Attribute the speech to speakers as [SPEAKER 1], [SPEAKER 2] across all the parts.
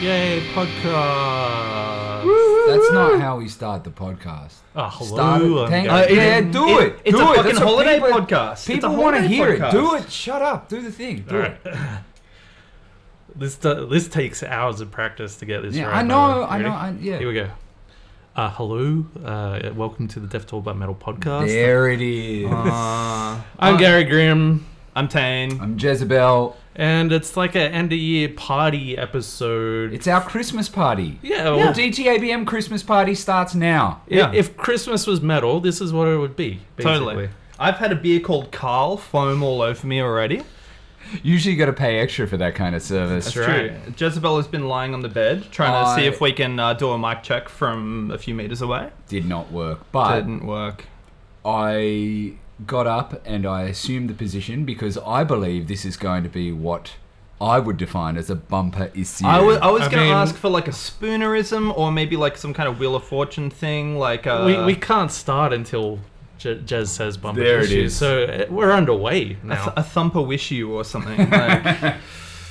[SPEAKER 1] Yay, podcast.
[SPEAKER 2] That's not how we start the podcast.
[SPEAKER 1] Ah,
[SPEAKER 2] Start
[SPEAKER 1] hello,
[SPEAKER 2] it.
[SPEAKER 1] I'm
[SPEAKER 2] Thank-
[SPEAKER 1] Gary.
[SPEAKER 3] Uh,
[SPEAKER 2] yeah,
[SPEAKER 3] it-
[SPEAKER 2] do
[SPEAKER 3] it-
[SPEAKER 2] it.
[SPEAKER 3] it's
[SPEAKER 2] do
[SPEAKER 3] a
[SPEAKER 2] it.
[SPEAKER 3] fucking
[SPEAKER 2] That's what
[SPEAKER 3] holiday
[SPEAKER 2] people-
[SPEAKER 3] podcast. It's a
[SPEAKER 2] People want to
[SPEAKER 3] holiday
[SPEAKER 2] hear it.
[SPEAKER 3] podcast.
[SPEAKER 2] Do it. Shut up. Do the thing. Do
[SPEAKER 1] All
[SPEAKER 2] it.
[SPEAKER 1] right. this, t- this takes hours of practice to get this
[SPEAKER 2] Yeah,
[SPEAKER 1] right.
[SPEAKER 2] I
[SPEAKER 1] by
[SPEAKER 2] know,
[SPEAKER 1] the way.
[SPEAKER 2] I
[SPEAKER 1] Ready?
[SPEAKER 2] know, I- yeah.
[SPEAKER 1] Here we go. Uh, hello, uh, welcome to the Deaf Talk by Metal podcast.
[SPEAKER 2] There it is.
[SPEAKER 3] Uh,
[SPEAKER 1] I'm Gary Grimm,
[SPEAKER 3] I'm Tane.
[SPEAKER 2] I'm Jezebel.
[SPEAKER 1] and it's like an end of year party episode.
[SPEAKER 2] It's our Christmas party.
[SPEAKER 1] yeah, well,
[SPEAKER 2] The DTABM Christmas party starts now.
[SPEAKER 1] i-
[SPEAKER 3] yeah.
[SPEAKER 1] If Christmas was metal, this is what it would be. Basically.
[SPEAKER 3] Totally. I've had a beer called Carl foam all over me already.
[SPEAKER 2] Usually, you got to pay extra for that kind of service.
[SPEAKER 1] That's right.
[SPEAKER 3] True. Jezebel has been lying on the bed trying to see
[SPEAKER 2] I-
[SPEAKER 3] if we can uh, do a mic check from a few meters away.
[SPEAKER 2] Did not work, but
[SPEAKER 3] Didn't work.
[SPEAKER 2] I got up and I assumed the position because I believe this is going to be what I would define as a bumper issue.
[SPEAKER 3] I was, I was
[SPEAKER 1] I
[SPEAKER 3] going
[SPEAKER 1] mean-
[SPEAKER 3] to ask for like a spoonerism or maybe like some kind of Wheel of Fortune thing. Like uh,
[SPEAKER 1] we, we can't start until Je- Jez says bumper
[SPEAKER 2] There it
[SPEAKER 1] issue,
[SPEAKER 2] is.
[SPEAKER 1] So uh, we're underway
[SPEAKER 3] a, th-
[SPEAKER 1] now.
[SPEAKER 3] a thumper wish you or something. Like,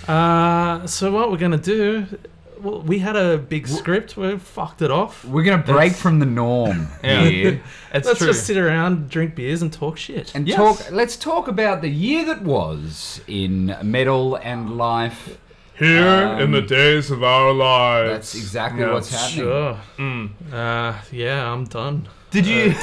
[SPEAKER 1] Uh, so what we're gonna do? Well, we had a big script. We fucked it off.
[SPEAKER 2] We're going to break
[SPEAKER 3] That's-
[SPEAKER 2] from the norm
[SPEAKER 3] Yeah.
[SPEAKER 2] here.
[SPEAKER 3] it's
[SPEAKER 1] Let's
[SPEAKER 3] true.
[SPEAKER 1] just sit around, drink beers, and talk shit.
[SPEAKER 2] And
[SPEAKER 3] Yes.
[SPEAKER 2] talk. Let's talk about the year that was in metal and life.
[SPEAKER 4] Here
[SPEAKER 2] Um,
[SPEAKER 4] in the days of our lives.
[SPEAKER 2] That's exactly
[SPEAKER 4] Yeah,
[SPEAKER 2] what's happening.
[SPEAKER 1] sure.
[SPEAKER 3] Mm.
[SPEAKER 1] Uh, yeah, I'm done.
[SPEAKER 3] Did you?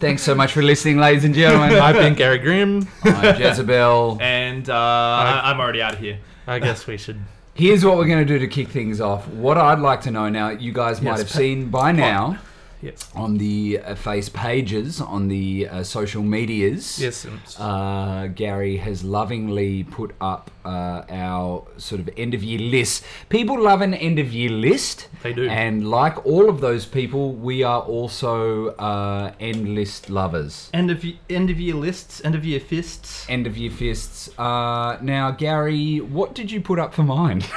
[SPEAKER 2] Thanks so much for listening, ladies and gentlemen.
[SPEAKER 1] I've been Gary Grimm.
[SPEAKER 2] I'm Jezebel.
[SPEAKER 3] and uh, I, I'm already out of here.
[SPEAKER 1] I guess we should.
[SPEAKER 2] Here's what we're going to do to kick things off. What I'd like to know now, you guys might
[SPEAKER 1] Yes,
[SPEAKER 2] have
[SPEAKER 1] pa-
[SPEAKER 2] seen by now
[SPEAKER 1] Yes.
[SPEAKER 2] on the uh, face pages, on the uh, social medias.
[SPEAKER 1] Yes. um, s-
[SPEAKER 2] Uh, Gary has lovingly put up uh, our sort of end of year list. People love an end of year list.
[SPEAKER 1] They do.
[SPEAKER 2] And like all of those people, we are also uh, end list lovers.
[SPEAKER 3] End of y- end of year lists, end of year fists.
[SPEAKER 2] End of year fists. Uh, now, Gary, what did you put up for mine?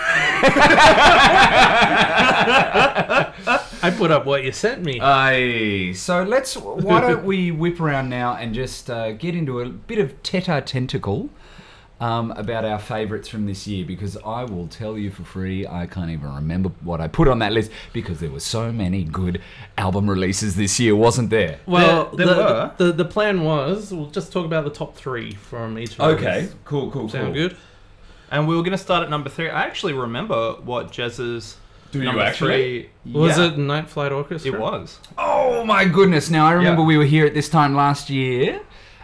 [SPEAKER 1] I put up what you sent me.
[SPEAKER 3] Uh,
[SPEAKER 2] Aye. So let's. Why don't we whip around now and just uh, get into a bit of tete tentacle um, about our favourites from this year? Because I will tell you for free, I can't even remember what I put on that list because there were so many good album releases this year, wasn't there?
[SPEAKER 1] well,
[SPEAKER 3] there- there were.
[SPEAKER 1] the, the the plan was we'll just talk about the top three from each. of those.
[SPEAKER 2] Cool. Cool.
[SPEAKER 1] Sound good?
[SPEAKER 3] And we were going to start at number three. I actually remember what Jez's
[SPEAKER 2] Do
[SPEAKER 3] number three
[SPEAKER 1] Was
[SPEAKER 3] Yeah,
[SPEAKER 1] it Night Flight Orchestra?
[SPEAKER 3] It was.
[SPEAKER 2] Oh my goodness! Now I remember
[SPEAKER 3] Yeah.
[SPEAKER 2] we were here at this time last year,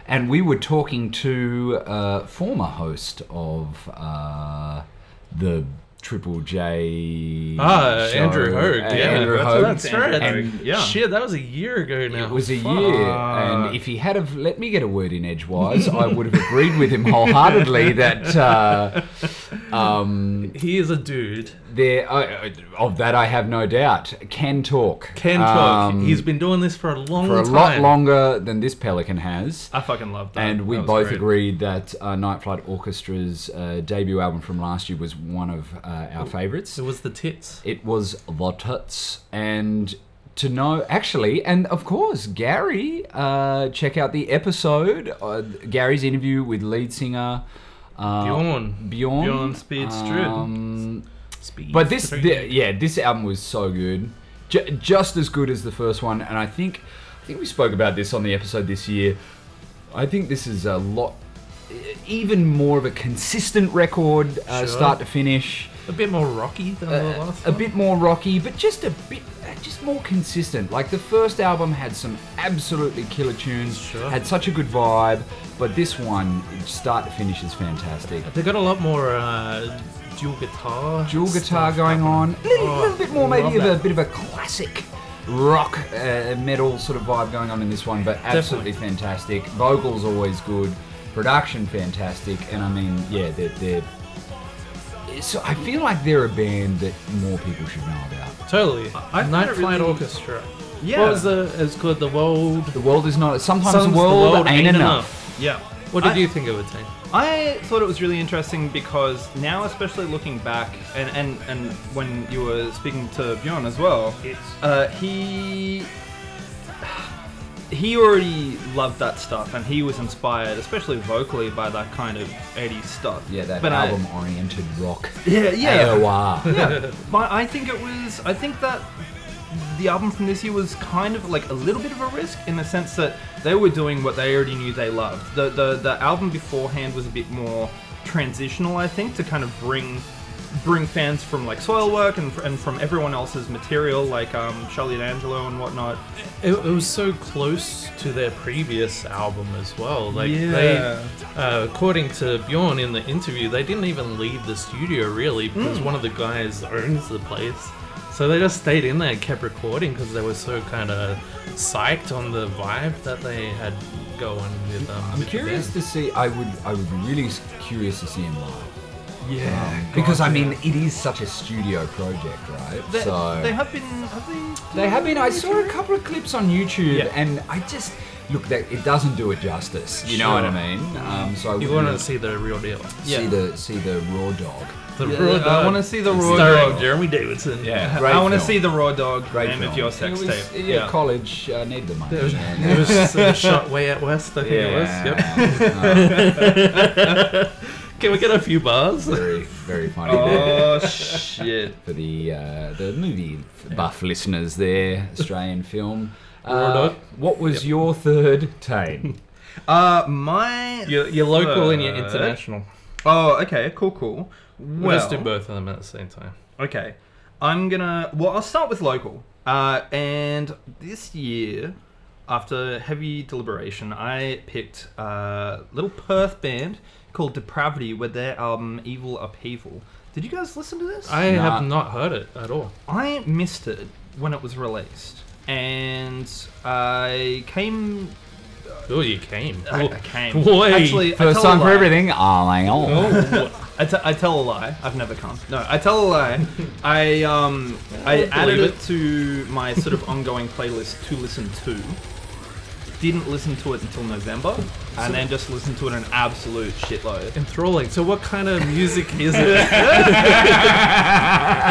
[SPEAKER 2] and we were talking to uh, former host of uh, the Triple J.
[SPEAKER 1] Ah,
[SPEAKER 2] show,
[SPEAKER 1] Andrew Hogue.
[SPEAKER 2] uh,
[SPEAKER 1] yeah,
[SPEAKER 2] Andrew
[SPEAKER 1] that's,
[SPEAKER 2] Hogue.
[SPEAKER 1] that's
[SPEAKER 3] Andrew
[SPEAKER 1] right.
[SPEAKER 3] Hogue, yeah.
[SPEAKER 1] Shit, that was a year ago now.
[SPEAKER 2] It was a
[SPEAKER 1] Fuck.
[SPEAKER 2] year, and if he had have let me get a word in edgewise, I would have agreed with him wholeheartedly that uh, um,
[SPEAKER 1] He is a dude.
[SPEAKER 2] there uh, of that I have no doubt can talk,
[SPEAKER 1] Ken Talk.
[SPEAKER 2] Um,
[SPEAKER 1] He's been doing this for a long
[SPEAKER 2] for a
[SPEAKER 1] time.
[SPEAKER 2] lot longer than this pelican has.
[SPEAKER 3] I fucking loved that.
[SPEAKER 2] And we
[SPEAKER 3] That was
[SPEAKER 2] both
[SPEAKER 3] great.
[SPEAKER 2] agreed that uh, Night Flight Orchestra's uh, debut album from last year was one of uh, our favourites.
[SPEAKER 1] It was the tits.
[SPEAKER 2] It was The Tuts. And to know, actually, and of course, Gary, uh, check out the episode, uh, Gary's interview with lead singer uh,
[SPEAKER 1] Bjorn.
[SPEAKER 2] Bjorn.
[SPEAKER 3] Bjorn Speed Strud.
[SPEAKER 2] Um,
[SPEAKER 1] Speed
[SPEAKER 2] but this,
[SPEAKER 1] three.
[SPEAKER 2] thi- yeah, this album was so good, J- just as good as the first one, and I think, I think we spoke about this on the episode this year. I think this is a lot, even more of a consistent record, uh,
[SPEAKER 1] Sure.
[SPEAKER 2] start to finish.
[SPEAKER 1] a bit more rocky than the
[SPEAKER 2] Uh,
[SPEAKER 1] last.
[SPEAKER 2] a
[SPEAKER 1] one.
[SPEAKER 2] bit more rocky, but just a bit, uh, just more consistent. Like the first album had some absolutely killer tunes,
[SPEAKER 1] Sure.
[SPEAKER 2] had such a good vibe, but this one, start to finish, is fantastic.
[SPEAKER 1] They got a lot more uh, dual guitar.
[SPEAKER 2] dual
[SPEAKER 1] stuff
[SPEAKER 2] guitar going on. A little,
[SPEAKER 1] Oh,
[SPEAKER 2] little bit more, maybe
[SPEAKER 1] love
[SPEAKER 2] of a
[SPEAKER 1] that.
[SPEAKER 2] bit of a classic rock uh, metal sort of vibe going on in this one, but absolutely fantastic. Vocals always good, production fantastic, and I mean, yeah, they're. they're so I feel like they're a band that more people should know about.
[SPEAKER 1] Totally.
[SPEAKER 3] I found
[SPEAKER 1] Night
[SPEAKER 3] it
[SPEAKER 1] Flight
[SPEAKER 3] really-
[SPEAKER 1] Orchestra.
[SPEAKER 3] Yeah.
[SPEAKER 1] What was the? It's called the World.
[SPEAKER 2] The world is not. Sometimes,
[SPEAKER 1] Sometimes
[SPEAKER 2] the, world ain't, enough.
[SPEAKER 3] Yeah.
[SPEAKER 1] What did
[SPEAKER 3] I-
[SPEAKER 1] you think of it, Tane?
[SPEAKER 3] I thought it was really interesting because now, especially looking back, and, and, and when you uh, were speaking to Bjorn as well,
[SPEAKER 1] Yes.
[SPEAKER 3] uh, he he already loved that stuff, and he was inspired, especially vocally, by that kind of '80s stuff.
[SPEAKER 2] Yeah, that
[SPEAKER 3] But I-
[SPEAKER 2] album-oriented rock.
[SPEAKER 3] yeah, yeah.
[SPEAKER 2] AOR.
[SPEAKER 3] yeah. But I think it was. I think that the album from this year was kind of like a little bit of a risk in the sense that they were doing what they already knew they loved. The the, the album beforehand was a bit more transitional, I think, to kind of bring bring fans from like Soilwork and, and from everyone else's material, like um, Charlie D'Angelo and whatnot.
[SPEAKER 1] It, it was so close to their previous album as well. Like
[SPEAKER 3] Yeah.
[SPEAKER 1] they, uh, according to Bjorn in the interview, they didn't even leave the studio really because
[SPEAKER 3] Hmm.
[SPEAKER 1] one of the guys owns the place. So they just stayed in there and kept recording because they were so kind of psyched on the vibe that they had going with them.
[SPEAKER 2] I'm curious to see. I would. I would be really s- curious to see him live. Um,
[SPEAKER 3] Yeah,
[SPEAKER 2] Because I mean, it is such a studio project, right?
[SPEAKER 3] They,
[SPEAKER 2] so
[SPEAKER 3] they have been. Have they?
[SPEAKER 2] They have been. I saw a couple of clips on YouTube,
[SPEAKER 3] Yeah.
[SPEAKER 2] and I just look that it doesn't do it justice. You know what
[SPEAKER 1] Sure.
[SPEAKER 2] I mean? Um, so I
[SPEAKER 1] You
[SPEAKER 2] wouldn't
[SPEAKER 1] want to see the real deal.
[SPEAKER 2] see
[SPEAKER 3] yeah.
[SPEAKER 2] the see the raw dog.
[SPEAKER 1] The
[SPEAKER 3] Yeah,
[SPEAKER 1] raw
[SPEAKER 3] I
[SPEAKER 1] dog
[SPEAKER 3] want to see the raw
[SPEAKER 1] starring
[SPEAKER 3] dog.
[SPEAKER 1] Jeremy Davidson.
[SPEAKER 2] great
[SPEAKER 3] I want to
[SPEAKER 2] film.
[SPEAKER 3] see the raw dog.
[SPEAKER 2] Great
[SPEAKER 3] name of
[SPEAKER 2] film.
[SPEAKER 3] your sex
[SPEAKER 2] It was-
[SPEAKER 3] tape.
[SPEAKER 2] Yeah, college. I need the money.
[SPEAKER 1] It was,
[SPEAKER 2] man.
[SPEAKER 1] it was uh, shot way out west, I think it was. Yep.
[SPEAKER 2] Yeah.
[SPEAKER 1] Can we get a few bars?
[SPEAKER 2] very very funny.
[SPEAKER 3] Oh shit.
[SPEAKER 2] for the uh, the movie buff listeners there, Australian film.
[SPEAKER 1] Raw
[SPEAKER 2] Uh,
[SPEAKER 1] Dog.
[SPEAKER 2] what was your third tame?
[SPEAKER 3] Uh, my.
[SPEAKER 1] You're, you're local and you're
[SPEAKER 3] third-
[SPEAKER 1] international.
[SPEAKER 3] Oh, okay, cool, cool.
[SPEAKER 1] We'll
[SPEAKER 3] Well,
[SPEAKER 1] just do both of them at the same time.
[SPEAKER 3] okay. I'm gonna. Well, I'll start with local. Uh, and this year, after heavy deliberation, I picked a little Perth band called Depravity with their album Evil Upheaval. Did you guys listen to this?
[SPEAKER 1] I
[SPEAKER 2] Nah.
[SPEAKER 1] have not heard it at all.
[SPEAKER 3] I missed it when it was released, and I came.
[SPEAKER 1] Oh, you came.
[SPEAKER 3] I,
[SPEAKER 1] Oh,
[SPEAKER 3] I came.
[SPEAKER 1] Boy.
[SPEAKER 3] Actually, I
[SPEAKER 2] First
[SPEAKER 3] tell a
[SPEAKER 2] time for
[SPEAKER 3] lie.
[SPEAKER 2] everything. Oh my god.
[SPEAKER 3] I, t- I tell a lie. I've never come. No, I tell a lie. I um I added
[SPEAKER 1] believe
[SPEAKER 3] it to my sort of ongoing playlist to listen to. Didn't listen to it until November, and then just listened to it an absolute shitload.
[SPEAKER 1] enthralling. So, what kind of music is it?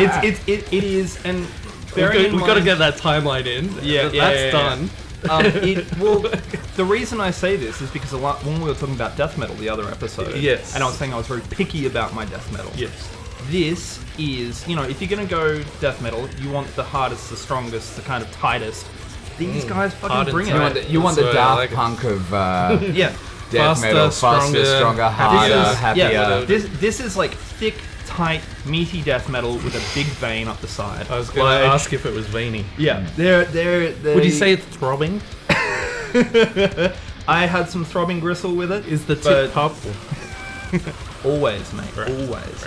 [SPEAKER 3] It's it's it, it is and
[SPEAKER 1] We've
[SPEAKER 3] bearing in
[SPEAKER 1] got to
[SPEAKER 3] mind-
[SPEAKER 1] get that timeline in.
[SPEAKER 3] Yeah,
[SPEAKER 1] that's
[SPEAKER 3] yeah, yeah, yeah.
[SPEAKER 1] done.
[SPEAKER 3] Um, it, well, the reason I say this is because a lot, when we were talking about death metal the other episode,
[SPEAKER 1] Yes.
[SPEAKER 3] and I was saying I was very picky about my death metal.
[SPEAKER 1] Yes.
[SPEAKER 3] This is, you know, if you're gonna go death metal, you want the hardest, the strongest, the kind of tightest.
[SPEAKER 2] Mm.
[SPEAKER 3] These guys
[SPEAKER 1] Hard
[SPEAKER 3] fucking
[SPEAKER 1] and
[SPEAKER 3] bring
[SPEAKER 2] You
[SPEAKER 1] tight.
[SPEAKER 2] want
[SPEAKER 3] it.
[SPEAKER 2] the, you want
[SPEAKER 1] That's
[SPEAKER 2] the
[SPEAKER 1] what I like
[SPEAKER 2] Daft
[SPEAKER 1] it.
[SPEAKER 2] Punk of uh, death
[SPEAKER 3] Yeah.
[SPEAKER 1] Faster,
[SPEAKER 2] metal, faster,
[SPEAKER 1] stronger,
[SPEAKER 2] stronger,
[SPEAKER 1] happier.
[SPEAKER 2] harder,
[SPEAKER 3] This is,
[SPEAKER 2] happier.
[SPEAKER 3] yeah, this, this is like thick, tight, meaty death metal with a big vein up the side.
[SPEAKER 1] I was going
[SPEAKER 3] Like,
[SPEAKER 1] to ask if it was veiny.
[SPEAKER 3] Yeah, they're, they're, they
[SPEAKER 1] Would you say it's throbbing?
[SPEAKER 3] I had some throbbing gristle with it?
[SPEAKER 1] Is the tip
[SPEAKER 3] But-
[SPEAKER 1] purple?
[SPEAKER 3] Always, mate.
[SPEAKER 1] Right.
[SPEAKER 3] Always.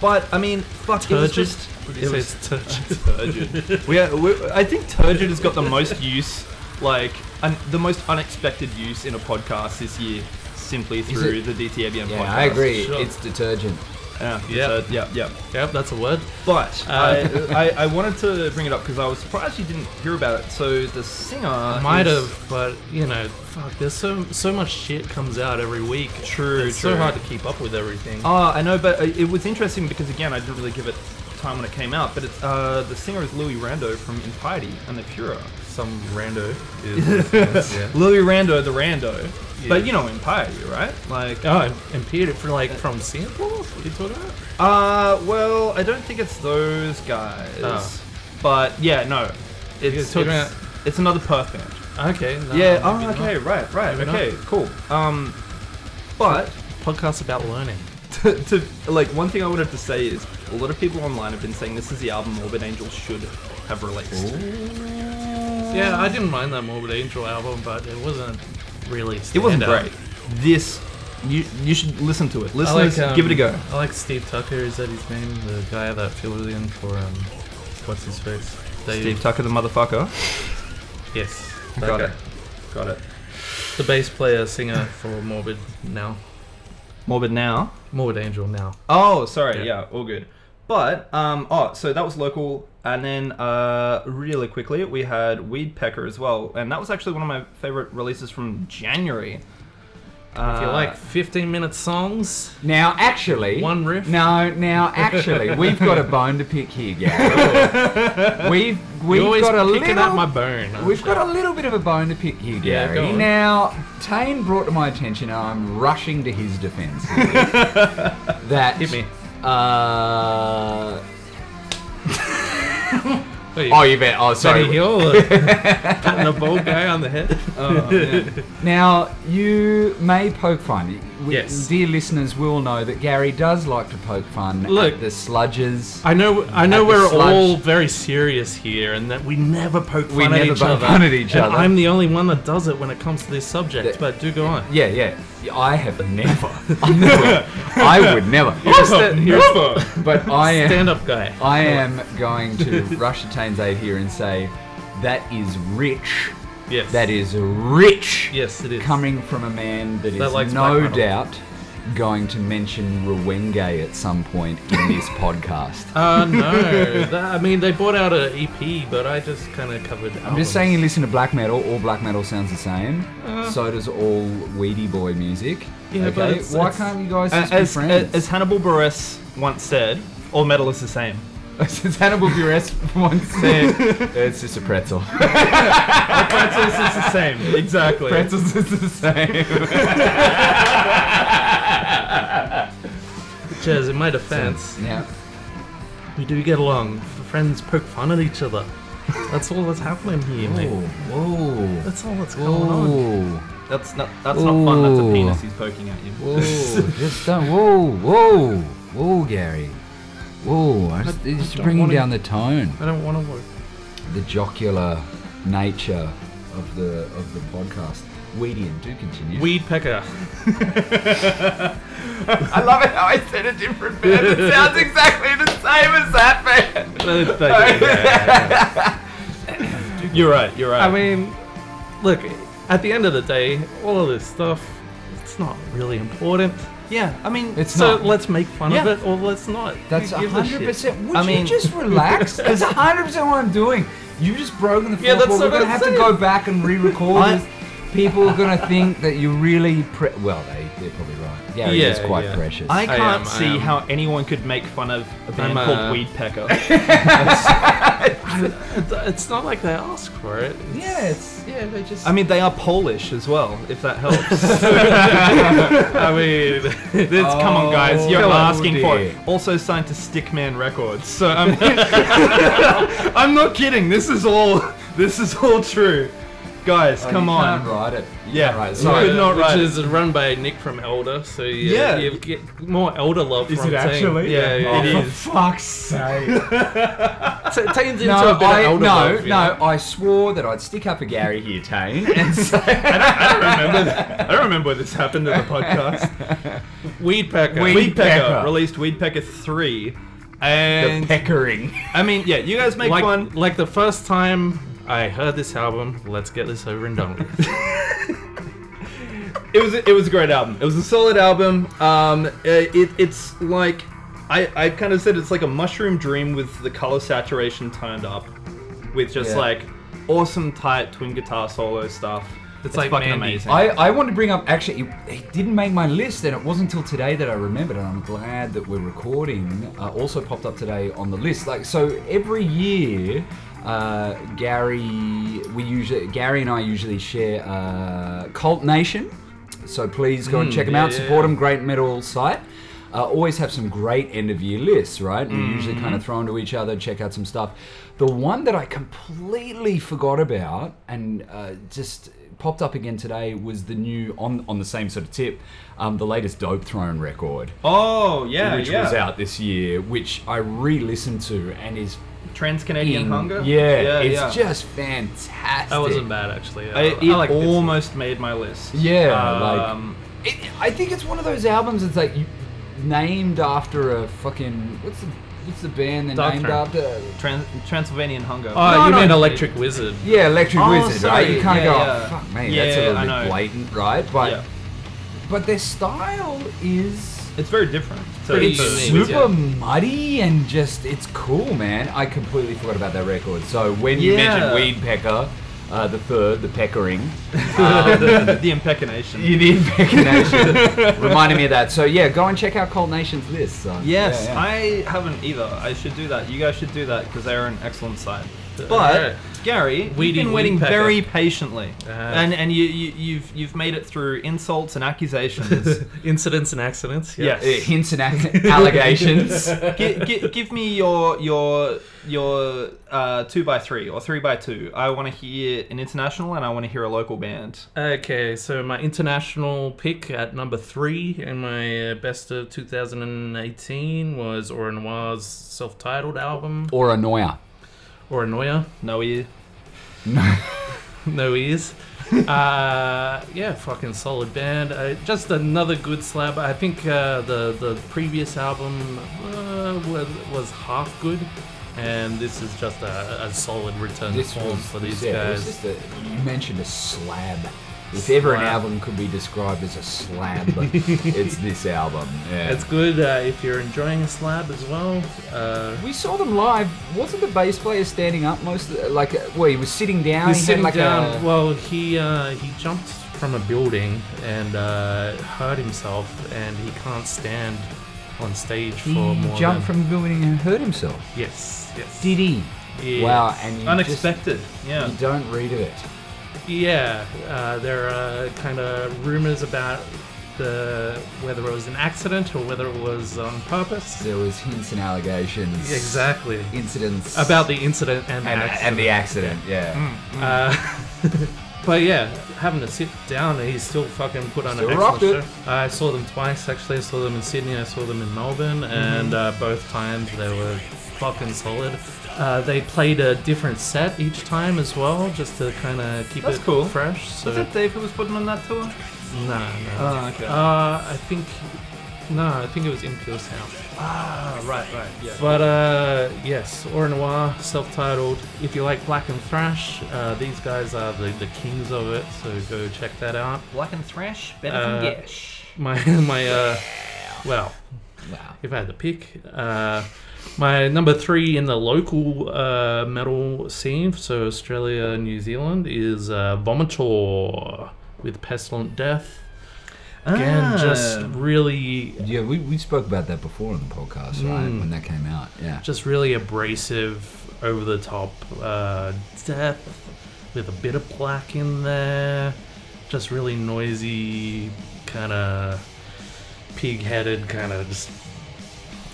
[SPEAKER 3] But I mean, fuck. It was
[SPEAKER 1] Turgid?
[SPEAKER 3] just.
[SPEAKER 1] Would you
[SPEAKER 3] It
[SPEAKER 1] say
[SPEAKER 3] was
[SPEAKER 1] it's turgid?
[SPEAKER 3] turgid. we, are, we I think turgid has got the most use, like un, the most unexpected use in a podcast this year, simply through
[SPEAKER 2] it-
[SPEAKER 3] the DTABM podcast.
[SPEAKER 2] yeah, I agree.
[SPEAKER 1] sure.
[SPEAKER 2] It's detergent.
[SPEAKER 3] Yeah,
[SPEAKER 1] Yeah.
[SPEAKER 3] yeah, yeah, yeah.
[SPEAKER 1] Yep, that's a word.
[SPEAKER 3] But
[SPEAKER 1] Uh,
[SPEAKER 3] I, I, I wanted to bring it up because I was surprised you didn't hear about it. So the singer
[SPEAKER 1] Might
[SPEAKER 3] is-
[SPEAKER 1] have, but you know, fuck. There's so so much shit comes out every week.
[SPEAKER 3] True,
[SPEAKER 1] It's
[SPEAKER 3] true.
[SPEAKER 1] so hard to keep up with everything.
[SPEAKER 3] Oh, I know, but uh, it was interesting because again, I didn't really give it time when it came out. But it's uh, the singer is Louis Rando from Impiety and the Furor.
[SPEAKER 1] Some rando is. yeah.
[SPEAKER 3] Louis Rando, the Rando.
[SPEAKER 1] Yeah.
[SPEAKER 3] But you know Impiety, right? Like,
[SPEAKER 1] Oh, and impeded for like from samples? What are you talking about?
[SPEAKER 3] uh, well, I don't think it's those guys.
[SPEAKER 1] Oh.
[SPEAKER 3] But yeah, no, it's
[SPEAKER 1] talking
[SPEAKER 3] it's, it's another Perth band.
[SPEAKER 1] Okay. no,
[SPEAKER 3] yeah.
[SPEAKER 1] maybe
[SPEAKER 3] Oh,
[SPEAKER 1] not.
[SPEAKER 3] okay. Right. Right.
[SPEAKER 1] Maybe
[SPEAKER 3] okay. Cool. Um, but
[SPEAKER 1] Podcast about learning.
[SPEAKER 3] to, to like one thing I wanted to say is a lot of people online have been saying this is the album Morbid Angel should have released.
[SPEAKER 1] Yeah, I didn't mind that Morbid Angel album, but it wasn't really.
[SPEAKER 3] It wasn't
[SPEAKER 1] standout.
[SPEAKER 3] great. This you you should listen to it.
[SPEAKER 1] I
[SPEAKER 3] Listeners,
[SPEAKER 1] um,
[SPEAKER 3] give it a go.
[SPEAKER 1] I like Steve Tucker. Is that his name? The guy that filled in for um, what's his face? Dave-
[SPEAKER 3] Steve Tucker, the motherfucker.
[SPEAKER 1] Yes.
[SPEAKER 3] Got
[SPEAKER 1] Okay.
[SPEAKER 3] it. Got it.
[SPEAKER 1] The bass player, singer for Morbid now.
[SPEAKER 3] Morbid now.
[SPEAKER 1] Morbid Angel now.
[SPEAKER 3] Oh, sorry.
[SPEAKER 1] Yeah.
[SPEAKER 3] Yeah. all good. But um, oh, so that was local, and then uh, really quickly we had Weed Pecker as well, and that was actually one of my favorite releases from January.
[SPEAKER 1] if you like 15 minute songs,
[SPEAKER 2] Now, actually,
[SPEAKER 1] One riff?
[SPEAKER 2] No, now actually, we've got a bone to pick here, Gary. we've
[SPEAKER 1] you're
[SPEAKER 2] we've
[SPEAKER 1] always
[SPEAKER 2] got a
[SPEAKER 1] picking
[SPEAKER 2] little
[SPEAKER 1] up my bone. aren't
[SPEAKER 2] we've
[SPEAKER 1] you?
[SPEAKER 2] got a little bit of a bone to pick here,
[SPEAKER 1] Yeah,
[SPEAKER 2] Gary.
[SPEAKER 1] go on.
[SPEAKER 2] now, Tane brought to my attention, and I'm rushing to his defence. that
[SPEAKER 1] Hit me.
[SPEAKER 2] Uh,
[SPEAKER 1] Wait,
[SPEAKER 2] oh, you bet.
[SPEAKER 1] Benny
[SPEAKER 2] Oh, sorry.
[SPEAKER 1] Hill, uh, patting a bald guy on the head.
[SPEAKER 2] Now, you may poke fun. We-
[SPEAKER 1] Yes.
[SPEAKER 2] Dear listeners will know that Gary does like to poke fun at
[SPEAKER 1] Look.
[SPEAKER 2] the sludges.
[SPEAKER 1] I know, I know,
[SPEAKER 2] the
[SPEAKER 1] we're
[SPEAKER 2] sludge.
[SPEAKER 1] all very serious here, and that we never poke fun
[SPEAKER 2] We
[SPEAKER 1] at
[SPEAKER 2] never
[SPEAKER 1] each
[SPEAKER 2] poke
[SPEAKER 1] other.
[SPEAKER 2] fun at each
[SPEAKER 1] and
[SPEAKER 2] other.
[SPEAKER 1] I'm the only one that does it when it comes to this subject.
[SPEAKER 2] Yeah.
[SPEAKER 1] But do go on.
[SPEAKER 2] Yeah, yeah. I have never. I never. I would never. Just that- Oh,
[SPEAKER 4] Never.
[SPEAKER 2] but I am.
[SPEAKER 1] Stand up guy.
[SPEAKER 2] I am going to rush to Tane's aid here and say, that is rich.
[SPEAKER 1] Yes.
[SPEAKER 2] That is rich.
[SPEAKER 1] Yes, it is.
[SPEAKER 2] Coming from a man that is
[SPEAKER 1] That likes
[SPEAKER 2] no
[SPEAKER 1] black metal.
[SPEAKER 2] doubt going to mention Rwenge at some point in this podcast.
[SPEAKER 1] Uh, no. That- I mean, they bought out an EP, but I just kind of covered.
[SPEAKER 2] I'm just saying, you listen to black metal. All black metal sounds the same. so does all Weedy Boy music.
[SPEAKER 1] Uh-huh. Yeah,
[SPEAKER 2] okay?
[SPEAKER 1] but it's-
[SPEAKER 2] why
[SPEAKER 1] it's-
[SPEAKER 2] can't you guys just be
[SPEAKER 3] Uh, As,
[SPEAKER 2] friends?
[SPEAKER 3] as Hannibal Buress once said, all metal is the same.
[SPEAKER 2] Since Hannibal Buress once said, it's just a pretzel.
[SPEAKER 3] Pretzels is the same. Exactly.
[SPEAKER 2] Pretzels is the same.
[SPEAKER 1] Jez, in my defense,
[SPEAKER 2] yeah.
[SPEAKER 1] we do get along. Friends poke fun at each other. That's all that's happening here, mate.
[SPEAKER 2] Whoa.
[SPEAKER 1] That's all that's going on.
[SPEAKER 2] Whoa.
[SPEAKER 3] That's not that's not fun. That's a
[SPEAKER 2] Ooh.
[SPEAKER 3] penis he's poking at you.
[SPEAKER 2] Whoa. just don't. Whoa. Whoa. Whoa, Gary. Whoa. I just, it's just
[SPEAKER 1] don't
[SPEAKER 2] bringing
[SPEAKER 1] wanna-
[SPEAKER 2] down the tone.
[SPEAKER 1] I don't want to work.
[SPEAKER 2] The jocular nature of the of the podcast. Weedy and do continue.
[SPEAKER 1] Weed pecker.
[SPEAKER 2] I love it how I said a different man. It sounds exactly the same as that man.
[SPEAKER 3] You're right. You're right.
[SPEAKER 1] I mean, look, at the end of the day, all of this stuff, it's not really important.
[SPEAKER 3] yeah. I mean,
[SPEAKER 2] It's
[SPEAKER 1] so
[SPEAKER 2] not.
[SPEAKER 1] let's make fun
[SPEAKER 3] Yeah.
[SPEAKER 1] of it or let's not. Who
[SPEAKER 2] That's
[SPEAKER 1] gives a shit?
[SPEAKER 2] 100%. Would
[SPEAKER 3] I
[SPEAKER 2] you
[SPEAKER 3] mean-
[SPEAKER 2] just relax? That's 100% what I'm doing. You've just broken the fourth
[SPEAKER 1] Yeah, that's
[SPEAKER 2] wall. We're
[SPEAKER 1] what
[SPEAKER 2] going to
[SPEAKER 1] I'm
[SPEAKER 2] have to
[SPEAKER 1] saying.
[SPEAKER 2] go back and re
[SPEAKER 3] I-
[SPEAKER 2] record this. People are going to think that you really. Pre- well, they, they're probably right. Gary
[SPEAKER 1] Yeah,
[SPEAKER 2] is quite
[SPEAKER 1] yeah.
[SPEAKER 2] precious.
[SPEAKER 3] I can't
[SPEAKER 1] am, I
[SPEAKER 3] see
[SPEAKER 1] am.
[SPEAKER 3] how anyone could make fun of a
[SPEAKER 1] I'm,
[SPEAKER 3] band
[SPEAKER 1] uh,
[SPEAKER 3] called Weed Pecker.
[SPEAKER 1] It- It's not like they ask for it. It's-
[SPEAKER 2] yeah, it's.
[SPEAKER 1] Yeah, they just.
[SPEAKER 3] I mean, they are Polish as well, if that helps.
[SPEAKER 1] I mean,
[SPEAKER 3] This, come on, guys, you're
[SPEAKER 2] Oh,
[SPEAKER 3] asking for
[SPEAKER 2] dear.
[SPEAKER 3] it. Also signed to Stickman Records, so I'm, I'm not kidding. This is all, this is all true, guys.
[SPEAKER 2] oh,
[SPEAKER 3] come
[SPEAKER 2] you
[SPEAKER 3] on.
[SPEAKER 2] Can't write it. You
[SPEAKER 3] Yeah.
[SPEAKER 2] Can't write it.
[SPEAKER 3] You
[SPEAKER 2] Sorry.
[SPEAKER 3] could not
[SPEAKER 1] which
[SPEAKER 3] right.
[SPEAKER 1] is run by Nick from Elder, so yeah,
[SPEAKER 3] Yeah.
[SPEAKER 1] you get more Elder love.
[SPEAKER 4] Is
[SPEAKER 1] from
[SPEAKER 4] it
[SPEAKER 1] Tane.
[SPEAKER 4] actually?
[SPEAKER 1] Yeah,
[SPEAKER 3] Yeah.
[SPEAKER 1] yeah,
[SPEAKER 3] Oh,
[SPEAKER 1] it
[SPEAKER 3] for
[SPEAKER 1] is.
[SPEAKER 4] Fuck's sake.
[SPEAKER 1] T- Tane's into
[SPEAKER 2] No,
[SPEAKER 1] a bit
[SPEAKER 2] I,
[SPEAKER 1] of
[SPEAKER 2] no,
[SPEAKER 1] Elder love. you know.
[SPEAKER 2] no, I swore that I'd stick up for Gary here, Tane, and say.
[SPEAKER 3] I don't remember. I don't remember this happened in the podcast.
[SPEAKER 1] Weed pecker.
[SPEAKER 2] Weed-
[SPEAKER 3] Weed Pecker
[SPEAKER 2] Pecker.
[SPEAKER 3] released Weed Pecker three,
[SPEAKER 2] The
[SPEAKER 3] and
[SPEAKER 2] peckering.
[SPEAKER 3] I mean, yeah, you guys make
[SPEAKER 1] like,
[SPEAKER 3] one.
[SPEAKER 1] like the first time I heard this album, let's get this over and done with.
[SPEAKER 3] It was it was a great album. It was a solid album. Um, uh, it, it's like I, I kind of said it's like a mushroom dream with the color saturation turned up, with just
[SPEAKER 2] Yeah.
[SPEAKER 3] like awesome tight twin guitar solo stuff. It's,
[SPEAKER 1] like
[SPEAKER 3] fucking
[SPEAKER 1] Mandy.
[SPEAKER 3] amazing.
[SPEAKER 2] I, I want to bring up actually it, it didn't make my list and it wasn't until today that I remembered and I'm glad that we're recording uh, also popped up today on the list like so every year uh, Gary we usually Gary and I usually share uh, Cult Nation so please go and check them
[SPEAKER 1] yeah,
[SPEAKER 2] out
[SPEAKER 1] yeah,
[SPEAKER 2] support
[SPEAKER 1] yeah.
[SPEAKER 2] them great metal site uh, always have some great end of year lists, right? And We usually kind of throw into each other, check out some stuff. The one that I completely forgot about and uh, just popped up again today was the new on on the same sort of tip, um, the latest Dope Throne record,
[SPEAKER 3] oh yeah,
[SPEAKER 2] which
[SPEAKER 3] yeah.
[SPEAKER 2] was out this year, which I re-listened to and is
[SPEAKER 3] Trans Canadian
[SPEAKER 2] fucking-
[SPEAKER 3] Hunger.
[SPEAKER 2] Yeah,
[SPEAKER 3] yeah,
[SPEAKER 2] it's
[SPEAKER 3] yeah.
[SPEAKER 2] just fantastic.
[SPEAKER 1] That wasn't bad actually. Uh,
[SPEAKER 3] I, it
[SPEAKER 1] I like this.
[SPEAKER 3] almost made my list.
[SPEAKER 2] Yeah,
[SPEAKER 3] Um,
[SPEAKER 2] like it, I think it's one of those albums that's like you, named after a fucking what's the what's the band they're
[SPEAKER 1] Dark
[SPEAKER 2] named
[SPEAKER 1] Throne.
[SPEAKER 2] after?
[SPEAKER 3] Trans- Transylvanian Hunger.
[SPEAKER 1] Oh,
[SPEAKER 2] No,
[SPEAKER 1] you
[SPEAKER 2] no,
[SPEAKER 1] meant
[SPEAKER 2] no.
[SPEAKER 1] Electric Wizard.
[SPEAKER 2] Yeah, Electric
[SPEAKER 3] Oh,
[SPEAKER 2] Wizard, right?
[SPEAKER 3] sorry,
[SPEAKER 2] You kind of
[SPEAKER 3] yeah,
[SPEAKER 2] go,
[SPEAKER 3] yeah.
[SPEAKER 2] oh, fuck me,
[SPEAKER 3] Yeah,
[SPEAKER 2] that's a little
[SPEAKER 3] I
[SPEAKER 2] bit
[SPEAKER 3] know.
[SPEAKER 2] blatant, right? But
[SPEAKER 3] yeah.
[SPEAKER 2] but their style is
[SPEAKER 3] It's very different. So
[SPEAKER 1] Pretty
[SPEAKER 2] it's
[SPEAKER 3] it's a-
[SPEAKER 1] unique.
[SPEAKER 2] super
[SPEAKER 1] yeah.
[SPEAKER 2] muddy and just it's cool, man. I completely forgot about that record. So when you
[SPEAKER 3] Yeah.
[SPEAKER 2] mentioned Weed Pecker, uh, the third, the peckering.
[SPEAKER 3] the, the impecchination.
[SPEAKER 2] You did Pecking Nation. Reminded me of that. So yeah, go and check out Cold Nation's list. So.
[SPEAKER 3] Yes,
[SPEAKER 2] Yeah, yeah.
[SPEAKER 3] I haven't either. I should do that. You guys should do that because they're an excellent site.
[SPEAKER 1] Yeah.
[SPEAKER 3] But
[SPEAKER 1] Yeah.
[SPEAKER 3] Gary, we've
[SPEAKER 1] Weedy
[SPEAKER 3] been waiting
[SPEAKER 1] Woodpecker.
[SPEAKER 3] very patiently,
[SPEAKER 1] I have.
[SPEAKER 3] and and you, you you've you've made it through insults and accusations.
[SPEAKER 1] Incidents and accidents. Yeah.
[SPEAKER 3] yes.
[SPEAKER 2] Uh, hints and ac- allegations.
[SPEAKER 3] give, give, give me your your your uh, two by three or three by two. I want to hear an international and I want to hear a local band.
[SPEAKER 1] Okay, so my international pick at number three in my uh, best of 2018 was Aura Noir's self-titled album,
[SPEAKER 2] or annoyer.
[SPEAKER 1] Aura Noir.
[SPEAKER 3] No ear.
[SPEAKER 1] no ears. uh, yeah, fucking solid band. Uh, just another good slab. I think uh, the the previous album uh, was, was half good, and this is just a, a solid return to
[SPEAKER 2] This
[SPEAKER 1] form
[SPEAKER 2] was
[SPEAKER 1] for these
[SPEAKER 2] yeah, it was
[SPEAKER 1] guys.
[SPEAKER 2] just a- you mentioned a slab. If ever an
[SPEAKER 1] Slab.
[SPEAKER 2] album could be described as a slab, it's this album. Yeah.
[SPEAKER 1] It's good uh, if you're enjoying a slab as well. Uh,
[SPEAKER 2] we saw them live. Wasn't the bass player standing up most of the, like uh, well he was sitting down.
[SPEAKER 1] He's
[SPEAKER 2] he had
[SPEAKER 1] sitting
[SPEAKER 2] like
[SPEAKER 1] down.
[SPEAKER 2] A,
[SPEAKER 1] Well, he uh, he jumped from a building and uh, hurt himself, and he can't stand on stage for
[SPEAKER 2] he
[SPEAKER 1] more.
[SPEAKER 2] jumped
[SPEAKER 1] than,
[SPEAKER 2] from the building and hurt himself.
[SPEAKER 1] yes, yes.
[SPEAKER 2] Did he?
[SPEAKER 1] Yes.
[SPEAKER 2] Wow, and you
[SPEAKER 3] Unexpected.
[SPEAKER 2] Just,
[SPEAKER 3] yeah.
[SPEAKER 2] you don't read of it.
[SPEAKER 1] Yeah, uh, there are kind of rumors about the whether it was an accident or whether it was on purpose.
[SPEAKER 2] There was hints and allegations.
[SPEAKER 1] Exactly
[SPEAKER 2] Incidents
[SPEAKER 1] about the incident and, the
[SPEAKER 2] and,
[SPEAKER 1] accident.
[SPEAKER 2] and the accident. Yeah.
[SPEAKER 1] mm. Uh, but yeah, having to sit down, he's still fucking put on
[SPEAKER 2] Still
[SPEAKER 1] an
[SPEAKER 2] rocked
[SPEAKER 1] excellent
[SPEAKER 2] it.
[SPEAKER 1] show. I saw them twice actually. I saw them in Sydney. I saw them in Melbourne,
[SPEAKER 3] Mm-hmm.
[SPEAKER 1] and uh, both times they were fucking solid. Uh, they played a different set each time as well, just to kind of keep
[SPEAKER 3] That's
[SPEAKER 1] it
[SPEAKER 3] cool.
[SPEAKER 1] fresh. So
[SPEAKER 3] Was that Dave who was putting on that tour?
[SPEAKER 1] no, no.
[SPEAKER 3] Oh, okay.
[SPEAKER 1] Uh, I think no, I think it was Impure Sound.
[SPEAKER 3] ah, right, right. Yeah.
[SPEAKER 1] But uh, yes, Or Noir, self-titled. If you like Black and Thrash, uh, these guys are the, the kings of it. So go check that out.
[SPEAKER 3] Black and thrash, better
[SPEAKER 1] Uh,
[SPEAKER 3] than Yesh.
[SPEAKER 1] My my uh, well,
[SPEAKER 2] Wow.
[SPEAKER 1] if I had to pick, uh, my number three in the local uh, metal scene, so Australia, New Zealand, is uh, Vomitor with Pestilent Death. Again, just
[SPEAKER 3] Ah.
[SPEAKER 1] really
[SPEAKER 2] Yeah, we, we spoke about that before on the podcast, right? When that came out. Yeah.
[SPEAKER 1] just really abrasive, over the top uh, death with a bit of black in there. Just really noisy, kind of pig headed, kind of just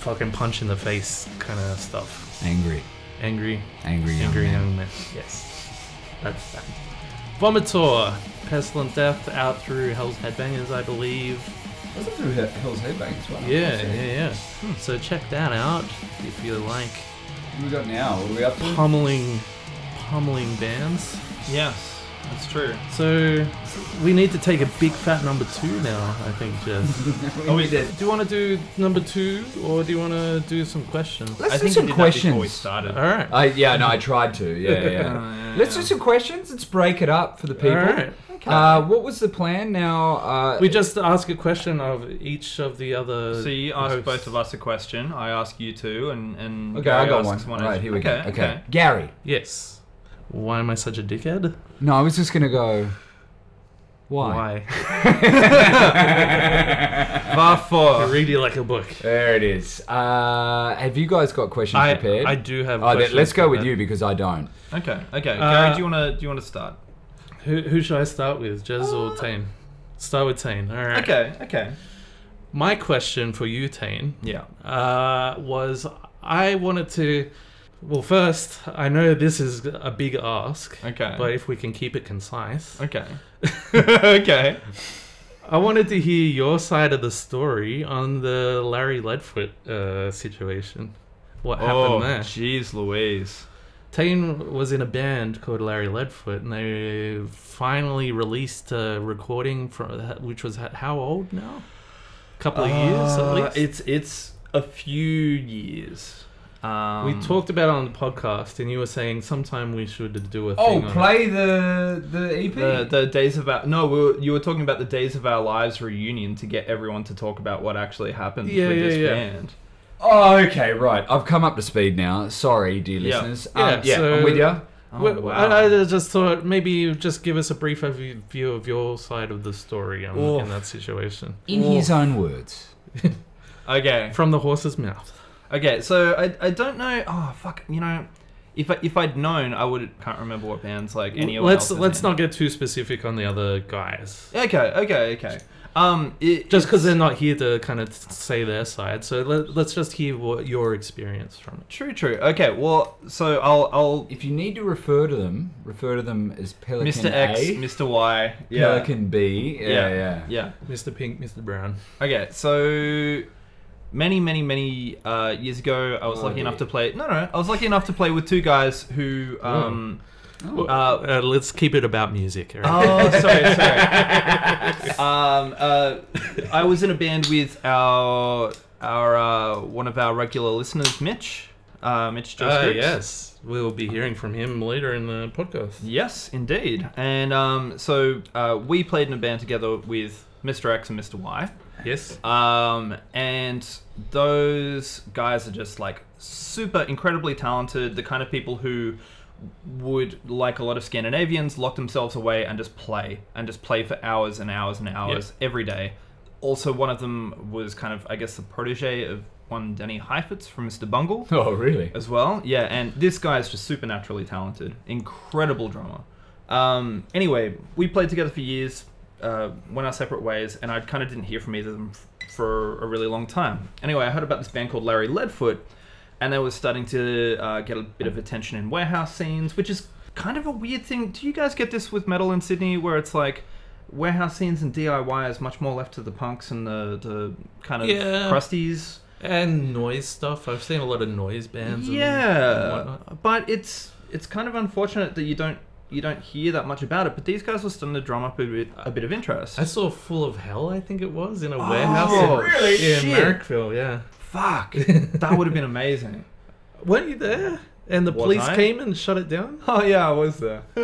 [SPEAKER 1] fucking punch in the face kind of stuff.
[SPEAKER 2] Angry.
[SPEAKER 1] Angry,
[SPEAKER 2] Angry young
[SPEAKER 1] angry
[SPEAKER 2] man.
[SPEAKER 1] young man. Yes. That's that. Vomitor, Pestilent Death out through Hell's Headbangers, I believe.
[SPEAKER 2] Was it through Hell's Headbang as well?
[SPEAKER 1] Yeah, yeah, yeah.
[SPEAKER 2] Hmm.
[SPEAKER 1] So check that out if you like
[SPEAKER 2] What we got now? What are we up
[SPEAKER 1] pummeling pummeling bands.
[SPEAKER 3] Ah. Yes, that's true.
[SPEAKER 1] So we need to take a big fat number two now, I think, Jess.
[SPEAKER 2] Oh, we did.
[SPEAKER 1] do you want to do number two or do you want to do some questions?
[SPEAKER 2] Let's
[SPEAKER 3] I
[SPEAKER 2] do
[SPEAKER 3] think
[SPEAKER 2] some
[SPEAKER 3] we did that before we
[SPEAKER 2] questions.
[SPEAKER 1] All
[SPEAKER 3] started. Uh,
[SPEAKER 1] right.
[SPEAKER 2] I, yeah, no, I tried to. Yeah, yeah.
[SPEAKER 3] yeah,
[SPEAKER 2] Let's
[SPEAKER 3] yeah.
[SPEAKER 2] do some questions. Let's break it up for the people.
[SPEAKER 1] All right.
[SPEAKER 2] Uh, what was the plan now? Uh,
[SPEAKER 1] We just ask a question of each of the other.
[SPEAKER 3] So you ask
[SPEAKER 1] hosts.
[SPEAKER 3] both of us a question. I ask you two, and and
[SPEAKER 2] Okay,
[SPEAKER 3] Gary
[SPEAKER 2] I got one.
[SPEAKER 3] asks
[SPEAKER 2] All right,
[SPEAKER 3] each.
[SPEAKER 2] here we go. okay. Gary.
[SPEAKER 1] Yes. Why am I such a dickhead?
[SPEAKER 2] No, I was just going to go. Why?
[SPEAKER 1] I
[SPEAKER 3] Varfor.
[SPEAKER 1] read you like a book.
[SPEAKER 2] There it is. Uh, have you guys got questions
[SPEAKER 1] I,
[SPEAKER 2] prepared?
[SPEAKER 1] I do have.
[SPEAKER 2] Oh, then
[SPEAKER 1] questions
[SPEAKER 2] let's go
[SPEAKER 1] for
[SPEAKER 2] with
[SPEAKER 1] that.
[SPEAKER 2] you because I don't.
[SPEAKER 3] Okay, okay.
[SPEAKER 1] Uh,
[SPEAKER 3] Gary, do you wanna do you wanna start?
[SPEAKER 1] Who, who should I start with, Jez
[SPEAKER 2] Uh,
[SPEAKER 1] or Tane? Start with Tane. All right.
[SPEAKER 3] Okay, okay.
[SPEAKER 1] My question for you, Tane,
[SPEAKER 3] Yeah.
[SPEAKER 1] uh, was I wanted to. Well, first, I know this is a big ask,
[SPEAKER 3] Okay.
[SPEAKER 1] but if we can keep it concise,
[SPEAKER 3] Okay. okay.
[SPEAKER 1] I wanted to hear your side of the story on the Larry Leadfoot uh, situation. What
[SPEAKER 3] oh,
[SPEAKER 1] happened there?
[SPEAKER 3] jeez, Louise.
[SPEAKER 1] Tane was in a band called Larry Leadfoot, and they finally released a recording from which was h- how old now? A couple of years at
[SPEAKER 3] Uh,
[SPEAKER 1] least.
[SPEAKER 3] It's it's a few years. Um,
[SPEAKER 1] We talked about it on the podcast, and you were saying sometime we should do a
[SPEAKER 2] Oh,
[SPEAKER 1] thing. on it.
[SPEAKER 2] play the the EP.
[SPEAKER 3] the E the days of our no, we were, you were talking about the days of our lives reunion to get everyone to talk about what actually happened
[SPEAKER 1] Yeah,
[SPEAKER 3] with
[SPEAKER 1] yeah,
[SPEAKER 3] this
[SPEAKER 1] yeah.
[SPEAKER 3] band.
[SPEAKER 2] oh, okay, right. I've come up to speed now. Sorry, dear
[SPEAKER 3] Yeah.
[SPEAKER 2] listeners.
[SPEAKER 1] Yeah,
[SPEAKER 2] Um, yeah,
[SPEAKER 1] so-
[SPEAKER 2] I'm with you.
[SPEAKER 1] Well,
[SPEAKER 3] Oh, wow.
[SPEAKER 1] I, I just thought maybe you just give us a brief overview of your side of the story um,
[SPEAKER 3] Oof.
[SPEAKER 1] in that situation.
[SPEAKER 2] In his own words.
[SPEAKER 3] Okay.
[SPEAKER 1] From the horse's mouth.
[SPEAKER 3] Okay, so I, I don't know. Oh fuck, you know, if I, if I'd known, I would can't remember what bands like any.
[SPEAKER 1] let's let's not get too specific on the other guys.
[SPEAKER 3] not. Okay, okay, okay. Um, it,
[SPEAKER 1] Just because they're not here to kind of say their side, so let, let's just hear what your experience from it.
[SPEAKER 3] true, true. Okay, well, so I'll I'll
[SPEAKER 2] If you need to refer to them, refer to them as Pelican
[SPEAKER 3] Mr. X,
[SPEAKER 2] A,
[SPEAKER 3] Mr. Y, yeah,
[SPEAKER 2] Pelican B. Yeah, yeah.
[SPEAKER 3] yeah.
[SPEAKER 1] Mr. Pink, Mr. Brown.
[SPEAKER 3] Okay, so many, many, many uh, years ago, I was
[SPEAKER 2] Oh,
[SPEAKER 3] lucky enough
[SPEAKER 2] dear.
[SPEAKER 3] to play. No, no, I was lucky enough to play with two guys who. Um,
[SPEAKER 2] Oh.
[SPEAKER 3] Uh,
[SPEAKER 1] Uh, let's keep it about music. all right?
[SPEAKER 3] Oh, sorry, sorry. um, uh, I was in a band with our our uh, one of our regular listeners, Mitch. Uh, Mitch
[SPEAKER 1] Uh,
[SPEAKER 3] Joseph.
[SPEAKER 1] yes, we will be hearing from him later in the podcast.
[SPEAKER 3] Yes, indeed. And um, so uh, we played in a band together with Mr. X and Mr. Y.
[SPEAKER 1] Yes.
[SPEAKER 3] Um, and those guys are just like super incredibly talented, the kind of people who would, like a lot of Scandinavians, lock themselves away and just play and just play for hours and hours and hours every day. Also, one of them was kind of, I guess, the protege of one Danny Heifetz from Mr. Bungle
[SPEAKER 2] Oh, really?
[SPEAKER 3] as well. Yeah, and this guy is just supernaturally talented, incredible drummer. Um, anyway, we played together for years, uh, went our separate ways, and I kind of didn't hear from either of them f- for a really long time. Anyway, I heard about this band called Larry Leadfoot, and they were starting to uh, get a bit of attention in warehouse scenes, which is kind of a weird thing. Do you guys get this with metal in Sydney, where it's like warehouse scenes and DIY is much more left to the punks and the, the kind of
[SPEAKER 1] Yeah.
[SPEAKER 3] crusties?
[SPEAKER 1] And noise stuff. I've seen a lot of noise bands. and- and
[SPEAKER 3] yeah
[SPEAKER 1] whatnot.
[SPEAKER 3] but it's it's kind of unfortunate that you don't you don't hear that much about it but these guys were starting to drum up a bit, a bit of interest
[SPEAKER 1] I saw Full of Hell, I think it was, in a warehouse in,
[SPEAKER 3] really?
[SPEAKER 1] in
[SPEAKER 3] Shit.
[SPEAKER 1] Merrickville, yeah.
[SPEAKER 3] fuck that would have been amazing
[SPEAKER 1] Weren't you there? And the
[SPEAKER 3] Was
[SPEAKER 1] police
[SPEAKER 3] I?
[SPEAKER 1] came and shut it down?
[SPEAKER 3] oh yeah i was there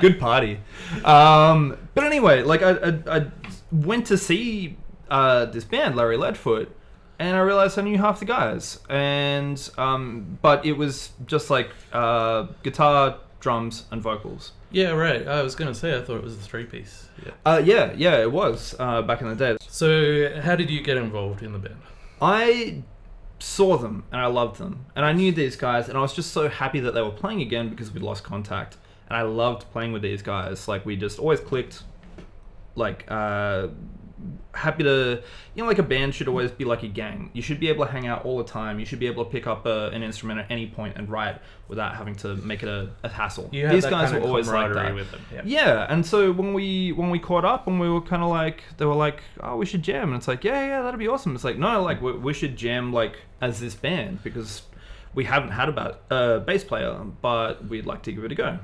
[SPEAKER 3] good party um, but anyway like I, I, I went to see uh, this band larry leadfoot and i realized i knew half the guys and um, but it was just like uh, guitar drums and vocals
[SPEAKER 1] Yeah, right. I was going to say, I thought it was a three piece. Yeah.
[SPEAKER 3] Uh, yeah, yeah, it was uh, back in the day.
[SPEAKER 1] So, how did you get involved in the band?
[SPEAKER 3] I saw them and I loved them, and I knew these guys, and I was just so happy that they were playing again because we'd lost contact, and I loved playing with these guys. Like we just always clicked. Like uh, happy to, you know, like a band should always be like a gang. You should be able to hang out all the time. You should be able to pick up a, an instrument at any point and write without having to make it a, a hassle.
[SPEAKER 1] You had
[SPEAKER 3] these
[SPEAKER 1] that
[SPEAKER 3] guys
[SPEAKER 1] kind of
[SPEAKER 3] were always like
[SPEAKER 1] camaraderie
[SPEAKER 3] that.
[SPEAKER 1] with them, yeah.
[SPEAKER 3] Yeah, and so when we when we caught up and we were kind of like they were like, "Oh, we should jam." And it's like, "Yeah, yeah, that'd be awesome." It's like, "No, like we, we should jam like as this band because we haven't had about a uh, bass player, but we'd like to give it a go."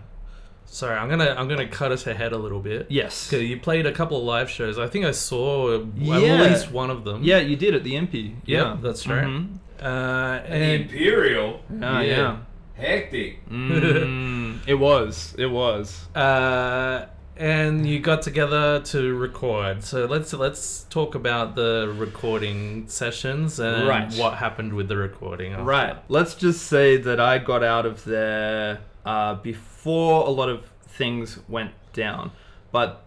[SPEAKER 1] Sorry, I'm gonna I'm gonna cut us ahead a little bit.
[SPEAKER 3] Yes.
[SPEAKER 1] 'Cause you played a couple of live shows. I think I saw
[SPEAKER 3] Yeah.
[SPEAKER 1] at least one of them.
[SPEAKER 3] Yeah, you did at the MP.
[SPEAKER 1] Yep,
[SPEAKER 3] Yeah,
[SPEAKER 1] that's right.
[SPEAKER 3] Mhm.
[SPEAKER 1] Uh,
[SPEAKER 4] The
[SPEAKER 1] and
[SPEAKER 4] Imperial.
[SPEAKER 3] Ah, yeah.
[SPEAKER 1] Yeah.
[SPEAKER 4] Hectic.
[SPEAKER 3] Mm, it was. It was.
[SPEAKER 1] uh, and you got together to record. So let's let's talk about the recording sessions and
[SPEAKER 3] Right.
[SPEAKER 1] what happened with the recording. after
[SPEAKER 3] Right. Let's just say that I got out of there uh, before a lot of things went down. But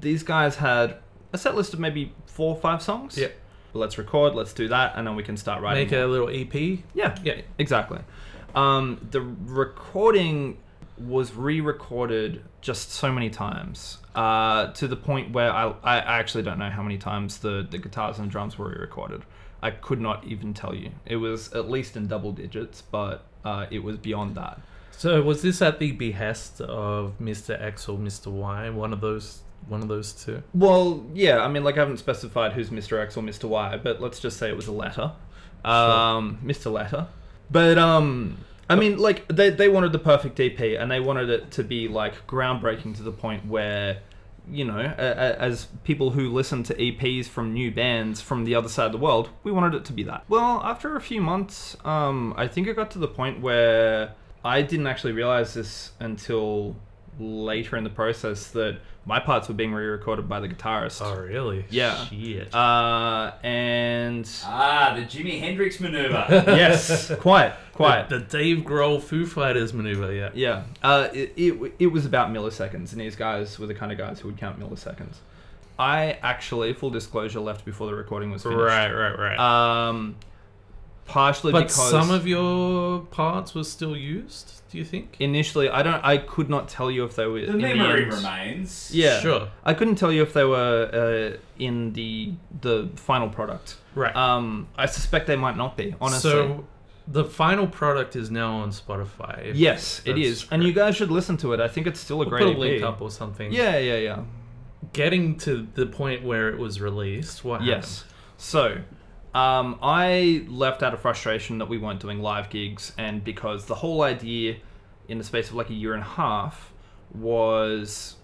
[SPEAKER 3] these guys had a set list of maybe four or five songs.
[SPEAKER 1] Yeah.
[SPEAKER 3] Let's record, let's do that, and then we can start
[SPEAKER 1] that.
[SPEAKER 3] writing.
[SPEAKER 1] Make a little E EP.
[SPEAKER 3] yeah,
[SPEAKER 1] Yeah.
[SPEAKER 3] exactly. Um, the recording was re recorded just so many times uh, to the point where I, I I actually don't know how many times the, the guitars and drums were re recorded. I could not even tell you. It was at least in double digits, but uh, it was beyond that.
[SPEAKER 1] So was this at the behest of Mr. X or Mr. Y? One of those one of those two.
[SPEAKER 3] Well, yeah, I mean, like, I haven't specified who's Mr. X or Mr. Y, but let's just say it was a latter. Um, Mr. Latter. But, um, I mean, like, they, they wanted the perfect EP, and they wanted it to be, like, groundbreaking to the point where, you know, a, a, as people who listen to EPs from new bands from the other side of the world, we wanted it to be that. Well, after a few months, um, I think it got to the point where I didn't actually realize this until later in the process that my parts were being re-recorded by the guitarist.
[SPEAKER 1] Oh really?
[SPEAKER 3] Yeah.
[SPEAKER 1] Shit.
[SPEAKER 3] Uh, and
[SPEAKER 4] Ah, the Jimi Hendrix maneuver.
[SPEAKER 3] yes, quiet, Quiet.
[SPEAKER 1] The Dave Grohl Foo Fighters maneuver, yeah.
[SPEAKER 3] Yeah, uh, it, it, it was about milliseconds, and these guys were the kind of guys who would count milliseconds. I actually, full disclosure, left before the recording was finished.
[SPEAKER 1] Right, right, right.
[SPEAKER 3] Um, partially
[SPEAKER 1] but
[SPEAKER 3] because
[SPEAKER 1] some of your parts were still used, do you think?
[SPEAKER 3] initially I don't, I could not tell you if they were.
[SPEAKER 2] The
[SPEAKER 3] in
[SPEAKER 2] memory
[SPEAKER 3] end.
[SPEAKER 2] remains.
[SPEAKER 3] Yeah,
[SPEAKER 1] Sure.
[SPEAKER 3] I couldn't tell you if they were uh, in the the final product.
[SPEAKER 1] Right.
[SPEAKER 3] Um, I suspect they might not be. Honestly.
[SPEAKER 1] So the final product is now on Spotify. if
[SPEAKER 3] yes, it
[SPEAKER 1] that's
[SPEAKER 3] is, and
[SPEAKER 1] correct.
[SPEAKER 3] you guys should listen to it. I think it's still a
[SPEAKER 1] We'll
[SPEAKER 3] great
[SPEAKER 1] put a link
[SPEAKER 3] EP.
[SPEAKER 1] up or something.
[SPEAKER 3] Yeah, yeah, yeah.
[SPEAKER 1] Getting to the point where it was released, what
[SPEAKER 3] Yes. So, um, I left out of frustration that we weren't doing live gigs, and because the whole idea in the space of like a year and a half was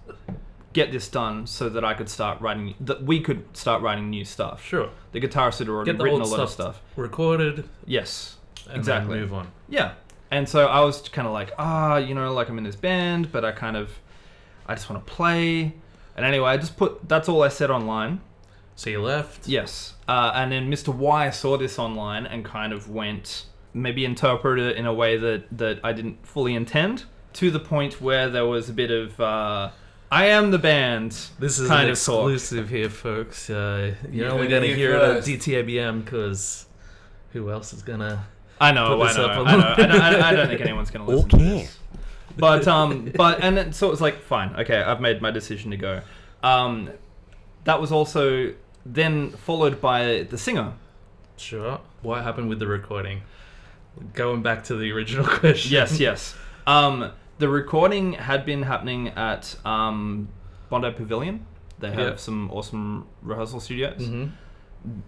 [SPEAKER 3] get this done so that I could start writing, that we could start writing new stuff.
[SPEAKER 1] happened? Sure.
[SPEAKER 3] The guitarist had already
[SPEAKER 1] Get the
[SPEAKER 3] written
[SPEAKER 1] old
[SPEAKER 3] a lot
[SPEAKER 1] stuff,
[SPEAKER 3] of stuff.
[SPEAKER 1] recorded
[SPEAKER 3] Yes.
[SPEAKER 1] and
[SPEAKER 3] Exactly.
[SPEAKER 1] then move on.
[SPEAKER 3] Yeah. And so I was kind of like, ah, you know, like I'm in this band, but I kind of, I just want to play. And anyway, I just put, that's all I said online.
[SPEAKER 1] So you left.
[SPEAKER 3] Yes. Uh, and then Mr. Y saw this online and kind of went, maybe interpreted it in a way that, that I didn't fully intend, to the point where there was a bit of, uh, I am the band.
[SPEAKER 1] This is
[SPEAKER 3] kind
[SPEAKER 1] an
[SPEAKER 3] of talk.
[SPEAKER 1] exclusive here, folks. Uh, you're
[SPEAKER 2] You
[SPEAKER 1] only
[SPEAKER 2] heard
[SPEAKER 1] going
[SPEAKER 2] it
[SPEAKER 1] to
[SPEAKER 2] here
[SPEAKER 1] hear it at
[SPEAKER 2] first.
[SPEAKER 1] DTABM because who else is going to.
[SPEAKER 3] I know,
[SPEAKER 1] Put
[SPEAKER 3] I
[SPEAKER 1] this
[SPEAKER 3] know,
[SPEAKER 1] up a
[SPEAKER 3] I know. I
[SPEAKER 1] little-
[SPEAKER 3] don't, I don't, I don't think anyone's going to listen to this. But, um, but, and then, so it was like, fine, okay, I've made my decision to go. Um, that was also then followed by the singer.
[SPEAKER 1] Sure. What happened with the recording? Going back to the original question.
[SPEAKER 3] yes, yes. Um, the recording had been happening at um, Bondi Pavilion. They have
[SPEAKER 1] Yeah.
[SPEAKER 3] some awesome rehearsal studios.
[SPEAKER 1] Mhm.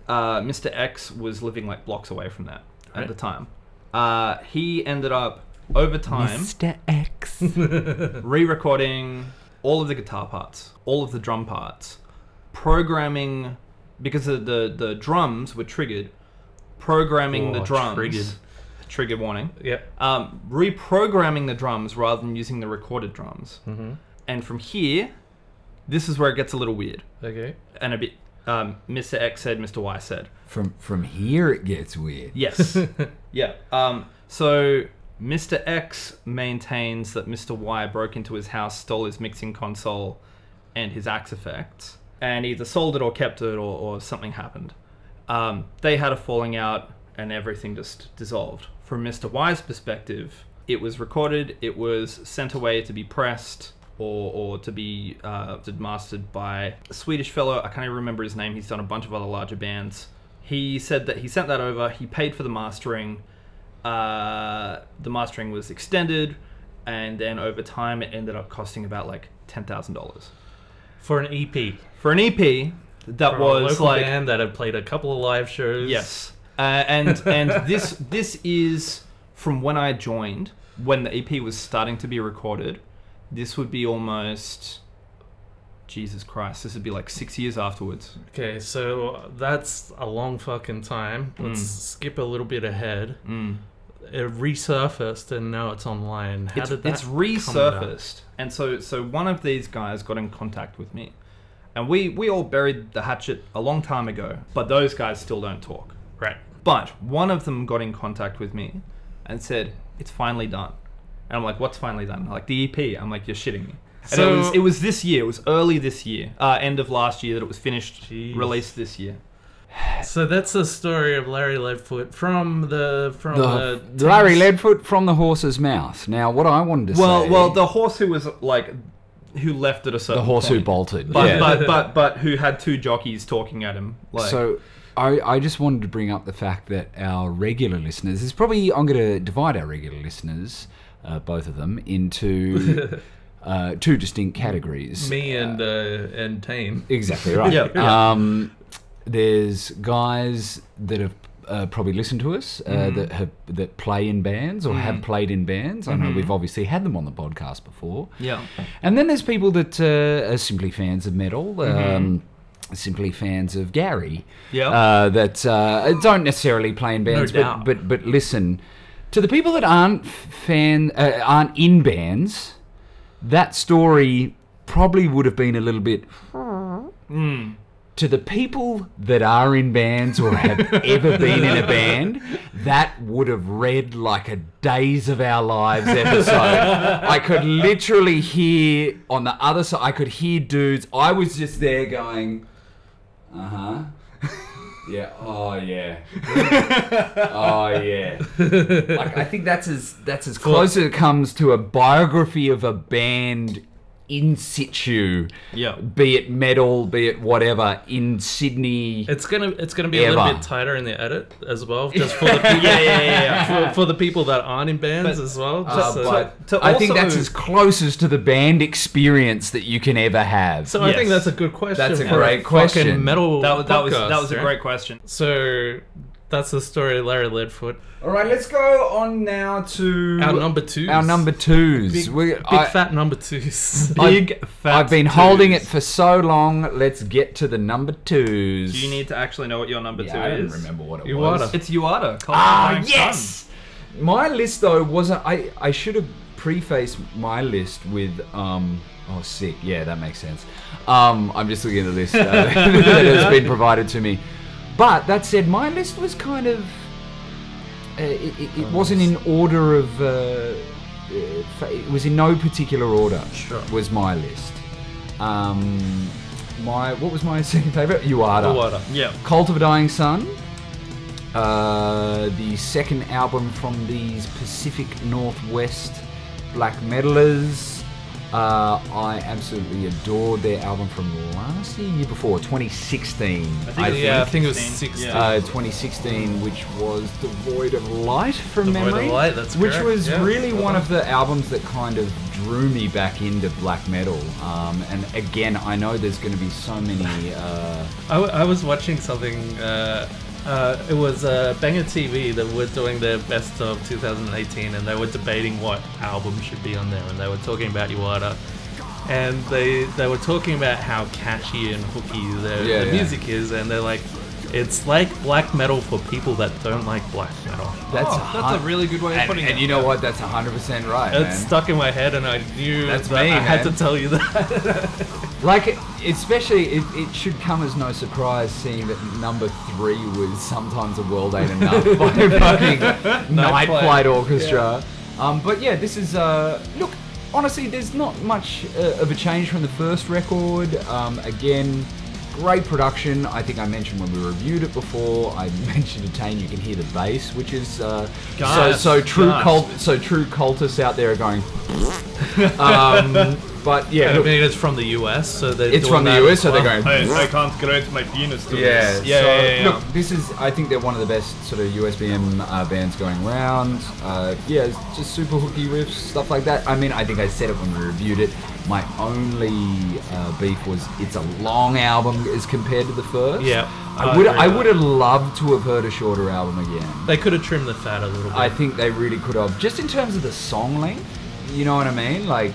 [SPEAKER 3] Uh, Mr. X was living like blocks away from that
[SPEAKER 1] Right.
[SPEAKER 3] at the time. Uh, he ended up over time
[SPEAKER 2] Mr. X.
[SPEAKER 3] re-recording all of the guitar parts, all of the drum parts, programming because the the, the drums were triggered. Programming the
[SPEAKER 1] Oh,
[SPEAKER 3] drums.
[SPEAKER 1] triggered.
[SPEAKER 3] Trigger warning
[SPEAKER 1] Yep.
[SPEAKER 3] um, reprogramming the drums rather than using the recorded drums.
[SPEAKER 1] Mm-hmm.
[SPEAKER 3] And from here, this is where it gets a little weird
[SPEAKER 1] Okay.
[SPEAKER 3] and a bit. Um, Mr. X said, Mr. Y said,
[SPEAKER 2] From from here it gets weird.
[SPEAKER 3] yes, yeah. Um, so Mr. X maintains that Mr. Y broke into his house, stole his mixing console and his axe effects, and either sold it or kept it, or, or something happened. Um, they had a falling out, and everything just dissolved. From Mr. Y's perspective, it was recorded, it was sent away to be pressed. Or, or to be uh, mastered by a Swedish fellow. I can't even remember his name. He's done a bunch of other larger bands. He said that he sent that over. He paid for the mastering. Uh, the mastering was extended, and then over time, it ended up costing about like ten thousand dollars
[SPEAKER 1] For an EP.
[SPEAKER 3] for E an EP that
[SPEAKER 1] From a
[SPEAKER 3] was
[SPEAKER 1] local
[SPEAKER 3] like
[SPEAKER 1] band that had played a couple of live shows.
[SPEAKER 3] yes, uh, and and this this is from when I joined when the EP was starting to be recorded. This would be almost Jesus Christ. This would be like six years afterwards.
[SPEAKER 1] Okay, so that's a long fucking time. Let's skip a little bit ahead.
[SPEAKER 3] Mm.
[SPEAKER 1] It resurfaced and now it's online. How
[SPEAKER 3] it's,
[SPEAKER 1] did that
[SPEAKER 3] it's
[SPEAKER 1] come about?
[SPEAKER 3] resurfaced and so so one of these guys got in contact with me and we we all buried the hatchet a long time ago but those guys still don't talk
[SPEAKER 1] Right.
[SPEAKER 3] but one of them got in contact with me and said it's finally done and i'm like what's finally done like the ep i'm like you're shitting me and it was
[SPEAKER 1] So-
[SPEAKER 3] it was this year it was early this year uh, end of last year that it was finished
[SPEAKER 1] Jeez.
[SPEAKER 3] released this year
[SPEAKER 1] So that's the story of Larry Leadfoot from the from the,
[SPEAKER 2] The, Larry Leadfoot from the horse's mouth. Now, what I wanted to
[SPEAKER 3] well
[SPEAKER 2] say.
[SPEAKER 3] well the horse who was like who left at a certain
[SPEAKER 2] the horse who
[SPEAKER 3] point.
[SPEAKER 2] bolted.
[SPEAKER 3] but,
[SPEAKER 2] yeah.
[SPEAKER 3] but but but who had two jockeys talking at him like
[SPEAKER 2] so I, I just wanted to bring up the fact that our regular listeners is probably I'm going to divide our regular listeners, uh, both of them, into uh, two distinct categories.
[SPEAKER 1] me and uh, and Tane.
[SPEAKER 2] Exactly right.
[SPEAKER 3] Yeah,
[SPEAKER 2] Um, there's guys that have uh, probably listened to us uh,
[SPEAKER 3] Mm-hmm.
[SPEAKER 2] that have that play in bands or have played in bands. I know
[SPEAKER 3] Mm-hmm.
[SPEAKER 2] we've obviously had them on the podcast before.
[SPEAKER 3] yeah
[SPEAKER 2] And then there's people that uh, are simply fans of metal, um, simply fans of Gary,
[SPEAKER 3] Yeah.
[SPEAKER 2] uh, that uh, don't necessarily play in bands,
[SPEAKER 1] doubt.
[SPEAKER 2] but, but but listen to the people that aren't fan uh, aren't in bands. That story probably would have been a little bit to the people that are in bands or have ever been in a band, that would have read like a Days of Our Lives episode. I could literally hear on the other side, I could hear dudes. I was just there going, uh huh. Yeah. Oh yeah. oh yeah. Like I think that's as that's as close as it comes to a biography of a band in situ.
[SPEAKER 3] Yeah.
[SPEAKER 2] Be it metal, be it whatever in Sydney.
[SPEAKER 1] It's gonna it's gonna be a
[SPEAKER 2] Ever.
[SPEAKER 1] little bit tighter in the edit as well, just for the people,
[SPEAKER 3] Yeah, yeah, yeah, yeah.
[SPEAKER 1] for, for the people that aren't in bands as well.
[SPEAKER 2] Uh,
[SPEAKER 1] Just so,
[SPEAKER 2] but
[SPEAKER 3] to
[SPEAKER 2] I think
[SPEAKER 3] also-
[SPEAKER 2] that's as close as to the band experience that you can ever have.
[SPEAKER 1] so I think
[SPEAKER 3] yes.
[SPEAKER 1] that's a good question.
[SPEAKER 2] That's a
[SPEAKER 1] for
[SPEAKER 2] great
[SPEAKER 1] fucking
[SPEAKER 2] question.
[SPEAKER 1] Metal.
[SPEAKER 3] That, was- that was
[SPEAKER 1] podcast,
[SPEAKER 3] that was a
[SPEAKER 1] right?
[SPEAKER 3] great question.
[SPEAKER 1] So that's the story, of Larry Leadfoot.
[SPEAKER 2] All right, let's go on now to
[SPEAKER 1] Our number two.
[SPEAKER 2] Our number twos.
[SPEAKER 1] Big,
[SPEAKER 2] We-
[SPEAKER 1] big
[SPEAKER 2] I-
[SPEAKER 1] fat number twos.
[SPEAKER 2] I-
[SPEAKER 3] Big fat
[SPEAKER 2] I've been holding it
[SPEAKER 3] twos.
[SPEAKER 2] for so long. Let's get to the number twos.
[SPEAKER 3] Do you need to actually know what your number
[SPEAKER 2] Yeah,
[SPEAKER 3] two
[SPEAKER 2] I don't
[SPEAKER 3] is?
[SPEAKER 2] remember what it
[SPEAKER 1] You
[SPEAKER 2] was.
[SPEAKER 1] oughta.
[SPEAKER 3] It's Uada.
[SPEAKER 2] Ah, yes. My list though wasn't. I I should have prefaced my list with um. Oh, sick. Yeah, that makes sense. Um, I'm just looking at the list uh, that has been provided to me. But that said, my list was kind of. Uh, it it, it wasn't in order of. Uh, uh, fa- it was in no particular order.
[SPEAKER 1] Sure.
[SPEAKER 2] Was my list. Um, my what was my second favorite? Uada.
[SPEAKER 1] Water.
[SPEAKER 3] Yeah.
[SPEAKER 2] Cult of a Dying Sun, uh, the second album from these Pacific Northwest black metalers. Uh, I absolutely adored their album from last year, year before, 2016. I
[SPEAKER 3] think it's-
[SPEAKER 1] Yeah, I think it was
[SPEAKER 3] 16.
[SPEAKER 1] sixteen.
[SPEAKER 3] Yeah.
[SPEAKER 2] uh, 2016, which was Devoid of Light from
[SPEAKER 1] Devoid of
[SPEAKER 2] memory.
[SPEAKER 1] Light, that's
[SPEAKER 2] Which
[SPEAKER 1] correct,
[SPEAKER 2] was
[SPEAKER 1] yeah.
[SPEAKER 2] really one of the albums that kind of drew me back into black metal. Um, and again, I know there's going to be so many. Uh,
[SPEAKER 1] I, w- I was watching something. Uh, uh, it was uh, Banger TV that were doing their best of 2018, and they were debating what album should be on there, and they were talking about Iwata, and they they were talking about how catchy and hooky their,
[SPEAKER 2] Yeah,
[SPEAKER 1] their
[SPEAKER 2] yeah.
[SPEAKER 1] music is, and they're like, it's like black metal for people that don't like black metal.
[SPEAKER 2] that's,
[SPEAKER 3] Oh, that's a
[SPEAKER 2] hun-
[SPEAKER 3] really good way of
[SPEAKER 2] and,
[SPEAKER 3] putting
[SPEAKER 2] and
[SPEAKER 3] it.
[SPEAKER 2] you know what? That's 100% right.
[SPEAKER 1] It
[SPEAKER 2] man.
[SPEAKER 1] stuck in my head, and I knew
[SPEAKER 2] That's
[SPEAKER 1] that
[SPEAKER 2] me,
[SPEAKER 1] I had to
[SPEAKER 2] man.
[SPEAKER 1] tell you that.
[SPEAKER 2] Like, it- especially, it, it should come as no surprise seeing that number three was sometimes a world ain't enough by fucking
[SPEAKER 1] Flight.
[SPEAKER 2] Night, Flight, Orchestra. Um, but yeah, this is, uh, look, honestly, there's not much uh, of a change from the first record. Um, again, great production. I think I mentioned when we reviewed it before, I mentioned Attain, you can hear the bass, which is, uh, so,
[SPEAKER 3] Gasp,
[SPEAKER 2] so true
[SPEAKER 3] gasp.
[SPEAKER 2] cult, so true cultists out there are going, um, but yeah,
[SPEAKER 1] I
[SPEAKER 2] look,
[SPEAKER 1] mean, it's from the US, so they're
[SPEAKER 2] it's
[SPEAKER 1] doing
[SPEAKER 2] from the
[SPEAKER 1] that
[SPEAKER 2] US,
[SPEAKER 1] as
[SPEAKER 2] so they're
[SPEAKER 1] well.
[SPEAKER 2] going.
[SPEAKER 4] I, I can't grant my penis to
[SPEAKER 2] Yeah,
[SPEAKER 4] this.
[SPEAKER 3] Yeah,
[SPEAKER 2] so,
[SPEAKER 3] yeah, yeah, yeah.
[SPEAKER 2] Look, this is. I think they're one of the best sort of USBM uh, bands going round. Uh, yeah, it's just super hooky riffs, stuff like that. I mean, I think I said it when we reviewed it. My only uh, beef was it's a long album as compared to the first.
[SPEAKER 1] Yeah,
[SPEAKER 2] I
[SPEAKER 1] I
[SPEAKER 2] would.
[SPEAKER 1] agree
[SPEAKER 2] I
[SPEAKER 1] with
[SPEAKER 2] would have loved to have heard a shorter album again.
[SPEAKER 1] They could have trimmed the fat a little bit.
[SPEAKER 2] I think they really could have. Just in terms of the song length, you know what I mean? Like,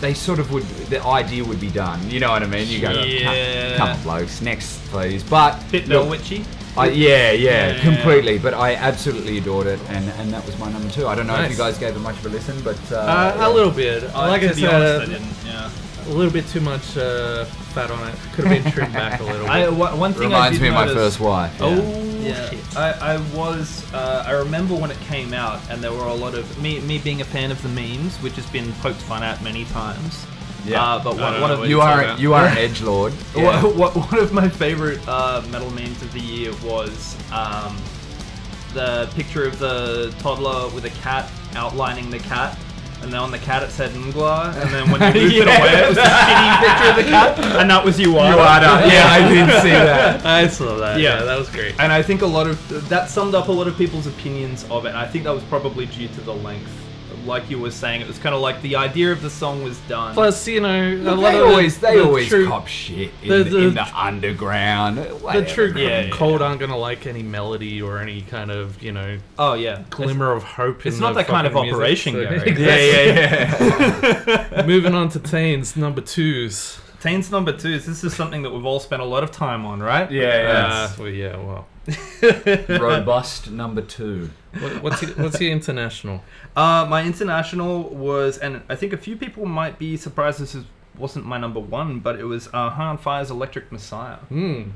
[SPEAKER 2] they sort of would. The idea would be done. You know what I mean? You go,
[SPEAKER 3] Yeah.
[SPEAKER 2] come, come on, blokes, next, please. But
[SPEAKER 3] Bit
[SPEAKER 2] look,
[SPEAKER 3] Bill Witchy.
[SPEAKER 2] I, yeah, yeah,
[SPEAKER 3] Yeah.
[SPEAKER 2] completely. But I absolutely adored it, and and that was my number two. I don't know if
[SPEAKER 1] Nice.
[SPEAKER 2] you guys gave it much of a listen, but uh,
[SPEAKER 1] Uh,
[SPEAKER 2] yeah.
[SPEAKER 1] A little bit. like
[SPEAKER 3] to
[SPEAKER 1] I
[SPEAKER 3] be
[SPEAKER 1] said,
[SPEAKER 3] honest, I didn't. Yeah.
[SPEAKER 1] a little bit too much uh, fat on it. Could have been trimmed back a little bit.
[SPEAKER 3] I, one one thing I
[SPEAKER 2] reminds
[SPEAKER 3] did
[SPEAKER 2] me of my
[SPEAKER 3] notice-
[SPEAKER 2] first wife. yeah.
[SPEAKER 1] oh
[SPEAKER 3] Yeah,
[SPEAKER 1] shit!
[SPEAKER 3] I, I was. Uh, I remember when it came out, and there were a lot of me. Me being a fan of the memes, which has been poked fun at many times.
[SPEAKER 2] Yeah.
[SPEAKER 3] Uh, but
[SPEAKER 4] I
[SPEAKER 3] one,
[SPEAKER 4] don't
[SPEAKER 3] one
[SPEAKER 4] know
[SPEAKER 3] of
[SPEAKER 4] what
[SPEAKER 2] you
[SPEAKER 4] it's
[SPEAKER 2] are
[SPEAKER 4] about.
[SPEAKER 2] you are an edge lord.
[SPEAKER 3] Wha- wha- one of my favorite uh, metal memes of the year was um, the picture of the toddler with a cat outlining the cat, and then on the cat it said Ngla, and then when you moved it away, it was a shitty picture of the cat, and that was you.
[SPEAKER 2] You are. not- Yeah, I did see that.
[SPEAKER 1] I saw that. Yeah.
[SPEAKER 3] Yeah.
[SPEAKER 1] that was great.
[SPEAKER 3] And I think a lot of that summed up a lot of people's opinions of it. And I think that was probably due to the length. Like you were saying, it was kind of like the idea of the song was done.
[SPEAKER 1] Plus, you know, a
[SPEAKER 2] Look,
[SPEAKER 1] lot
[SPEAKER 2] they
[SPEAKER 1] of the-
[SPEAKER 2] always they
[SPEAKER 1] the
[SPEAKER 2] always
[SPEAKER 1] true,
[SPEAKER 2] cop shit in
[SPEAKER 1] the-
[SPEAKER 2] the,
[SPEAKER 1] the-
[SPEAKER 2] in the underground.
[SPEAKER 1] the
[SPEAKER 2] whatever.
[SPEAKER 1] true
[SPEAKER 3] Yeah, yeah,
[SPEAKER 1] cold aren't gonna like any melody or any kind of you know
[SPEAKER 3] oh yeah,
[SPEAKER 1] glimmer of hope.
[SPEAKER 3] It's
[SPEAKER 1] in
[SPEAKER 3] not
[SPEAKER 1] the
[SPEAKER 3] that kind of
[SPEAKER 1] fucking music,
[SPEAKER 3] operation
[SPEAKER 1] so-
[SPEAKER 3] going.
[SPEAKER 2] Yeah, yeah, yeah.
[SPEAKER 1] Moving on to teens number twos.
[SPEAKER 3] Teens number two is this is something that we've all spent a lot of time on, right?
[SPEAKER 1] Uh,
[SPEAKER 2] yeah,
[SPEAKER 1] well, yeah. Well,
[SPEAKER 2] Robust number two.
[SPEAKER 1] what, what's your, what's your international?
[SPEAKER 3] Uh, my international was, and I think a few people might be surprised this is wasn't my number one, but it was uh, Han Fire's Electric Messiah.
[SPEAKER 1] Mm,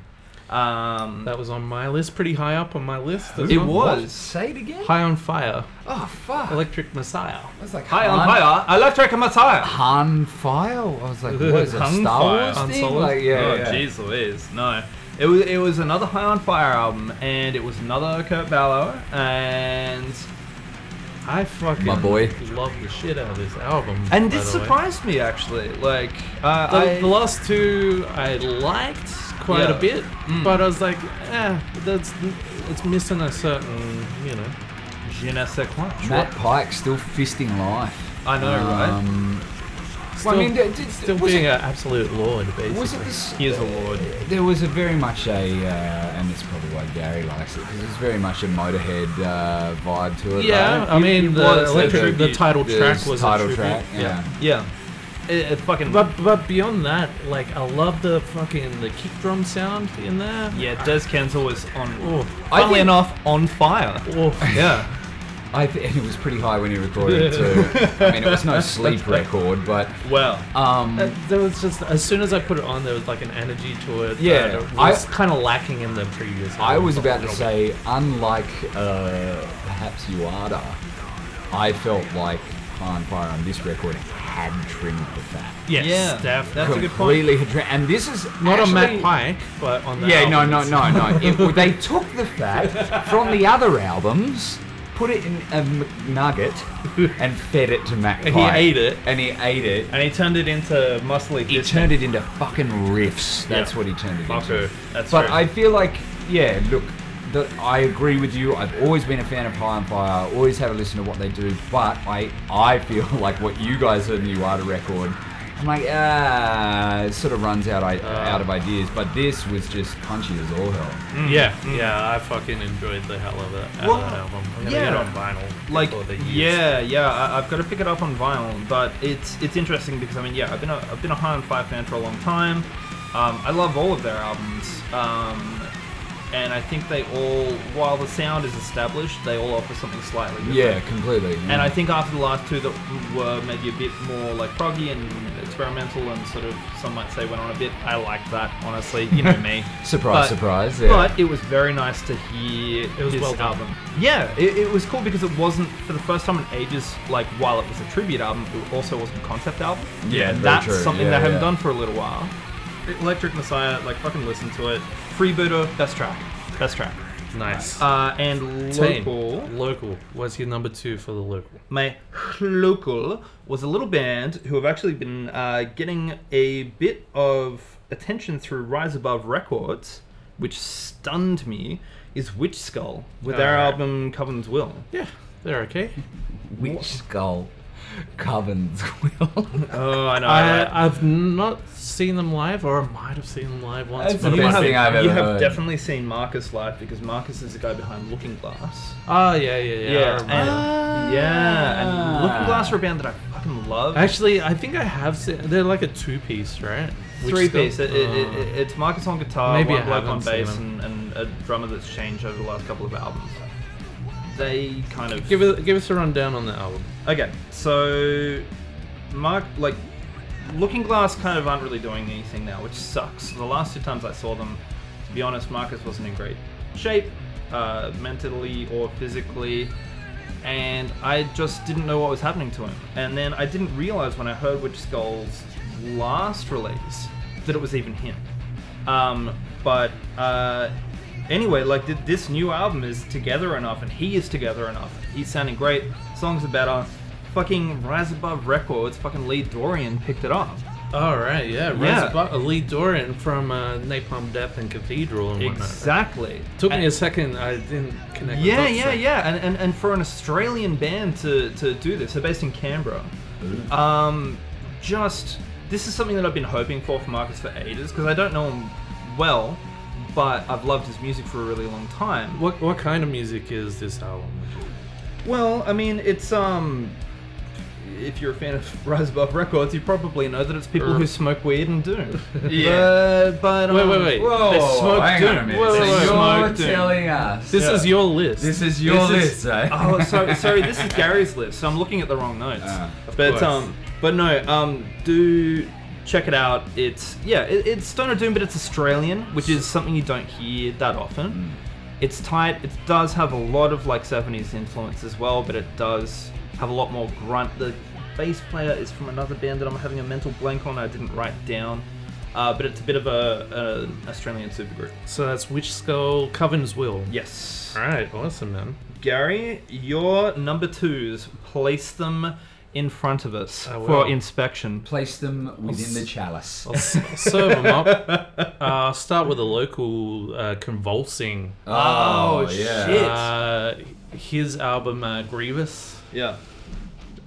[SPEAKER 3] Um,
[SPEAKER 1] that was on my list, pretty high up on my list. as
[SPEAKER 3] It
[SPEAKER 1] well.
[SPEAKER 3] was.
[SPEAKER 2] Say it again?
[SPEAKER 1] High on Fire,
[SPEAKER 2] Oh, fuck.
[SPEAKER 1] Electric Messiah.
[SPEAKER 2] I was like,
[SPEAKER 3] Hi, on
[SPEAKER 2] Han-
[SPEAKER 3] fire. Electric Messiah.
[SPEAKER 2] Han Fire? I was like, what is it,
[SPEAKER 3] Han
[SPEAKER 2] Star
[SPEAKER 3] Fire.
[SPEAKER 2] Wars
[SPEAKER 1] Han
[SPEAKER 2] thing?
[SPEAKER 1] Solo?
[SPEAKER 2] Like, yeah,
[SPEAKER 3] oh,
[SPEAKER 2] yeah.
[SPEAKER 3] jeez Louise. No. It was, it was another High on Fire album, and it was another Kurt Balor, and
[SPEAKER 1] I fucking
[SPEAKER 2] My boy.
[SPEAKER 1] love the shit out of this album.
[SPEAKER 3] and
[SPEAKER 1] by
[SPEAKER 3] this
[SPEAKER 1] the way.
[SPEAKER 3] surprised me actually. Like, uh,
[SPEAKER 1] The,
[SPEAKER 3] I,
[SPEAKER 1] the last two I liked quite
[SPEAKER 3] Yeah.
[SPEAKER 1] a bit,
[SPEAKER 3] Mm.
[SPEAKER 1] but I was like, eh, that's it's missing a certain, you know.
[SPEAKER 3] je ne sais quoi.
[SPEAKER 2] Matt Pike still fisting life.
[SPEAKER 3] I know, right?
[SPEAKER 2] Um,
[SPEAKER 1] Oh, Still,
[SPEAKER 2] well, I mean, did, did,
[SPEAKER 1] still
[SPEAKER 2] was,
[SPEAKER 1] being
[SPEAKER 2] it,
[SPEAKER 1] an absolute lord, basically.
[SPEAKER 2] was it this?
[SPEAKER 3] He is a lord.
[SPEAKER 2] There was a very much a, uh, and it's probably why Gary likes it because it's very much a Motorhead uh, vibe to it.
[SPEAKER 1] yeah,
[SPEAKER 2] right?
[SPEAKER 1] I mean, the,
[SPEAKER 3] was a
[SPEAKER 1] electric, the
[SPEAKER 3] tribute.
[SPEAKER 1] title
[SPEAKER 2] The
[SPEAKER 1] track was a
[SPEAKER 2] title
[SPEAKER 1] tribute.
[SPEAKER 2] track. Yeah.
[SPEAKER 3] Yeah. It, it fucking.
[SPEAKER 1] But but beyond that, like I love the fucking the kick drum sound in there.
[SPEAKER 3] yeah, Des Kenzel was on.
[SPEAKER 1] Oh,
[SPEAKER 3] Funnily
[SPEAKER 2] think-
[SPEAKER 3] enough, on fire.
[SPEAKER 1] oh.
[SPEAKER 3] Yeah.
[SPEAKER 2] I th- and it was pretty high when he recorded it too. I mean, it was no sleep record, but
[SPEAKER 3] Well.
[SPEAKER 2] um,
[SPEAKER 1] Uh, There was just as soon as I put it on, there was like an energy to it.
[SPEAKER 2] Yeah,
[SPEAKER 1] that
[SPEAKER 2] I-
[SPEAKER 1] was kind of lacking in the previous.
[SPEAKER 2] I
[SPEAKER 1] album.
[SPEAKER 2] was about to say, unlike uh, perhaps Uada, I felt like Han Fire on this record had trimmed the fat.
[SPEAKER 1] Yes,
[SPEAKER 3] yeah.
[SPEAKER 1] def-
[SPEAKER 3] That's a good point.
[SPEAKER 2] Completely had trimmed, and this is
[SPEAKER 1] not
[SPEAKER 2] actually,
[SPEAKER 1] a Matt Pike, but on the
[SPEAKER 2] Yeah, no,
[SPEAKER 1] album
[SPEAKER 2] no,
[SPEAKER 1] it's-
[SPEAKER 2] no, no. It, well, they took the fat from the other albums, put it in a McNugget, and fed it to Matt.
[SPEAKER 1] And he
[SPEAKER 2] Pike.
[SPEAKER 1] ate it.
[SPEAKER 2] And he ate it.
[SPEAKER 3] And he turned it into muscly.
[SPEAKER 2] He turned it into fucking riffs. That's
[SPEAKER 3] Yeah.
[SPEAKER 2] what he turned it into.
[SPEAKER 3] Fucker. That's
[SPEAKER 2] But
[SPEAKER 3] true.
[SPEAKER 2] I feel like, yeah, look, the, I agree with you. I've always been a fan of High on Fire. Always had a listen to what they do. But I, I feel like what you guys heard in the Uada record, I'm like, ah, it sort of runs out, I,
[SPEAKER 3] Uh.
[SPEAKER 2] out of ideas. But this was just punchy as all hell.
[SPEAKER 3] Mm.
[SPEAKER 1] Yeah, yeah, I fucking enjoyed the hell of it. out
[SPEAKER 3] Well,
[SPEAKER 1] of that album. I'm gonna
[SPEAKER 3] yeah.
[SPEAKER 1] get on vinyl.
[SPEAKER 3] like
[SPEAKER 1] before they use-
[SPEAKER 3] yeah yeah I, i've got to pick it up on vinyl but it's it's interesting because i mean yeah i've been a, I've been a high on five fan for a long time um, i love all of their albums um, and i think they all while the sound is established they all offer something slightly different
[SPEAKER 2] Yeah, completely.
[SPEAKER 3] Mm-hmm. and I think after the last two that were maybe a bit more like proggy and experimental and sort of some might say went on a bit, I liked that honestly. You know me.
[SPEAKER 2] Surprise,
[SPEAKER 3] But-
[SPEAKER 2] surprise, yeah.
[SPEAKER 3] But it was very nice to hear
[SPEAKER 1] It was
[SPEAKER 3] this
[SPEAKER 1] well done.
[SPEAKER 3] album. Yeah, it, it was cool because it wasn't for the first time in ages. Like while it was a tribute album, it also wasn't a concept album.
[SPEAKER 2] Yeah,
[SPEAKER 3] and
[SPEAKER 2] very
[SPEAKER 3] that's
[SPEAKER 2] true.
[SPEAKER 3] something
[SPEAKER 2] Yeah,
[SPEAKER 3] they haven't
[SPEAKER 2] yeah.
[SPEAKER 3] done for a little while. Electric Messiah, like fucking listen to it. Freebooter, best track, best track.
[SPEAKER 1] nice.
[SPEAKER 3] Uh, and
[SPEAKER 1] Teen.
[SPEAKER 3] local.
[SPEAKER 1] local. What's your number two for the local?
[SPEAKER 3] my local was a little band who have actually been uh, getting a bit of attention through Rise Above Records, which stunned me. Is Witch Skull with their
[SPEAKER 1] Alright.
[SPEAKER 3] album Coven's Will?
[SPEAKER 1] Yeah, they're okay.
[SPEAKER 2] Witch Skull Coven's Will.
[SPEAKER 3] Oh,
[SPEAKER 2] Uh,
[SPEAKER 3] I know.
[SPEAKER 1] I, I've not seen them live, or I might have seen them live once.
[SPEAKER 2] That's
[SPEAKER 1] but
[SPEAKER 2] the
[SPEAKER 1] I
[SPEAKER 2] best
[SPEAKER 1] might-
[SPEAKER 2] thing I've
[SPEAKER 3] you
[SPEAKER 2] ever
[SPEAKER 3] have
[SPEAKER 2] heard.
[SPEAKER 3] definitely seen Marcus live because Marcus is the guy behind Looking Glass. Ah.
[SPEAKER 1] Oh yeah, yeah, yeah. I
[SPEAKER 3] and,
[SPEAKER 1] remember.
[SPEAKER 3] Uh, yeah, and Looking Glass are a band that I fucking love.
[SPEAKER 1] Actually, I think I have seen. They're like a two-piece, right? Which
[SPEAKER 3] three
[SPEAKER 1] still-
[SPEAKER 3] piece. It, it, it,
[SPEAKER 1] Oh.
[SPEAKER 3] it- it's Marcus on guitar,
[SPEAKER 1] Maybe
[SPEAKER 3] one
[SPEAKER 1] I
[SPEAKER 3] bloke on
[SPEAKER 1] haven't seen
[SPEAKER 3] bass,
[SPEAKER 1] them.
[SPEAKER 3] and, and a drummer that's changed over the last couple of albums. They kind of
[SPEAKER 1] Give us give us a rundown on the album.
[SPEAKER 3] Okay, so Mark, like Looking Glass, kind of aren't really doing anything now, which sucks. The last two times I saw them, to be honest, Marcus wasn't in great shape, uh, mentally or physically, and I just didn't know what was happening to him. And then I didn't realize when I heard Witch Skull's last release that it was even him. Um, but uh, anyway, like th- this new album is together enough, and he is together enough. He's sounding great. Songs are better. Fucking Rise Above Records. Fucking Lee Dorian picked it up.
[SPEAKER 1] All right, yeah,
[SPEAKER 3] Yeah.
[SPEAKER 1] Res Bu- Lee Doran from uh, Napalm Death and Cathedral and whatnot.
[SPEAKER 3] Exactly.
[SPEAKER 1] Took me
[SPEAKER 3] And-
[SPEAKER 1] a second. I didn't connect. the
[SPEAKER 3] Yeah,
[SPEAKER 1] dots
[SPEAKER 3] yeah,
[SPEAKER 1] there.
[SPEAKER 3] yeah. And, and and for an Australian band to to do this, they're based in Canberra.
[SPEAKER 1] Mm.
[SPEAKER 3] Um, just this is something that I've been hoping for for Marcus for ages because I don't know him well, but I've loved his music for a really long time.
[SPEAKER 1] What what kind of music is this album?
[SPEAKER 3] Well, I mean, it's um. If you're a fan of Rise Above Records, you probably know that it's people who smoke weed and doom.
[SPEAKER 2] Yeah.
[SPEAKER 3] But, but
[SPEAKER 1] Wait,
[SPEAKER 3] um,
[SPEAKER 1] wait, wait.
[SPEAKER 2] Whoa,
[SPEAKER 1] They smoked
[SPEAKER 2] hang on a
[SPEAKER 1] doom.
[SPEAKER 2] minute.
[SPEAKER 1] Whoa,
[SPEAKER 2] so
[SPEAKER 1] whoa, whoa.
[SPEAKER 2] you're
[SPEAKER 3] Smoked doom.
[SPEAKER 2] telling us
[SPEAKER 1] This
[SPEAKER 3] Yeah.
[SPEAKER 1] is your list.
[SPEAKER 2] this is your eh?
[SPEAKER 3] This is-
[SPEAKER 2] list, right?
[SPEAKER 3] Oh, so, sorry. This is Gary's list, so I'm looking at the wrong notes.
[SPEAKER 2] Ah,
[SPEAKER 1] of
[SPEAKER 3] um, but
[SPEAKER 1] course.
[SPEAKER 3] um, but no. Um, do Check it out. It's yeah, it, it's Stone of Doom, but it's Australian, which is something you don't hear that often. It's tight. It does have a lot of like '70s influence as well, but it does have a lot more grunt. The bass player is from another band that I'm having a mental blank on. I didn't write down, uh, but it's a bit of a, a Australian supergroup.
[SPEAKER 1] So that's Witch Skull, Coven's Will.
[SPEAKER 3] Yes.
[SPEAKER 1] All right, awesome, man.
[SPEAKER 3] Gary, your number twos, place them in front of us
[SPEAKER 1] I will.
[SPEAKER 3] for inspection.
[SPEAKER 2] Place them within the chalice.
[SPEAKER 1] I'll, s- I'll serve them up. Uh, I'll start with a local uh, convulsing.
[SPEAKER 3] Oh, shit.
[SPEAKER 1] Uh, his album uh, Grievous,
[SPEAKER 3] Yeah.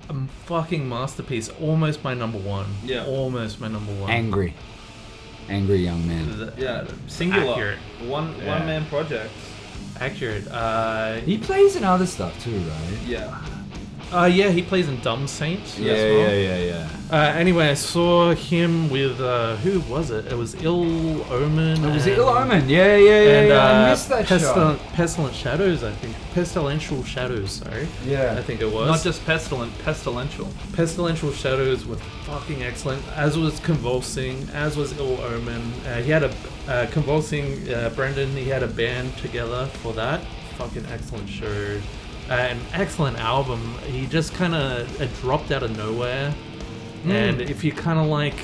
[SPEAKER 1] a fucking masterpiece. Almost my number one.
[SPEAKER 3] Yeah.
[SPEAKER 1] Almost my number one.
[SPEAKER 2] Angry. Angry young man.
[SPEAKER 1] The-
[SPEAKER 3] Yeah. Singular.
[SPEAKER 1] Accurate.
[SPEAKER 3] One
[SPEAKER 2] Yeah.
[SPEAKER 3] one man project.
[SPEAKER 1] Accurate. Uh,
[SPEAKER 2] He plays in other stuff too, right?
[SPEAKER 3] Yeah.
[SPEAKER 1] uh, yeah, he plays in Dumb Saint.
[SPEAKER 2] Yeah,
[SPEAKER 1] as well.
[SPEAKER 2] yeah, yeah, yeah.
[SPEAKER 1] Uh, anyway, I saw him with uh, who was it? It was Ill Omen.
[SPEAKER 2] It was
[SPEAKER 1] and-
[SPEAKER 2] Ill Omen. Yeah, yeah, yeah.
[SPEAKER 1] and
[SPEAKER 2] yeah. I
[SPEAKER 1] uh,
[SPEAKER 2] missed that
[SPEAKER 1] Pestil-
[SPEAKER 2] shot.
[SPEAKER 1] Pestilent Shadows, I think. Pestilential Shadows, sorry.
[SPEAKER 2] Yeah.
[SPEAKER 1] I think it was.
[SPEAKER 3] Not just pestilent, pestilential.
[SPEAKER 1] Pestilential Shadows were fucking excellent, as was Convulsing, as was Ill Omen. Uh, he had a uh, Convulsing, uh, Brendan, he had a band together for that. Fucking excellent show. Uh, an excellent album. He just kind of uh, dropped out of nowhere. And if you kind of like.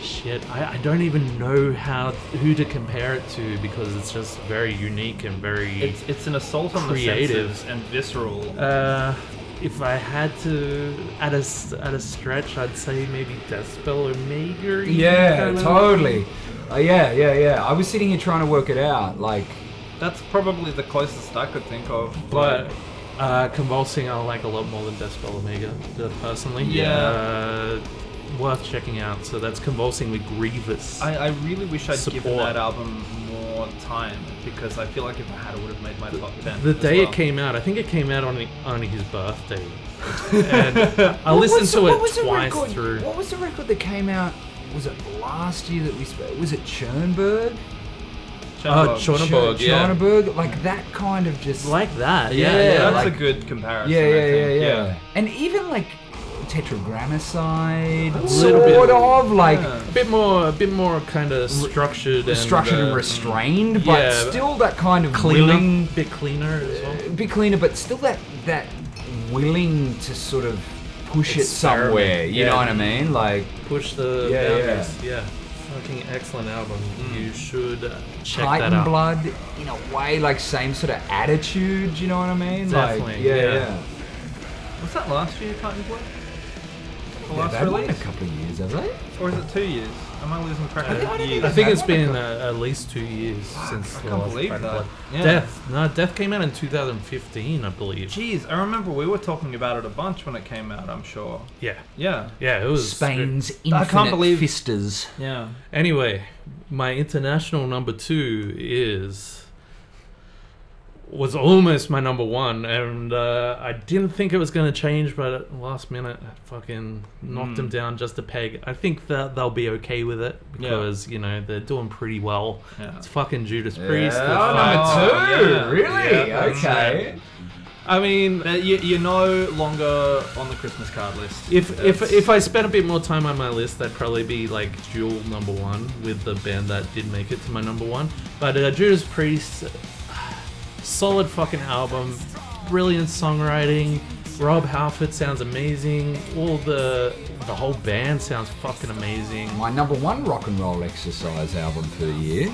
[SPEAKER 1] Shit, I, I don't even know how who to compare it to because it's just very unique and very.
[SPEAKER 3] It's it's an assault on
[SPEAKER 1] Creative.
[SPEAKER 3] the senses and visceral.
[SPEAKER 1] Uh, if I had to, at a s- at a stretch, I'd say maybe Decibel Omega. even
[SPEAKER 2] Yeah,
[SPEAKER 1] kinda.
[SPEAKER 2] totally. Uh, yeah, yeah, yeah. I was sitting here trying to work it out. Like,
[SPEAKER 3] That's probably the closest I could think of.
[SPEAKER 1] But uh, convulsing, I like a lot more than Decibel Omega, uh, personally.
[SPEAKER 3] Yeah.
[SPEAKER 1] Uh, worth checking out. So that's convulsing with Grievous.
[SPEAKER 3] I, I really wish I'd given
[SPEAKER 1] Support.
[SPEAKER 3] that album more time because I feel like if I had, it would have made my top ten.
[SPEAKER 1] the
[SPEAKER 3] as
[SPEAKER 1] day
[SPEAKER 3] well.
[SPEAKER 1] it came out, I think it came out on the, on his birthday. and I listened to it twice
[SPEAKER 2] record,
[SPEAKER 1] through.
[SPEAKER 2] What was the record that came out? Was it last year that we spoke? Was it Chernberg?
[SPEAKER 1] Oh,
[SPEAKER 3] Chernobog.
[SPEAKER 1] Chernobog, yeah.
[SPEAKER 2] Chernberg? Like that kind of just.
[SPEAKER 1] Like that, yeah.
[SPEAKER 2] Yeah,
[SPEAKER 3] That's
[SPEAKER 2] like-
[SPEAKER 3] a good comparison.
[SPEAKER 2] yeah,
[SPEAKER 3] I
[SPEAKER 2] yeah, yeah,
[SPEAKER 3] think.
[SPEAKER 2] yeah, And even like Tetragramicide,
[SPEAKER 1] little bit.
[SPEAKER 2] sort of like
[SPEAKER 3] Yeah.
[SPEAKER 1] A bit more, a bit more kind of structured and
[SPEAKER 2] structured and
[SPEAKER 1] uh,
[SPEAKER 2] restrained, but
[SPEAKER 1] yeah, but-
[SPEAKER 2] still that kind of
[SPEAKER 1] cleaner,
[SPEAKER 2] willing,
[SPEAKER 1] bit cleaner as well.
[SPEAKER 2] a bit cleaner, but still that that willing to sort of push it
[SPEAKER 1] Experiment,
[SPEAKER 2] somewhere. You know
[SPEAKER 1] yeah.
[SPEAKER 2] what I mean? Like
[SPEAKER 1] Push the
[SPEAKER 2] Yeah,
[SPEAKER 1] boundaries. Yeah. Fucking excellent album.
[SPEAKER 3] Mm.
[SPEAKER 1] You should uh, check that
[SPEAKER 2] Titan
[SPEAKER 1] out.
[SPEAKER 2] Blood, in a way, like same sort of attitude. You know what I mean? like,
[SPEAKER 1] Definitely,
[SPEAKER 2] yeah,
[SPEAKER 1] yeah.
[SPEAKER 2] yeah.
[SPEAKER 3] Was that last year, Titan Blood? The
[SPEAKER 2] Yeah,
[SPEAKER 3] last
[SPEAKER 2] they've won a
[SPEAKER 3] release?
[SPEAKER 2] couple of years, have they?
[SPEAKER 3] Or is it two years? Am I losing track
[SPEAKER 1] I
[SPEAKER 3] of
[SPEAKER 2] don't
[SPEAKER 3] years?
[SPEAKER 1] I
[SPEAKER 2] Yeah,
[SPEAKER 1] think
[SPEAKER 2] that
[SPEAKER 1] it's
[SPEAKER 2] one
[SPEAKER 1] been uh, at least two years since
[SPEAKER 3] I
[SPEAKER 1] the
[SPEAKER 3] can't
[SPEAKER 1] last
[SPEAKER 3] believe
[SPEAKER 1] Titan
[SPEAKER 3] that.
[SPEAKER 1] Blood.
[SPEAKER 3] Yeah.
[SPEAKER 1] Death. No, Death came out in 2015, I believe.
[SPEAKER 3] Jeez, I remember we were talking about it a bunch when it came out, I'm sure.
[SPEAKER 1] Yeah.
[SPEAKER 3] Yeah.
[SPEAKER 1] Yeah, it was.
[SPEAKER 2] Spain's
[SPEAKER 3] I
[SPEAKER 2] infinite
[SPEAKER 3] can't believe-
[SPEAKER 2] fisters.
[SPEAKER 3] Yeah.
[SPEAKER 1] Anyway, my international number two is was almost my number one, and uh, I didn't think it was going to change, but at last minute, I fucking
[SPEAKER 3] Hmm.
[SPEAKER 1] knocked them down just a peg. I think that they'll be okay with it
[SPEAKER 3] Yeah.
[SPEAKER 1] because you know they're doing pretty well.
[SPEAKER 3] Yeah.
[SPEAKER 1] It's fucking Judas Priest.
[SPEAKER 2] Yeah.
[SPEAKER 1] they're fucked.
[SPEAKER 2] Oh,
[SPEAKER 3] fucked.
[SPEAKER 2] number two,
[SPEAKER 3] Yeah.
[SPEAKER 2] really?
[SPEAKER 1] Yeah, that's
[SPEAKER 2] okay.
[SPEAKER 1] I mean,
[SPEAKER 3] But you, you're no longer on the Christmas card list.
[SPEAKER 1] if if
[SPEAKER 3] That's-
[SPEAKER 1] if I spent a bit more time on my list, that'd probably be like dual number one with the band that did make it to my number one. But uh, Judas Priest, solid fucking album, brilliant songwriting. Rob Halford sounds amazing. All the the whole band sounds fucking amazing.
[SPEAKER 2] My number one rock and roll exercise album for the year.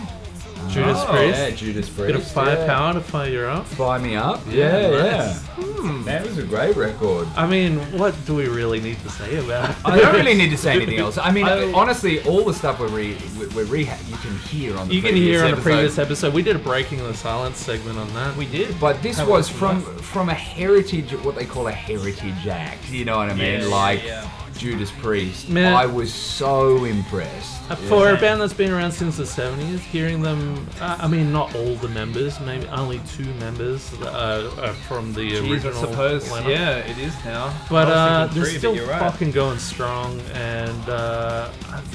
[SPEAKER 1] Judas
[SPEAKER 3] Oh,
[SPEAKER 1] Priest,
[SPEAKER 2] Yeah, Judas Priest.
[SPEAKER 1] bit of firepower to fire you up.
[SPEAKER 2] Yeah. Fire me up. Yeah, yeah. Hmm.
[SPEAKER 1] nice.
[SPEAKER 2] That was a great record.
[SPEAKER 1] I mean, what do we really need to say about? it?
[SPEAKER 2] I don't really need to say anything else. I mean,
[SPEAKER 1] I-
[SPEAKER 2] honestly, all the stuff we're re- we're reha- you can hear on the
[SPEAKER 1] You can
[SPEAKER 2] previous
[SPEAKER 1] hear on a
[SPEAKER 2] episode.
[SPEAKER 1] previous episode, we did a breaking the silence segment on that.
[SPEAKER 3] we did.
[SPEAKER 2] But this
[SPEAKER 3] Have a
[SPEAKER 2] was
[SPEAKER 3] listen
[SPEAKER 2] from
[SPEAKER 3] to
[SPEAKER 2] from a heritage, what they call a heritage act. You know what I mean?
[SPEAKER 3] Yeah,
[SPEAKER 2] like
[SPEAKER 3] yeah,
[SPEAKER 2] Judas Priest.
[SPEAKER 1] Man.
[SPEAKER 2] I was so impressed.
[SPEAKER 1] Uh, For a band that's been around since the 70s, hearing them, uh, I mean, not all the members, maybe only two members uh, are from the
[SPEAKER 3] Jeez, I
[SPEAKER 1] original
[SPEAKER 3] suppose.
[SPEAKER 1] lineup.
[SPEAKER 3] Yeah, it is now.
[SPEAKER 1] But
[SPEAKER 3] I
[SPEAKER 1] uh,
[SPEAKER 3] was thinking
[SPEAKER 1] they're
[SPEAKER 3] three, but
[SPEAKER 1] still
[SPEAKER 3] you're right.
[SPEAKER 1] fucking going strong, and uh,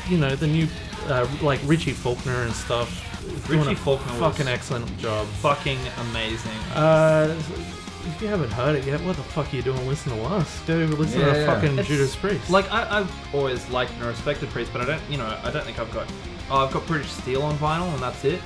[SPEAKER 1] you know the new, uh, like Richie Faulkner and stuff, is doing
[SPEAKER 3] Richie
[SPEAKER 1] a
[SPEAKER 3] Faulkner was-
[SPEAKER 1] fucking excellent job.
[SPEAKER 3] fucking amazing.
[SPEAKER 1] Uh, if you haven't heard it yet, what the fuck are you doing listening to us? Go listen to
[SPEAKER 2] Yeah.
[SPEAKER 1] fucking
[SPEAKER 3] It's-
[SPEAKER 1] Judas Priest.
[SPEAKER 3] Like I, I've always liked and respected Priest, but I don't, you know, I don't think I've got. Oh, I've got British Steel on vinyl, and that's it.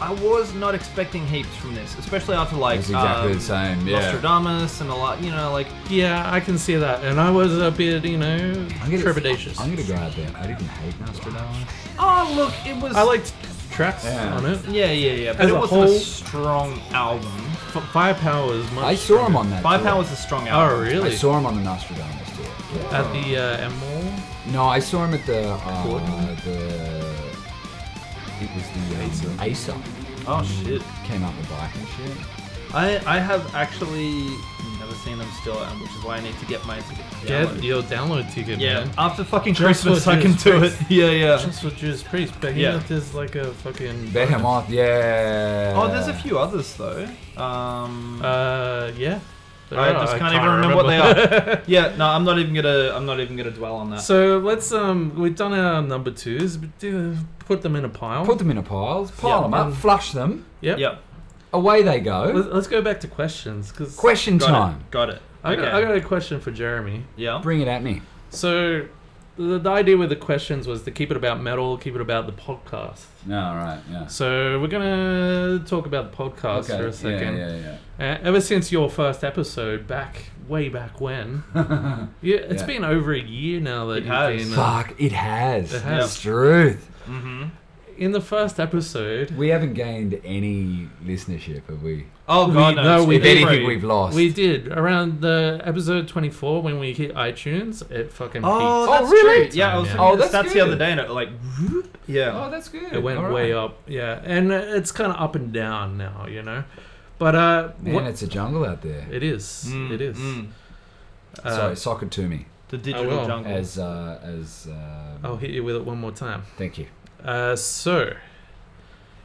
[SPEAKER 3] I was not expecting heaps from this, especially after like
[SPEAKER 2] It's exactly
[SPEAKER 3] um,
[SPEAKER 2] the same, yeah.
[SPEAKER 3] Nostradamus and a lot, you know, like
[SPEAKER 1] yeah, I can see that, and I was a bit, you know,
[SPEAKER 2] I'm gonna,
[SPEAKER 1] trepidatious.
[SPEAKER 2] I'm gonna go out there. I didn't hate Nostradamus.
[SPEAKER 3] oh look, it was.
[SPEAKER 1] I liked tracks
[SPEAKER 2] Yeah.
[SPEAKER 1] on it.
[SPEAKER 3] Yeah, yeah, yeah, but
[SPEAKER 1] As
[SPEAKER 3] it
[SPEAKER 1] a
[SPEAKER 3] wasn't a
[SPEAKER 1] whole-
[SPEAKER 3] strong album.
[SPEAKER 1] F- Firepower is much.
[SPEAKER 2] I saw him
[SPEAKER 1] stronger.
[SPEAKER 2] on that.
[SPEAKER 3] Firepower
[SPEAKER 2] tour.
[SPEAKER 3] was a strong
[SPEAKER 1] Oh,
[SPEAKER 3] album.
[SPEAKER 2] I
[SPEAKER 1] really?
[SPEAKER 2] saw him on the Nostradamus tour. Yeah.
[SPEAKER 1] At the uh, Emerald.
[SPEAKER 2] No, I saw him at the uh,
[SPEAKER 1] Gordon?
[SPEAKER 2] the. It was the um, Acer.
[SPEAKER 3] Oh shit.
[SPEAKER 2] Came up with bike and shit.
[SPEAKER 3] Oh, I I have actually never seen them still, and which is why I need to get my ticket.
[SPEAKER 1] Get
[SPEAKER 3] downloaded.
[SPEAKER 1] your download ticket,
[SPEAKER 3] yeah.
[SPEAKER 1] man.
[SPEAKER 3] After fucking
[SPEAKER 1] Just
[SPEAKER 3] Christmas,
[SPEAKER 1] for
[SPEAKER 3] I can
[SPEAKER 1] Judas
[SPEAKER 3] do it.
[SPEAKER 1] Priest.
[SPEAKER 3] Yeah, yeah.
[SPEAKER 1] Just for Judas Priest, but
[SPEAKER 3] Yeah.
[SPEAKER 1] yeah. there's like a fucking.
[SPEAKER 2] Behemoth, yeah.
[SPEAKER 3] Oh, there's a few others though. Um,
[SPEAKER 1] Uh, yeah.
[SPEAKER 3] I
[SPEAKER 1] Uh,
[SPEAKER 3] just can't, even remember, what they are. yeah, no, I'm not even gonna. I'm not even gonna dwell on that.
[SPEAKER 1] So let's um, we've done our number twos. But do, uh, put them in a pile.
[SPEAKER 2] Put them in a pile, pile
[SPEAKER 3] Yeah.
[SPEAKER 2] them up, flush them.
[SPEAKER 1] yep.
[SPEAKER 3] yeah,
[SPEAKER 2] Away they go.
[SPEAKER 1] Let's, let's go back to questions because
[SPEAKER 2] Question
[SPEAKER 3] got
[SPEAKER 2] time.
[SPEAKER 3] it. Got it.
[SPEAKER 1] I, got-
[SPEAKER 3] okay.
[SPEAKER 1] I got a question for Jeremy.
[SPEAKER 3] yeah.
[SPEAKER 2] Bring it at me.
[SPEAKER 1] So the, the idea with the questions was to keep it about metal, keep it about the podcast.
[SPEAKER 2] No, right, yeah.
[SPEAKER 1] So we're gonna talk about the podcast for a second.
[SPEAKER 2] yeah.
[SPEAKER 1] Uh, ever since your first episode back way back when, yeah, it's
[SPEAKER 2] Yeah.
[SPEAKER 1] been over a year now that
[SPEAKER 3] It
[SPEAKER 1] you've
[SPEAKER 3] has.
[SPEAKER 1] been. uh,
[SPEAKER 2] Fuck, it has.
[SPEAKER 1] It has.
[SPEAKER 2] It's truth.
[SPEAKER 3] Mm-hmm.
[SPEAKER 1] in the first episode,
[SPEAKER 2] We haven't gained any listenership, have we?
[SPEAKER 3] Oh
[SPEAKER 1] We-
[SPEAKER 3] god,
[SPEAKER 1] no,
[SPEAKER 3] it's
[SPEAKER 1] we
[SPEAKER 2] If
[SPEAKER 3] been
[SPEAKER 1] did.
[SPEAKER 2] anything,
[SPEAKER 3] great.
[SPEAKER 2] we've lost.
[SPEAKER 1] we did around the episode twenty-four when we hit iTunes. It fucking
[SPEAKER 3] Oh,
[SPEAKER 1] peaked.
[SPEAKER 2] Oh,
[SPEAKER 3] that's
[SPEAKER 2] really?
[SPEAKER 3] true. Yeah, I was
[SPEAKER 1] Yeah.
[SPEAKER 3] looking
[SPEAKER 2] Oh,
[SPEAKER 3] at the
[SPEAKER 2] that's
[SPEAKER 3] stats the
[SPEAKER 2] good.
[SPEAKER 3] other day, and it like, whoop, yeah.
[SPEAKER 2] Oh, that's good.
[SPEAKER 1] it went way up. Yeah, and uh, it's kind of up and down now, you know. But uh,
[SPEAKER 2] Man,
[SPEAKER 1] what,
[SPEAKER 2] it's a jungle out there.
[SPEAKER 1] it is,
[SPEAKER 3] Mm,
[SPEAKER 1] it is.
[SPEAKER 3] mm.
[SPEAKER 1] Uh,
[SPEAKER 2] Sorry, sock it to me.
[SPEAKER 3] The digital
[SPEAKER 1] will.
[SPEAKER 3] jungle.
[SPEAKER 2] As, uh, as, uh,
[SPEAKER 1] I'll hit you with it one more time.
[SPEAKER 2] thank you.
[SPEAKER 1] Uh, so,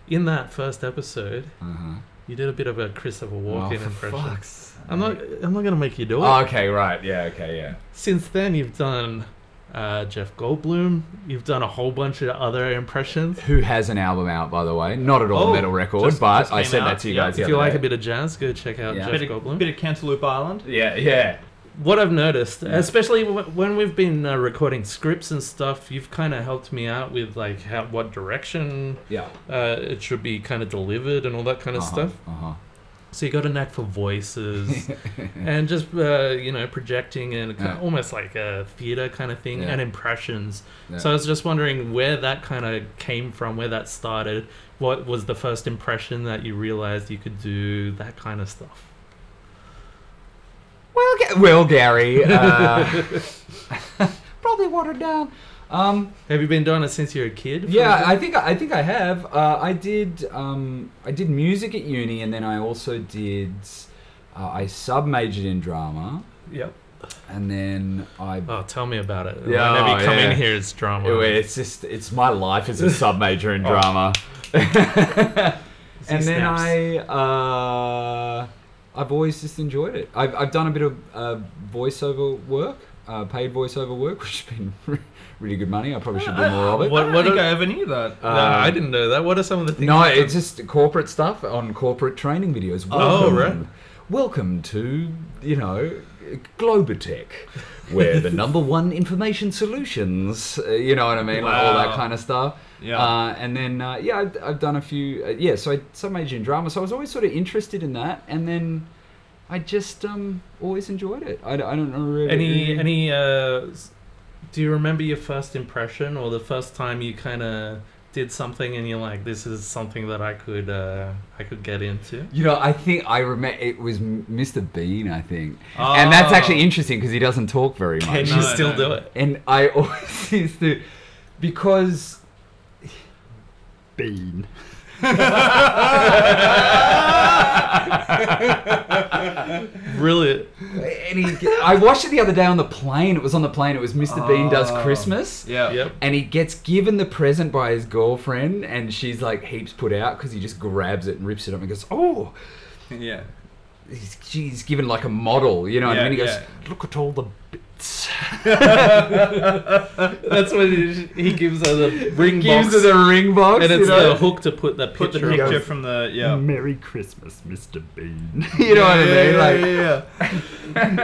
[SPEAKER 1] in that first episode,
[SPEAKER 2] Uh-huh.
[SPEAKER 1] you did a bit of a Christopher
[SPEAKER 2] Oh,
[SPEAKER 1] Walken
[SPEAKER 2] for
[SPEAKER 1] impression.
[SPEAKER 2] fuck's
[SPEAKER 1] I'm not. I'm not gonna make you do it.
[SPEAKER 2] Oh, okay, right. Yeah, okay, yeah.
[SPEAKER 1] Since then, you've done uh, Jeff Goldblum. You've done a whole bunch of other impressions.
[SPEAKER 2] Who has an album out, by the way? Not at all
[SPEAKER 3] Oh,
[SPEAKER 2] a metal record,
[SPEAKER 3] just-
[SPEAKER 2] but
[SPEAKER 3] just
[SPEAKER 2] I
[SPEAKER 3] came
[SPEAKER 2] said that
[SPEAKER 3] out,
[SPEAKER 2] to you
[SPEAKER 3] yeah.
[SPEAKER 2] guys. the
[SPEAKER 1] If you
[SPEAKER 2] other
[SPEAKER 1] like
[SPEAKER 2] day.
[SPEAKER 1] a bit of jazz, go check out
[SPEAKER 2] Yeah.
[SPEAKER 1] Jeff
[SPEAKER 3] bit,
[SPEAKER 1] Goldblum.
[SPEAKER 3] of, bit of Cantaloupe Island.
[SPEAKER 2] Yeah, yeah.
[SPEAKER 1] What I've noticed, especially w- when we've been uh, recording scripts and stuff, you've kind of helped me out with like how, what direction
[SPEAKER 2] Yeah.
[SPEAKER 1] uh, it should be kind of delivered and all that kind of
[SPEAKER 2] Uh-huh,
[SPEAKER 1] stuff.
[SPEAKER 2] uh-huh.
[SPEAKER 1] So you got a knack for voices and just uh, you know projecting and kind
[SPEAKER 2] Yeah.
[SPEAKER 1] almost like a theater kind of thing
[SPEAKER 2] Yeah.
[SPEAKER 1] and impressions.
[SPEAKER 2] Yeah.
[SPEAKER 1] So I was just wondering where that kind of came from, where that started. What was the first impression that you realized you could do that kind of stuff?
[SPEAKER 2] Well, Ga- well, Gary, uh, probably watered down. Um,
[SPEAKER 1] Have you been doing it since you're a kid? for
[SPEAKER 2] yeah,
[SPEAKER 1] example?
[SPEAKER 2] I think I think I have. Uh, I did um, I did music at uni, and then I also did uh, I sub majored in drama,
[SPEAKER 1] Yep.
[SPEAKER 2] and then I
[SPEAKER 1] Oh, tell me about it.
[SPEAKER 2] Yeah,
[SPEAKER 1] Whenever you come
[SPEAKER 2] yeah.
[SPEAKER 1] in here, it's drama.
[SPEAKER 2] Anyway, it's just it's my life as a sub major
[SPEAKER 1] Oh.
[SPEAKER 2] in drama. and then
[SPEAKER 1] snaps.
[SPEAKER 2] I uh, I've always just enjoyed it. I've I've done a bit of uh, voiceover work, uh, paid voiceover work, which has been really good money. I probably should do more of it.
[SPEAKER 1] What-
[SPEAKER 3] Ah, I don't
[SPEAKER 1] Uh, what
[SPEAKER 3] think
[SPEAKER 1] are-
[SPEAKER 3] I ever knew that.
[SPEAKER 1] No,
[SPEAKER 2] Uh,
[SPEAKER 1] I didn't know that. What are some of the things?
[SPEAKER 2] No,
[SPEAKER 1] you've
[SPEAKER 2] it's
[SPEAKER 1] done?
[SPEAKER 2] just corporate stuff on corporate training videos.
[SPEAKER 1] Oh,
[SPEAKER 2] Welcome,
[SPEAKER 1] right.
[SPEAKER 2] Welcome to, you know, Globotech, where the number one information solutions, uh, you know what I mean? Like all that
[SPEAKER 3] Wow.
[SPEAKER 2] kind of stuff.
[SPEAKER 3] Yeah.
[SPEAKER 2] Uh, and then, uh, yeah, I've, I've done a few, uh, yeah, so I some major in drama, so I was always sort of interested in that. And then I just um, always enjoyed it. I, I don't know really.
[SPEAKER 1] any any. Uh, s- do you remember your first impression or the first time you kind of did something and you're like, this is something that I could uh, I could get into?
[SPEAKER 2] You know, I think I remember it was M- Mr. Bean, I think. And that's
[SPEAKER 3] Oh.
[SPEAKER 2] actually interesting because he doesn't talk very much.
[SPEAKER 1] Can
[SPEAKER 3] no,
[SPEAKER 1] you still
[SPEAKER 3] no.
[SPEAKER 1] do it?
[SPEAKER 2] And I always used to, because Bean.
[SPEAKER 1] Really?
[SPEAKER 2] And he, I watched it the other day on the plane. It was on the plane. It was Mr. Bean does
[SPEAKER 3] Oh.
[SPEAKER 2] Christmas.
[SPEAKER 3] yeah.
[SPEAKER 1] Yep.
[SPEAKER 2] And he gets given the present by his girlfriend, and she's like heaps put out because he just grabs it and rips it up and goes, "Oh!"
[SPEAKER 3] Yeah.
[SPEAKER 2] He's, she's given like a model, you know. what
[SPEAKER 3] Yeah,
[SPEAKER 2] and then he goes,
[SPEAKER 3] yeah.
[SPEAKER 2] "Look at all the b- Nuts.
[SPEAKER 1] That's when he he gives her the ring
[SPEAKER 2] Gives
[SPEAKER 1] box,
[SPEAKER 2] her the ring box.
[SPEAKER 1] and
[SPEAKER 2] you
[SPEAKER 1] it's
[SPEAKER 2] know?
[SPEAKER 1] the hook to put the
[SPEAKER 3] Put the
[SPEAKER 1] picture. up.
[SPEAKER 3] picture from the yeah.
[SPEAKER 5] Merry Christmas, Mr. Bean.
[SPEAKER 2] You know what I
[SPEAKER 3] Yeah,
[SPEAKER 2] mean?
[SPEAKER 3] yeah,
[SPEAKER 2] like,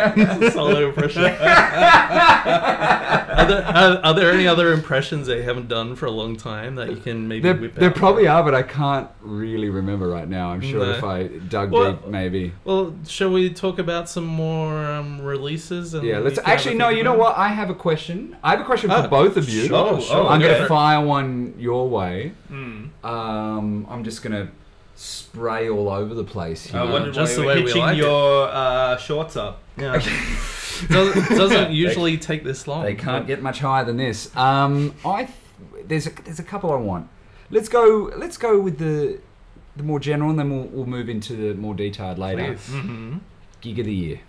[SPEAKER 3] yeah, yeah.
[SPEAKER 1] solo impression. are, there, are, are there any other impressions that you haven't done for a long time that you can maybe
[SPEAKER 2] There,
[SPEAKER 1] whip
[SPEAKER 2] there
[SPEAKER 1] out?
[SPEAKER 2] probably are, but I can't really remember right now. I'm sure
[SPEAKER 1] No.
[SPEAKER 2] if I dug
[SPEAKER 1] Well-
[SPEAKER 2] deep, maybe.
[SPEAKER 1] Well, shall we talk about some more um, releases? And
[SPEAKER 2] Yeah, let's
[SPEAKER 1] you can have a
[SPEAKER 2] actually.
[SPEAKER 1] think
[SPEAKER 2] No, you know
[SPEAKER 1] about it?
[SPEAKER 2] what? I have a question. I have a question for
[SPEAKER 1] Oh,
[SPEAKER 2] both of you.
[SPEAKER 1] Sure,
[SPEAKER 3] Oh,
[SPEAKER 1] sure.
[SPEAKER 2] I'm
[SPEAKER 1] go
[SPEAKER 2] going
[SPEAKER 1] for
[SPEAKER 2] to
[SPEAKER 1] it.
[SPEAKER 2] fire one your way.
[SPEAKER 3] Mm.
[SPEAKER 2] Um, I'm just going to spray all over the place here.
[SPEAKER 3] I wondered
[SPEAKER 1] just
[SPEAKER 3] just
[SPEAKER 1] the
[SPEAKER 3] why you
[SPEAKER 1] way
[SPEAKER 3] were
[SPEAKER 1] we
[SPEAKER 3] hitching
[SPEAKER 1] like it.
[SPEAKER 3] your uh, shorts up. Yeah.
[SPEAKER 1] Does, doesn't usually take this
[SPEAKER 3] Oh,
[SPEAKER 1] long.
[SPEAKER 2] They can't get much higher than this. Um, I th- there's a, there's a couple I want. Let's go. Let's go with the the more general, and then we'll, we'll move into the more detailed later.
[SPEAKER 3] Mm-hmm.
[SPEAKER 2] Gig of the year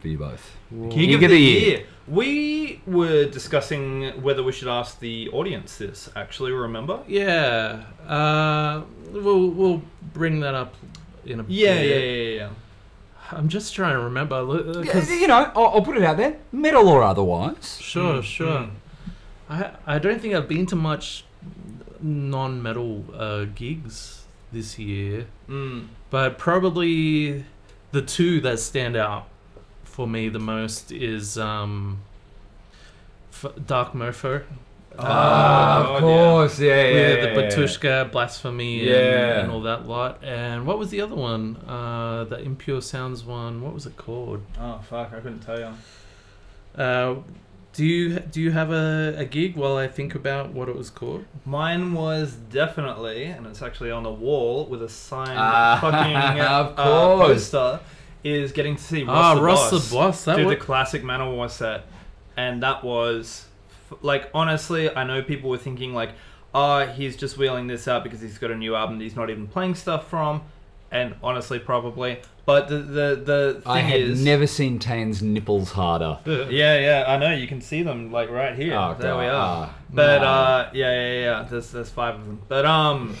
[SPEAKER 2] for you both.
[SPEAKER 3] Gig,
[SPEAKER 2] Gig
[SPEAKER 3] of,
[SPEAKER 2] of
[SPEAKER 3] the
[SPEAKER 2] the
[SPEAKER 3] year.
[SPEAKER 2] year.
[SPEAKER 3] We were discussing whether we should ask the audience this. Actually, remember?
[SPEAKER 1] Yeah. Uh, we'll we'll bring that up in a.
[SPEAKER 3] Yeah, yeah,
[SPEAKER 1] bit.
[SPEAKER 3] yeah, yeah.
[SPEAKER 1] I'm just trying to remember. look, uh,
[SPEAKER 2] Yeah,
[SPEAKER 1] 'cause-
[SPEAKER 2] you know, I'll, I'll put it out there, metal or otherwise.
[SPEAKER 1] Sure,
[SPEAKER 3] Mm,
[SPEAKER 1] sure.
[SPEAKER 3] mm.
[SPEAKER 1] I I don't think I've been to much non-metal uh, gigs this year,
[SPEAKER 3] yeah. Mm.
[SPEAKER 1] but probably the two that stand out for me the most is um, F- Dark Mofo.
[SPEAKER 3] Ah,
[SPEAKER 2] of
[SPEAKER 3] God,
[SPEAKER 2] course, yeah, yeah,
[SPEAKER 1] with
[SPEAKER 2] yeah,
[SPEAKER 1] the
[SPEAKER 2] yeah.
[SPEAKER 1] Batushka, Blasphemy, and,
[SPEAKER 2] Yeah.
[SPEAKER 1] and all that lot. And what was the other one? Uh, the Impure Sounds one. What was it called?
[SPEAKER 3] Oh fuck! I couldn't tell you.
[SPEAKER 1] Uh, do you do you have a, a gig while I think about what it was called?
[SPEAKER 3] Mine was definitely, and it's actually on the wall with a signed
[SPEAKER 2] Ah,
[SPEAKER 3] fucking
[SPEAKER 2] of
[SPEAKER 3] uh,
[SPEAKER 2] course.
[SPEAKER 3] poster. Is getting to see Ross
[SPEAKER 1] Ah,
[SPEAKER 3] the
[SPEAKER 1] Ross
[SPEAKER 3] Boss
[SPEAKER 1] the Boss. That
[SPEAKER 3] do
[SPEAKER 1] was,
[SPEAKER 3] the classic Manowar set, and that was f- like honestly, I know people were thinking like, ah, he's just wheeling this out because he's got a new album that he's not even playing stuff from, and honestly, probably. But the the the thing
[SPEAKER 2] I had
[SPEAKER 3] is,
[SPEAKER 2] never seen Tan's nipples harder.
[SPEAKER 3] yeah, yeah, I know you can see them like right here.
[SPEAKER 2] Oh,
[SPEAKER 3] there we
[SPEAKER 2] God,
[SPEAKER 3] are.
[SPEAKER 2] ah,
[SPEAKER 3] but
[SPEAKER 2] no.
[SPEAKER 3] uh, yeah, yeah, yeah. There's there's five of them. But um,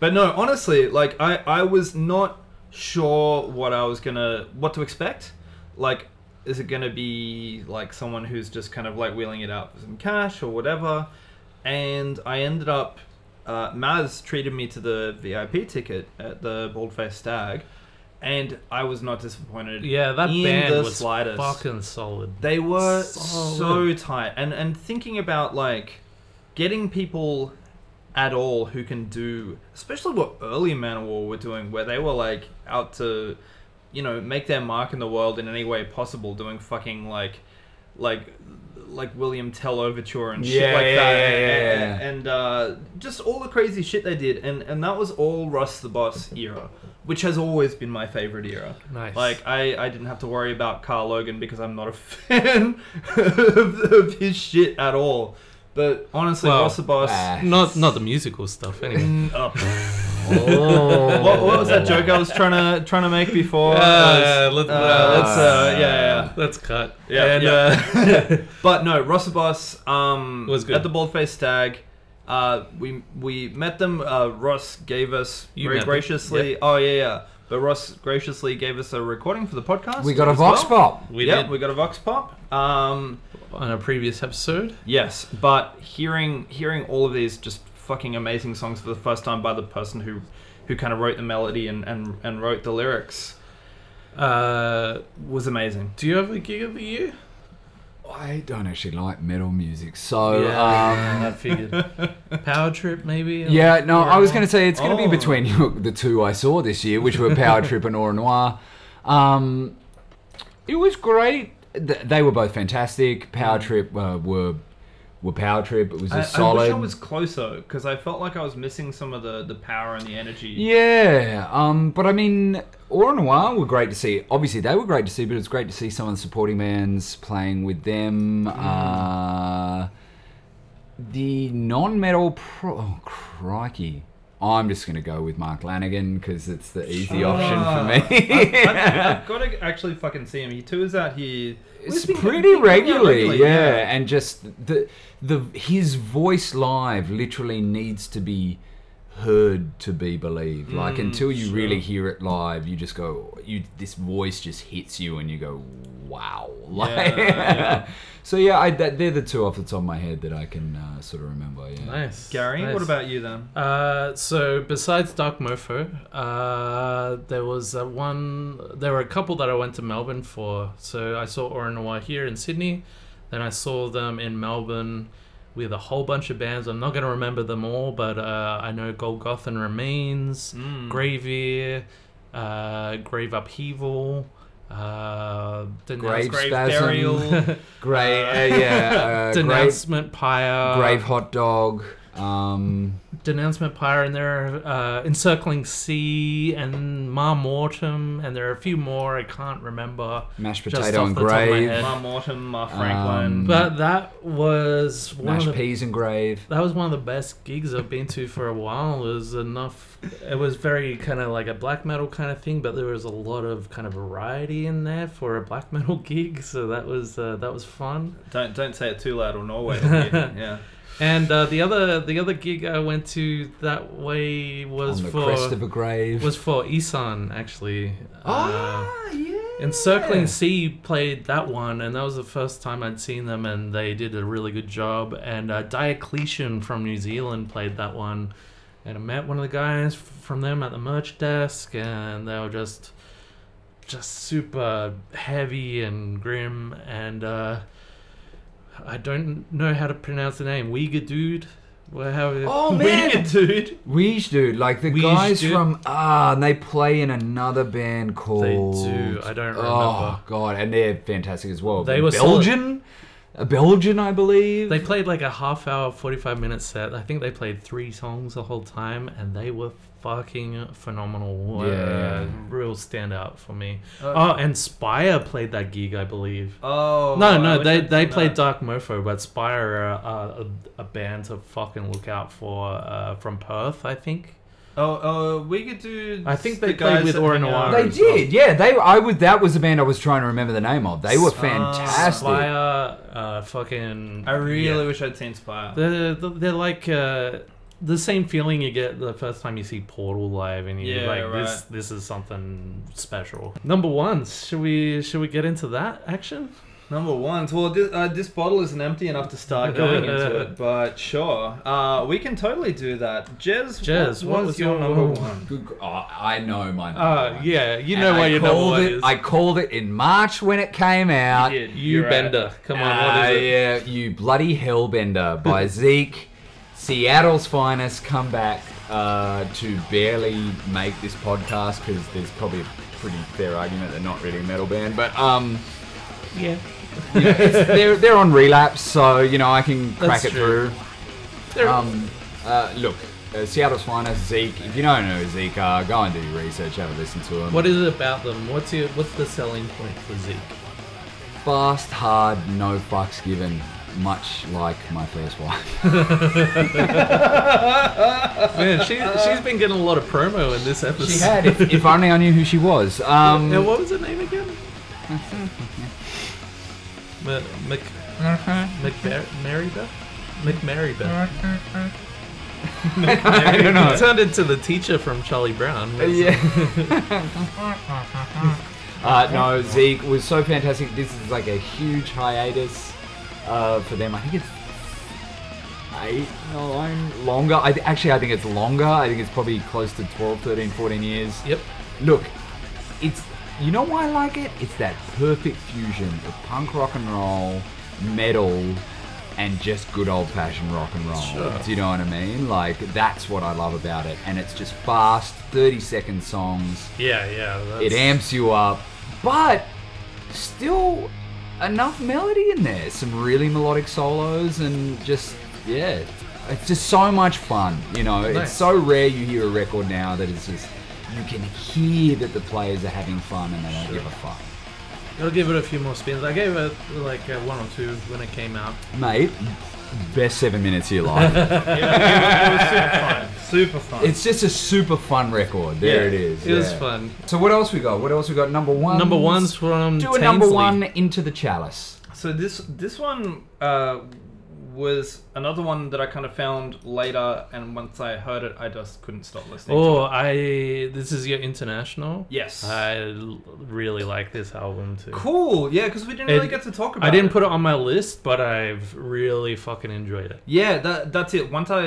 [SPEAKER 3] but no, honestly, like I I was not sure what I was gonna what to expect. Like, is it gonna be like someone who's just kind of like wheeling it out for some cash or whatever? And I ended up. Uh, Maz treated me to the VIP ticket at the Baldface Stag, and I was not disappointed.
[SPEAKER 1] yeah, that
[SPEAKER 3] in
[SPEAKER 1] band
[SPEAKER 3] the
[SPEAKER 1] was
[SPEAKER 3] slightest.
[SPEAKER 1] fucking solid.
[SPEAKER 3] They were so
[SPEAKER 1] Solid.
[SPEAKER 3] tight, and and thinking about like getting people at all who can do, especially what early Manowar were doing, where they were like out to, you know, make their mark in the world in any way possible, doing fucking like, like, like William Tell overture and shit
[SPEAKER 2] Yeah,
[SPEAKER 3] like
[SPEAKER 2] yeah,
[SPEAKER 3] that,
[SPEAKER 2] yeah,
[SPEAKER 3] and,
[SPEAKER 2] yeah, yeah.
[SPEAKER 3] and uh, just all the crazy shit they did, and and that was all Russ the Boss era, which has always been my favorite era.
[SPEAKER 1] Nice.
[SPEAKER 3] Like I, I didn't have to worry about Carl Logan because I'm not a fan of, of his shit at all. But honestly,
[SPEAKER 1] Well,
[SPEAKER 3] Ross the Boss.
[SPEAKER 2] ah.
[SPEAKER 1] not not the musical stuff anyway.
[SPEAKER 3] Mm, oh, pff.
[SPEAKER 2] Oh.
[SPEAKER 3] what, what was that joke I was trying to trying to make before?
[SPEAKER 1] Uh, let,
[SPEAKER 3] Uh, let's, uh, yeah, yeah,
[SPEAKER 1] let's cut.
[SPEAKER 3] yeah,
[SPEAKER 1] and,
[SPEAKER 3] yeah.
[SPEAKER 1] Uh,
[SPEAKER 3] But no, Ross the Boss um,
[SPEAKER 1] Was good.
[SPEAKER 3] at the Baldface Stag. Uh, we we met them. Uh, Ross gave us
[SPEAKER 1] You met
[SPEAKER 3] very
[SPEAKER 1] them,
[SPEAKER 3] graciously. Oh yeah, yeah. But Ross graciously gave us a recording for the podcast.
[SPEAKER 2] we got a
[SPEAKER 3] as
[SPEAKER 2] vox
[SPEAKER 3] well.
[SPEAKER 2] pop.
[SPEAKER 1] we
[SPEAKER 3] yeah,
[SPEAKER 1] did
[SPEAKER 3] we got a vox pop. Um,
[SPEAKER 1] on a previous episode.
[SPEAKER 3] yes, but hearing hearing all of these just fucking amazing songs for the first time by the person who who kind of wrote the melody and and, and wrote the lyrics
[SPEAKER 1] Uh,
[SPEAKER 3] was amazing.
[SPEAKER 1] do you have a gig of the year?
[SPEAKER 2] I don't actually like metal music, so um,
[SPEAKER 1] I figured. Power trip, maybe. or-
[SPEAKER 2] Yeah, no,
[SPEAKER 1] or
[SPEAKER 2] I was
[SPEAKER 1] not?
[SPEAKER 2] going to say it's going to
[SPEAKER 3] Oh.
[SPEAKER 2] be between the two I saw this year, which were Power Trip and Aura Noir. Um, it was great. Th- They were both fantastic. Power Trip uh, were were Power Trip. It was a
[SPEAKER 3] Mm. I,
[SPEAKER 2] solid.
[SPEAKER 3] I wish I was closer because I felt like I was missing some of the the power and the energy.
[SPEAKER 2] Yeah, um, but I mean, Aura Noir were great to see. Obviously, they were great to see, but it's great to see some of the supporting bands playing with them. Uh, the non-metal, pro- oh, crikey! I'm just going to go with Mark Lanigan because it's the easy option for me.
[SPEAKER 3] I've, I've- I've got to actually fucking see him. He tours out here. Well, he's
[SPEAKER 2] It's
[SPEAKER 3] been-
[SPEAKER 2] pretty
[SPEAKER 3] he's been going out
[SPEAKER 2] regularly, yeah.
[SPEAKER 3] yeah.
[SPEAKER 2] and just the the his voice live literally needs to be heard to be believed.
[SPEAKER 1] Mm,
[SPEAKER 2] like until you really hear it live, you just go, you this voice just hits you, and you go, wow. Like, so yeah, I, that, they're the two off the top of my head that I can uh, sort of remember. Yeah.
[SPEAKER 1] Nice.
[SPEAKER 4] Gary,
[SPEAKER 1] nice.
[SPEAKER 4] what about you then?
[SPEAKER 1] Uh, so besides Dark Mofo, uh, there was uh, one. There were a couple that I went to Melbourne for. So I saw Oranoa here in Sydney, then I saw them in Melbourne with a whole bunch of bands. I'm not going to remember them all, but uh, I know Golgothan Remains, Graveir, uh, Grave Upheaval. Uh,
[SPEAKER 2] Grave
[SPEAKER 1] denounce-
[SPEAKER 2] spasm,
[SPEAKER 4] burial.
[SPEAKER 2] Great. Uh, yeah. Uh, grave,
[SPEAKER 1] denouncement pyre,
[SPEAKER 2] grave hot dog. Um,
[SPEAKER 1] denouncement pyre and there are uh, encircling sea and mar mortem and there are a few more i can't remember
[SPEAKER 2] mashed
[SPEAKER 1] Just
[SPEAKER 2] potato
[SPEAKER 1] off
[SPEAKER 2] and
[SPEAKER 1] the top of my
[SPEAKER 2] grave.
[SPEAKER 1] head.
[SPEAKER 4] Ma Mortem, Ma Franklin.
[SPEAKER 2] Um,
[SPEAKER 1] but that was one
[SPEAKER 2] Mashed
[SPEAKER 1] of the,
[SPEAKER 2] peas and grave.
[SPEAKER 1] that was one of the best gigs i've been to for a while it was enough it was very kind of like a black metal kind of thing but there was a lot of kind of variety in there for a black metal gig so that was uh, that was fun
[SPEAKER 4] don't don't say it too loud or Norway. will you? yeah.
[SPEAKER 1] and uh, the other the other gig i went to that way was
[SPEAKER 2] on the
[SPEAKER 1] for
[SPEAKER 2] crest of a grave.
[SPEAKER 1] was for Isan actually.
[SPEAKER 2] Ah!
[SPEAKER 1] Uh,
[SPEAKER 4] yeah.
[SPEAKER 1] Encircling Sea played that one, and that was the first time I'd seen them, and they did a really good job. And uh, Diocletian from New Zealand played that one, and I met one of the guys f- from them at the merch desk, and they were just, just super heavy and grim, and uh, I don't know how to pronounce the name. Uyghur dude, Well, how?
[SPEAKER 2] oh man,
[SPEAKER 4] Weird, dude.
[SPEAKER 2] Weege dude, like the
[SPEAKER 1] Weege
[SPEAKER 2] guys
[SPEAKER 1] dude.
[SPEAKER 2] from ah, and they play in another band called.
[SPEAKER 1] They do. I don't
[SPEAKER 2] Oh
[SPEAKER 1] remember.
[SPEAKER 2] god, and they're fantastic as well.
[SPEAKER 1] They were
[SPEAKER 2] Belgian, a Belgian, I believe.
[SPEAKER 1] They played like a half hour, 45 minute set. I think they played three songs the whole time, and they were fucking phenomenal.
[SPEAKER 2] Yeah.
[SPEAKER 1] Uh, real standout for me.
[SPEAKER 4] Uh,
[SPEAKER 1] oh, and Spire played that gig, I believe.
[SPEAKER 4] Oh.
[SPEAKER 1] no,
[SPEAKER 4] I
[SPEAKER 1] no,
[SPEAKER 4] wish
[SPEAKER 1] they,
[SPEAKER 4] I'd
[SPEAKER 1] they
[SPEAKER 4] seen
[SPEAKER 1] played
[SPEAKER 4] that.
[SPEAKER 1] Dark Mofo, but Spire are uh, a, a band to fucking look out for uh, from Perth, I think.
[SPEAKER 4] Oh, uh, we could do.
[SPEAKER 1] I think
[SPEAKER 4] the
[SPEAKER 1] they played
[SPEAKER 4] guys
[SPEAKER 1] with
[SPEAKER 4] that hang
[SPEAKER 1] Orinoir
[SPEAKER 4] out-
[SPEAKER 1] They
[SPEAKER 2] They did, yeah. They, I would. That was the band I was trying to remember the name of. They were fantastic.
[SPEAKER 1] Spire, uh, fucking.
[SPEAKER 4] I really
[SPEAKER 1] yeah.
[SPEAKER 4] wish I'd seen Spire.
[SPEAKER 1] They're, they're they're like uh, the same feeling you get the first time you see Portal live, and you're
[SPEAKER 4] Yeah,
[SPEAKER 1] like, "This
[SPEAKER 4] right.
[SPEAKER 1] this is something special." Number one, should we should we get into that action?
[SPEAKER 4] Number ones. Well, this, uh, this bottle isn't empty enough to start going into it, but sure. Uh, we can totally do that. Jez,
[SPEAKER 1] Jez,
[SPEAKER 4] what, was your number one?
[SPEAKER 2] Good, oh, I know my. number
[SPEAKER 1] Uh,
[SPEAKER 2] one.
[SPEAKER 1] yeah, you
[SPEAKER 2] And
[SPEAKER 1] know
[SPEAKER 2] Oh, I
[SPEAKER 1] where your number
[SPEAKER 2] called
[SPEAKER 1] one
[SPEAKER 2] it,
[SPEAKER 1] is.
[SPEAKER 2] I called it in March when it came out.
[SPEAKER 4] You did.
[SPEAKER 1] you
[SPEAKER 4] You're right.
[SPEAKER 1] bender, come on, what
[SPEAKER 2] Ah,
[SPEAKER 1] is it?
[SPEAKER 2] Yeah, you bloody hellbender by Zeke. Seattle's finest come back uh, to barely make this podcast because there's probably a pretty fair argument they're not really a metal band, but um,
[SPEAKER 1] Yeah,
[SPEAKER 2] they're they're on relapse, so you know I can crack
[SPEAKER 1] That's
[SPEAKER 2] it
[SPEAKER 1] true.
[SPEAKER 2] through. Um, uh, look, uh, Seattle's finest Zeke. If you don't know who Zeke are, go and do your research, have a listen to him.
[SPEAKER 1] What is it about them? What's your what's the selling point for Zeke?
[SPEAKER 2] fast, hard, no fucks given, much like my first wife.
[SPEAKER 1] Man, she she's been getting a lot of promo in this episode.
[SPEAKER 2] She had. If, if only I knew who she was. Um,
[SPEAKER 1] Now, what was her name again?
[SPEAKER 2] Mm-hmm.
[SPEAKER 1] Ma- Mc McMar- Marybeth? McMarybeth.
[SPEAKER 2] Mm-hmm. I don't know.
[SPEAKER 1] It turned into the teacher from Charlie Brown.
[SPEAKER 2] Yeah. uh, no, Zeke was so fantastic. This is like a huge hiatus uh, for them. I think it's eight, nine, longer. I th- actually, I think it's longer. I think it's probably close to 12, 13, 14 years.
[SPEAKER 1] Yep.
[SPEAKER 2] Look, it's you know why I like it? It's that perfect fusion of punk rock and roll, metal, and just good old fashioned rock and roll. Do you know what I mean? Like that's what I love about it. And it's just fast, thirty second songs.
[SPEAKER 1] Yeah, yeah. That's,
[SPEAKER 2] It amps you up, but still enough melody in there. Some really melodic solos and just yeah, it's just so much fun. You know,
[SPEAKER 1] Nice.
[SPEAKER 2] it's so rare you hear a record now that it's just you can hear that the players are having fun and they don't give a fuck.
[SPEAKER 1] I'll give it a few more spins. I gave it like uh, one or two when it came out.
[SPEAKER 2] Mate, best seven minutes of your life.
[SPEAKER 4] Super fun.
[SPEAKER 2] it's just a super fun record. There it is.
[SPEAKER 1] It was
[SPEAKER 2] yeah.
[SPEAKER 1] fun.
[SPEAKER 2] So what else we got? What else we got? Number one.
[SPEAKER 1] Number one's from
[SPEAKER 2] Um, Do a number
[SPEAKER 1] Tainsley.
[SPEAKER 2] one into the chalice.
[SPEAKER 4] So this this one uh,
[SPEAKER 3] was another one that I kind of found later, and once I heard it, I just couldn't stop listening. to
[SPEAKER 1] Oh,
[SPEAKER 3] it.
[SPEAKER 1] I. This is your international.
[SPEAKER 3] yes,
[SPEAKER 1] I l- really like this album too.
[SPEAKER 3] cool. Yeah, because we didn't
[SPEAKER 1] It-
[SPEAKER 3] really get to talk about.
[SPEAKER 1] I didn't
[SPEAKER 3] it.
[SPEAKER 1] put it on my list, but I've really fucking enjoyed it.
[SPEAKER 3] Yeah, that that's it. Once I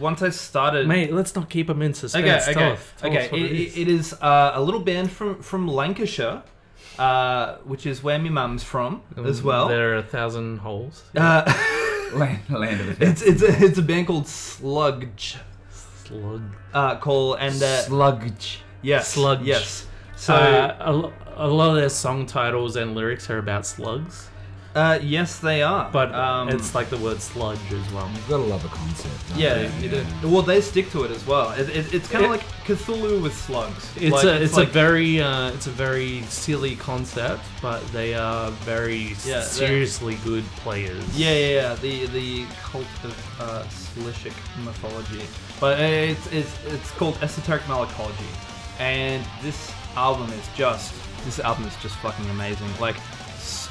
[SPEAKER 3] once I started.
[SPEAKER 1] Mate, let's not keep them in suspense.
[SPEAKER 3] okay,
[SPEAKER 1] Tell
[SPEAKER 3] okay,
[SPEAKER 1] us- tell
[SPEAKER 3] okay.
[SPEAKER 1] us what
[SPEAKER 3] it,
[SPEAKER 1] it is.
[SPEAKER 3] it is uh, a little band from from Lancashire, uh, which is where my mum's from
[SPEAKER 1] Um,
[SPEAKER 3] as well.
[SPEAKER 1] There are a thousand holes.
[SPEAKER 3] Uh,
[SPEAKER 2] Land, land of the
[SPEAKER 3] it's it's a, it's a band called Sludge.
[SPEAKER 1] Slug.
[SPEAKER 3] Uh, call and uh,
[SPEAKER 2] sludge.
[SPEAKER 3] yes,
[SPEAKER 1] Sludge.
[SPEAKER 3] Yes.
[SPEAKER 1] So
[SPEAKER 3] So
[SPEAKER 1] uh, a, lo- a lot of their song titles and lyrics are about slugs,
[SPEAKER 3] uh, yes, they are.
[SPEAKER 1] but
[SPEAKER 3] um,
[SPEAKER 1] it's like the word sludge as well.
[SPEAKER 2] You've got to love a concept. don't
[SPEAKER 3] Yeah,
[SPEAKER 2] you?
[SPEAKER 3] you do. Well, they stick to it as well. It, it, it's kind
[SPEAKER 1] It-
[SPEAKER 3] of like Cthulhu with slugs.
[SPEAKER 1] It's
[SPEAKER 3] Like,
[SPEAKER 1] a it's,
[SPEAKER 3] like,
[SPEAKER 1] a very uh, it's a very silly concept, but they are very s-
[SPEAKER 3] Yeah, they're-
[SPEAKER 1] seriously good players.
[SPEAKER 3] yeah, yeah, yeah. The the cult of uh, Slishik mythology, but uh, it's it's it's called esoteric malacology, and this album is just this album is just fucking amazing. Like, s-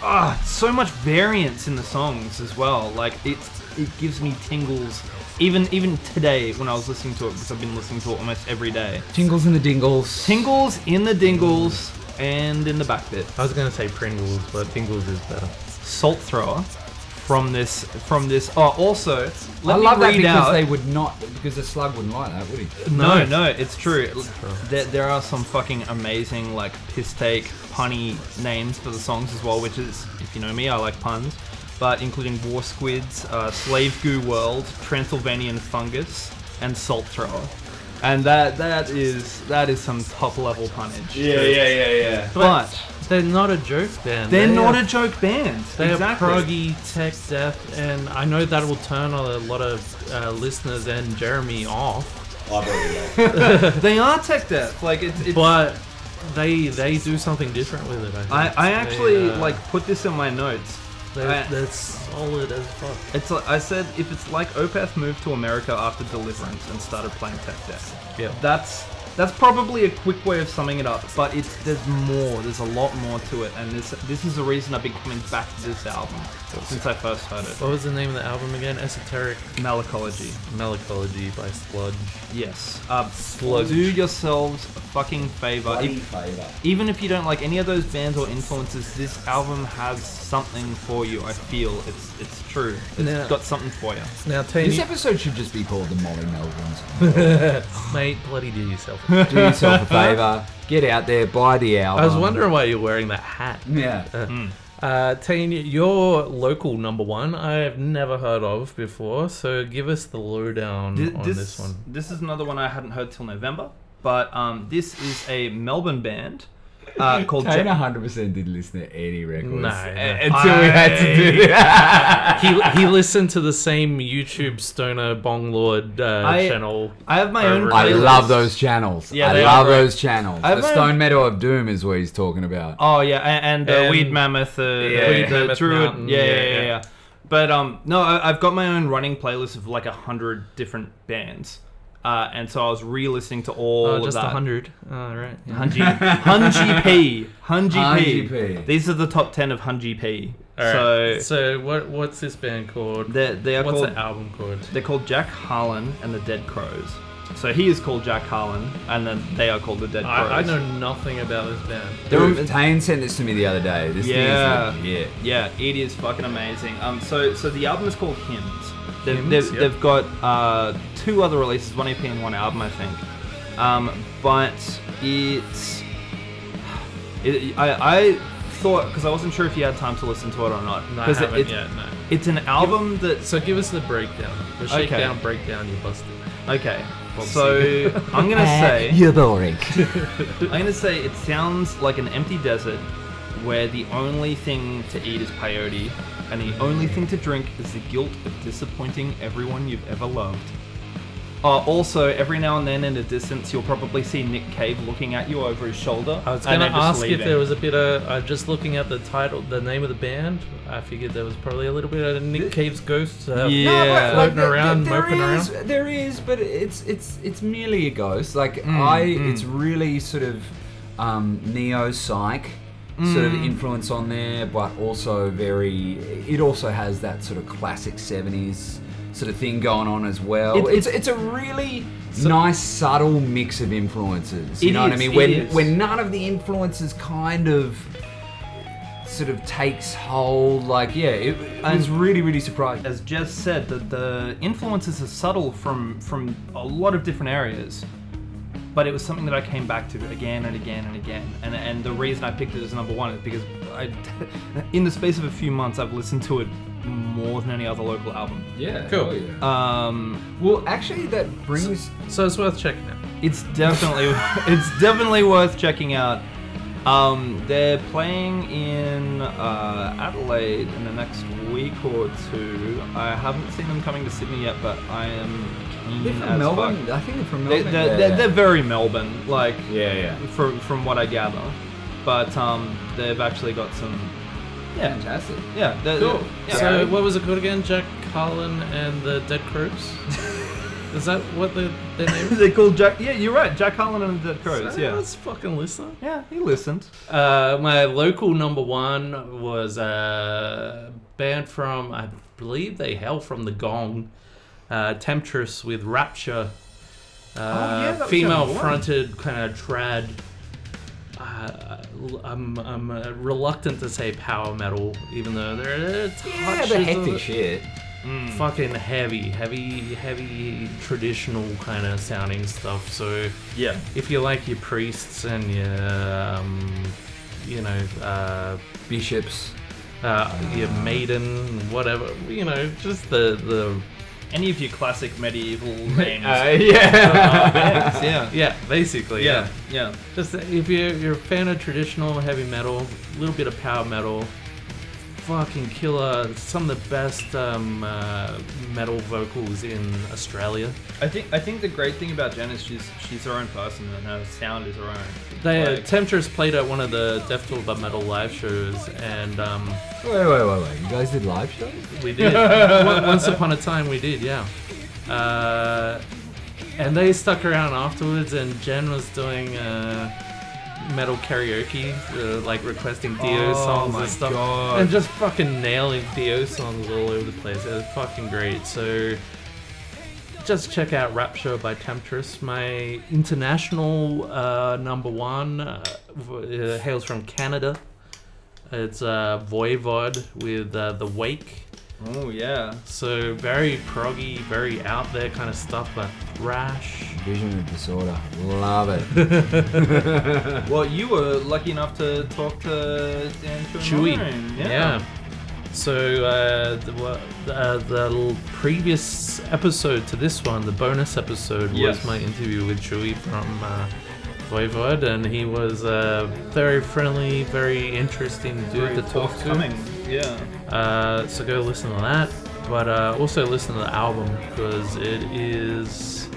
[SPEAKER 3] ah, so much variance in the songs as well. Like it's it gives me tingles. Even even today when I was listening to it, because I've been listening to it almost every day.
[SPEAKER 2] Tingles and the dingles.
[SPEAKER 3] Tingles in the dingles and in the back bit.
[SPEAKER 1] I was gonna say Pringles, but Pringles is better.
[SPEAKER 3] Salt thrower from this from this. Oh, also, let
[SPEAKER 2] I
[SPEAKER 3] me
[SPEAKER 2] love that
[SPEAKER 3] read
[SPEAKER 2] because
[SPEAKER 3] out.
[SPEAKER 2] they would not, because a slug wouldn't like that, would he?
[SPEAKER 3] no, no, it's true. There, there are some fucking amazing like piss take punny names for the songs as well, which is if you know me, I like puns. But including war squids, uh, slave goo world, Transylvanian fungus, and salt thrower. And that that is that is some top level punnage.
[SPEAKER 6] yeah, yeah, yeah.
[SPEAKER 3] But
[SPEAKER 1] They're not a joke band.
[SPEAKER 3] they're
[SPEAKER 1] They
[SPEAKER 3] not
[SPEAKER 1] are-
[SPEAKER 3] a joke band.
[SPEAKER 1] They
[SPEAKER 3] exactly.
[SPEAKER 1] are proggy, tech death, and I know that will turn a lot of uh, listeners and Jeremy off,
[SPEAKER 6] I believe
[SPEAKER 3] They are tech death. Like it's. it's
[SPEAKER 1] but they they do something different with it. I, think.
[SPEAKER 3] I, I
[SPEAKER 1] They,
[SPEAKER 3] actually
[SPEAKER 1] uh,
[SPEAKER 3] like put this in my notes.
[SPEAKER 1] they're,
[SPEAKER 3] I-
[SPEAKER 1] they're solid as fuck.
[SPEAKER 3] It's like, I said if it's like Opeth moved to America after Deliverance and started playing tech death.
[SPEAKER 1] Yeah.
[SPEAKER 3] That's that's probably a quick way of summing it up, but it's there's more. There's a lot more to it, and this this is the reason I've been coming back to this album since I first heard it.
[SPEAKER 1] What was the name of the album again? Esoteric
[SPEAKER 3] Malacology.
[SPEAKER 1] Malacology by Sludge.
[SPEAKER 3] Yes. Uh,
[SPEAKER 1] Sludge.
[SPEAKER 3] Do yourselves a fucking favor. If-
[SPEAKER 6] favour.
[SPEAKER 3] even if you don't like any of those bands or influences, this album has something for you. I feel it's it's true. It's
[SPEAKER 1] Yeah.
[SPEAKER 3] got something for you.
[SPEAKER 1] Now,
[SPEAKER 2] This
[SPEAKER 1] Tony,
[SPEAKER 2] episode should just be called the Molly Melvins.
[SPEAKER 1] mate, bloody do yourself.
[SPEAKER 2] Do yourself a favour. Get out there, buy the album.
[SPEAKER 1] I was wondering why you're wearing that hat.
[SPEAKER 2] Yeah.
[SPEAKER 1] Um, Uh, Tane, your local number one, I've never heard of before, so give us the lowdown
[SPEAKER 3] Th-
[SPEAKER 1] on this one.
[SPEAKER 3] This is another one I hadn't heard till November, but um, this is a Melbourne band uh, called.
[SPEAKER 2] Kane
[SPEAKER 3] Ja-
[SPEAKER 2] 100% didn't listen to any records.
[SPEAKER 1] No,
[SPEAKER 2] Uh,
[SPEAKER 1] no.
[SPEAKER 2] Until we had to do that.
[SPEAKER 1] he, he listened to the same YouTube stoner bong lord uh,
[SPEAKER 3] I-
[SPEAKER 1] channel.
[SPEAKER 3] I have my own.
[SPEAKER 2] I
[SPEAKER 1] Playlist.
[SPEAKER 2] love those channels.
[SPEAKER 3] Yeah,
[SPEAKER 2] I
[SPEAKER 3] they
[SPEAKER 2] love
[SPEAKER 3] are great.
[SPEAKER 2] those channels.
[SPEAKER 3] I
[SPEAKER 2] The
[SPEAKER 3] haven't-
[SPEAKER 2] Stone Meadow of Doom is what he's talking about.
[SPEAKER 3] Oh yeah, a- and, and uh,
[SPEAKER 1] And-
[SPEAKER 3] Weed Mammoth, uh,
[SPEAKER 2] Yeah.
[SPEAKER 3] the,
[SPEAKER 2] Weed
[SPEAKER 3] the
[SPEAKER 1] Mammoth
[SPEAKER 3] Druid.
[SPEAKER 1] Mountain,
[SPEAKER 3] Yeah, yeah,
[SPEAKER 1] yeah,
[SPEAKER 3] yeah,
[SPEAKER 1] yeah.
[SPEAKER 3] yeah. But um, no, I, I've got my own running playlist of like a hundred different bands, uh, and so I was re-listening to all
[SPEAKER 1] Oh,
[SPEAKER 3] of
[SPEAKER 1] just a
[SPEAKER 3] that.
[SPEAKER 1] hundred. All right. yeah.
[SPEAKER 3] Hunji, Hunji P, Hunji P.
[SPEAKER 2] Hunji P.
[SPEAKER 3] These are the top ten of Hunji P.
[SPEAKER 1] All
[SPEAKER 3] So
[SPEAKER 1] right. So what what's this band called?
[SPEAKER 3] they they are
[SPEAKER 1] what's
[SPEAKER 3] called
[SPEAKER 1] the album called?
[SPEAKER 3] They're called Jack Harlan and the Dead Crows. So he is called Jack Harlan, and then they are called the Dead Crows.
[SPEAKER 1] I, I know nothing about this band.
[SPEAKER 2] Dude, Tane sent this to me the other day. This
[SPEAKER 3] Yeah.
[SPEAKER 2] thing is legit.
[SPEAKER 3] Yeah, it is fucking amazing. Um, so so the album is called Hymns. They've,
[SPEAKER 1] Hymns,
[SPEAKER 3] they've,
[SPEAKER 1] yeah.
[SPEAKER 3] they've got uh, two other releases, one EP and one album, I think. Um, but it's it, I, I thought because I wasn't sure if you had time to listen to it or not.
[SPEAKER 1] No, I
[SPEAKER 3] 'Cause it-
[SPEAKER 1] haven't
[SPEAKER 3] it-
[SPEAKER 1] yet. No.
[SPEAKER 3] It's an album that
[SPEAKER 1] So give us the breakdown. The
[SPEAKER 3] Okay.
[SPEAKER 1] shakedown breakdown you busted.
[SPEAKER 3] okay. So I'm gonna say
[SPEAKER 2] Uh, You're boring.
[SPEAKER 3] I'm gonna say it sounds like an empty desert where the only thing to eat is peyote and the only thing to drink is the guilt of disappointing everyone you've ever loved. Uh, also, every now and then in the distance, you'll probably see Nick Cave looking at you over his shoulder.
[SPEAKER 1] I was going
[SPEAKER 3] and
[SPEAKER 1] to
[SPEAKER 3] then just
[SPEAKER 1] ask if
[SPEAKER 3] leaving.
[SPEAKER 1] there was a bit of uh, just looking at the title, the name of the band. I figured there was probably a little bit of Nick Cave's ghost. Uh,
[SPEAKER 3] Yeah.
[SPEAKER 1] floating around,
[SPEAKER 2] there
[SPEAKER 1] moping
[SPEAKER 2] is- There is, but it's it's it's merely a ghost. Like I, it's really sort of um, neo psych. sort of influence on there, but also very. It also has that sort of classic '70s sort of thing going on as well.
[SPEAKER 1] Oh,
[SPEAKER 3] It-
[SPEAKER 2] it's it's a really nice subtle mix of influences. You
[SPEAKER 3] It
[SPEAKER 2] know what I
[SPEAKER 3] is,
[SPEAKER 2] mean?
[SPEAKER 3] it
[SPEAKER 2] When
[SPEAKER 3] is.
[SPEAKER 2] when none of the influences kind of sort of takes hold, like yeah, it, it was really really surprising.
[SPEAKER 3] as Jez said, that the influences are subtle from from a lot of different areas, but it was something that I came back to again and again and again. And and the reason I picked it as number one is because I, in the space of a few months, I've listened to it more than any other local album.
[SPEAKER 2] Yeah,
[SPEAKER 1] Cool.
[SPEAKER 2] hell yeah.
[SPEAKER 3] Um,
[SPEAKER 2] Uh, well, actually, that brings.
[SPEAKER 1] So it's worth checking out.
[SPEAKER 3] it's definitely it's definitely worth checking out. Um, they're playing in uh, Adelaide in the next week or two. I haven't seen them coming to Sydney yet, but I am keen
[SPEAKER 2] They're
[SPEAKER 3] as
[SPEAKER 2] from
[SPEAKER 3] fuck.
[SPEAKER 2] Melbourne. I think they're from
[SPEAKER 3] They,
[SPEAKER 2] Melbourne.
[SPEAKER 3] they're,
[SPEAKER 2] Yeah.
[SPEAKER 3] they're, they're very Melbourne, like
[SPEAKER 2] Yeah, yeah.
[SPEAKER 3] from from what I gather. But um, they've actually got some, yeah,
[SPEAKER 2] Fantastic.
[SPEAKER 3] yeah, they're,
[SPEAKER 1] Cool.
[SPEAKER 3] yeah.
[SPEAKER 1] So what was it called again? Jack Carlin and the Dead Crows. Is that what the, their name?
[SPEAKER 3] they called Jack. Yeah, you're right, Jack Harlan and the Dead Crows.
[SPEAKER 1] is?
[SPEAKER 3] Yeah,
[SPEAKER 1] Let's fucking listen.
[SPEAKER 3] yeah, he listened.
[SPEAKER 1] Uh, my local number one was a band from, I believe they hail from the Gong, uh, Temptress with Rapture. Uh,
[SPEAKER 3] Oh, yeah, that was
[SPEAKER 1] female
[SPEAKER 3] number one.
[SPEAKER 1] fronted kind of trad. Uh, I'm, I'm uh, reluctant to say power metal, even though they're
[SPEAKER 2] Yeah, the hectic shit.
[SPEAKER 1] fucking heavy, heavy, heavy traditional kind of sounding stuff. So
[SPEAKER 3] Yeah,
[SPEAKER 1] if you like your priests and your, um, you know, uh,
[SPEAKER 2] Bishops.
[SPEAKER 1] uh, your maiden, whatever, you know, just the the
[SPEAKER 3] any of your classic medieval names.
[SPEAKER 2] yeah.
[SPEAKER 3] bands, Uh, yeah.
[SPEAKER 1] yeah, basically
[SPEAKER 3] Yeah, yeah.
[SPEAKER 1] Just if you're you're a fan of traditional heavy metal, a little bit of power metal, fucking killer, some of the best um, uh, metal vocals in Australia.
[SPEAKER 3] I think I think the great thing about Jen is she's she's her own person and her sound is her own.
[SPEAKER 1] The
[SPEAKER 3] Like-
[SPEAKER 1] uh, Temptress played at one of the Death Tool But Metal live shows, and um,
[SPEAKER 2] Wait, wait, wait, wait. You guys did live shows?
[SPEAKER 1] we did. Once once upon a time, we did, yeah. Uh, and they stuck around afterwards, and Jen was doing uh, metal karaoke, uh, like requesting Dio
[SPEAKER 3] Oh
[SPEAKER 1] songs
[SPEAKER 3] my
[SPEAKER 1] and stuff,
[SPEAKER 3] God.
[SPEAKER 1] and just fucking nailing Dio songs all over the place. It was fucking great. So. Just check out Rapture by Temptress. My international uh, number one uh, v- uh, hails from Canada. It's uh, Voivod with uh, The Wake.
[SPEAKER 3] Oh yeah.
[SPEAKER 1] So very proggy, very out there kind of stuff, but thrash.
[SPEAKER 2] Vision of Disorder. Love it.
[SPEAKER 3] Well, you were lucky enough to talk to Dan
[SPEAKER 1] Chewy.
[SPEAKER 3] Chewin.
[SPEAKER 1] Yeah. So uh, the, wa- uh, the l- previous episode to this one, the bonus episode,
[SPEAKER 3] Yes.
[SPEAKER 1] was my interview with Chewy from uh, Voivod, and he was a very friendly, very interesting dude
[SPEAKER 3] Very
[SPEAKER 1] to talk to.
[SPEAKER 3] forthcoming. Yeah.
[SPEAKER 1] Uh, so go listen to that. But uh, also listen to the album because it is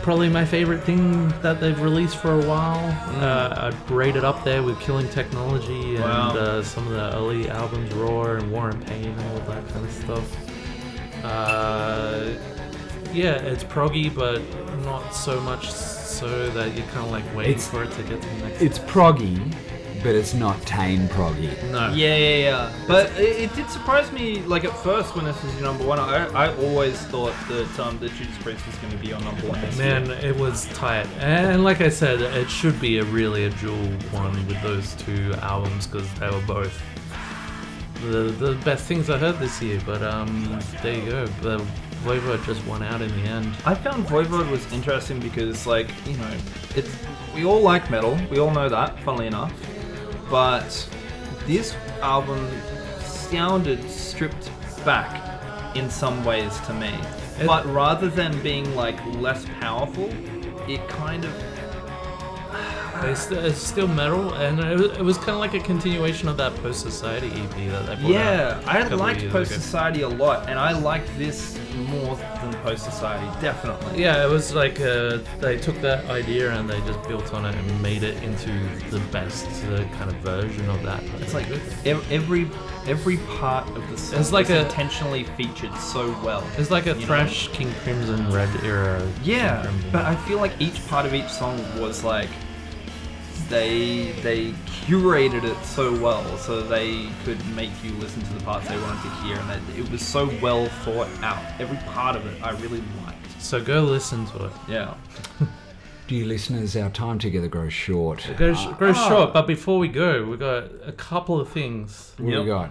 [SPEAKER 1] probably my favorite thing that they've released for a while.
[SPEAKER 2] Mm.
[SPEAKER 1] Uh, I'd rate it up there with Killing Technology and
[SPEAKER 3] Wow.
[SPEAKER 1] uh, some of the early albums, Roar and War and Pain and all that kind of stuff. Uh, yeah, it's proggy, but not so much so that you're kind of like waiting
[SPEAKER 2] It's-
[SPEAKER 1] for it to get to the next.
[SPEAKER 2] it's proggy, but it's not tame proggy.
[SPEAKER 1] no.
[SPEAKER 3] Yeah, yeah, yeah. But it, it did surprise me. Like at first, when this was your number one, I, I always thought that um, the Judas Priest was going to be on number one. this year.
[SPEAKER 1] Man, it was tight. And like I said, it should be a really a dual one with those two albums because they were both the the best things I heard this year. But um, there you go. The Voivod just won out in the end.
[SPEAKER 3] I found Voivod was interesting because, like, you know, it's we all like metal, we all know that, funnily enough, but this album sounded stripped back in some ways to me.
[SPEAKER 1] It-
[SPEAKER 3] but rather than being like less powerful, it kind of
[SPEAKER 1] It's, st- it's still metal, and it was, it was kind of like a continuation of that Post Society EP that they put out.
[SPEAKER 3] yeah. I
[SPEAKER 1] couple of
[SPEAKER 3] liked
[SPEAKER 1] years
[SPEAKER 3] Post
[SPEAKER 1] ago.
[SPEAKER 3] Society a lot, and I liked this more than Post Society, definitely.
[SPEAKER 1] Yeah, it was like uh, they took that idea and they just built on it and made it into the best uh, kind of version of that.
[SPEAKER 3] It's like ev- every every part of the song
[SPEAKER 1] It's like
[SPEAKER 3] is
[SPEAKER 1] a-
[SPEAKER 3] intentionally featured so well.
[SPEAKER 1] It's like a
[SPEAKER 3] you know?
[SPEAKER 1] thrash King Crimson Red era. King
[SPEAKER 3] Yeah,
[SPEAKER 1] Crimson.
[SPEAKER 3] but I feel like each part of each song was like they they curated it so well, so they could make you listen to the parts they wanted to hear, and that it was so well thought out. Every part of it, I really liked.
[SPEAKER 1] So go listen to it.
[SPEAKER 3] Yeah.
[SPEAKER 2] Dear listeners, our time together grows short. What
[SPEAKER 1] Go, sh- go short. But before we go, we've got a couple of things.
[SPEAKER 2] do we got?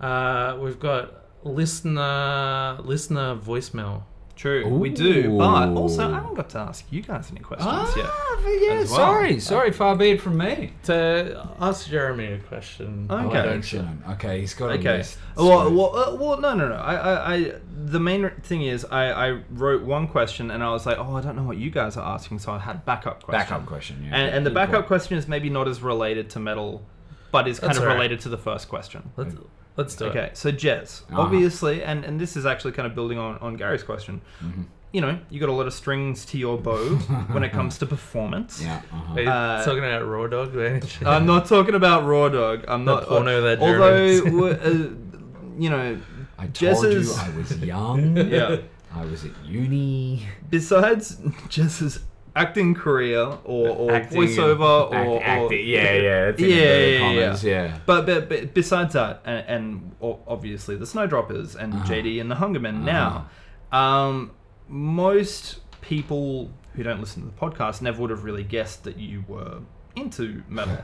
[SPEAKER 1] Uh, we've got listener listener voicemail.
[SPEAKER 3] True, we do. But also,
[SPEAKER 2] Ooh.
[SPEAKER 3] I haven't got to ask you guys any questions yet.
[SPEAKER 2] Ah, yeah,
[SPEAKER 3] As well. Uh,
[SPEAKER 2] sorry, sorry, far be it from me. Oh,
[SPEAKER 1] To ask Jeremy a question.
[SPEAKER 3] Okay.
[SPEAKER 1] Why don't you?
[SPEAKER 2] Excellent. Okay, he's got a
[SPEAKER 3] Okay.
[SPEAKER 2] list.
[SPEAKER 3] Well,
[SPEAKER 2] Sweet.
[SPEAKER 3] well, uh, well, no, no, no. I, I, I, the main r- thing is, I, I wrote one question and I was like, oh, I don't know what you guys are asking, so I had a backup question.
[SPEAKER 2] backup question. Yeah.
[SPEAKER 3] And, and the
[SPEAKER 2] Good
[SPEAKER 3] backup
[SPEAKER 2] point.
[SPEAKER 3] question is maybe not as related to metal, but is kind
[SPEAKER 1] That's
[SPEAKER 3] of
[SPEAKER 1] all right.
[SPEAKER 3] related to the first question.
[SPEAKER 1] Let's let's do
[SPEAKER 3] Okay,
[SPEAKER 1] it.
[SPEAKER 3] so Jez,
[SPEAKER 2] Uh-huh.
[SPEAKER 3] obviously, and, and this is actually kind of building on, on Gary's question. You know, you got a lot of strings to your bow when it comes to performance.
[SPEAKER 2] Yeah. uh-huh.
[SPEAKER 1] Are you
[SPEAKER 3] Uh,
[SPEAKER 1] talking about raw dog or anything?
[SPEAKER 3] I'm not talking about Raw Dog. I'm
[SPEAKER 1] The
[SPEAKER 3] not.
[SPEAKER 1] porno that
[SPEAKER 3] although,
[SPEAKER 1] Jeremy-
[SPEAKER 3] w- uh, you know,
[SPEAKER 2] I told
[SPEAKER 3] Jess's-
[SPEAKER 2] you I was young.
[SPEAKER 3] yeah.
[SPEAKER 2] I was at uni.
[SPEAKER 3] Besides Jess's acting career or, or
[SPEAKER 2] Acting and-
[SPEAKER 3] voiceover
[SPEAKER 2] act-
[SPEAKER 3] or, or
[SPEAKER 2] acting, yeah, yeah, it's in
[SPEAKER 3] yeah,
[SPEAKER 2] the
[SPEAKER 3] yeah, yeah,
[SPEAKER 2] comments, yeah.
[SPEAKER 3] But, but but besides that, and, and o- obviously the Snowdroppers and
[SPEAKER 2] Uh-huh.
[SPEAKER 3] JD and the Hungermen now, um, most people who don't listen to the podcast never would have really guessed that you were into metal.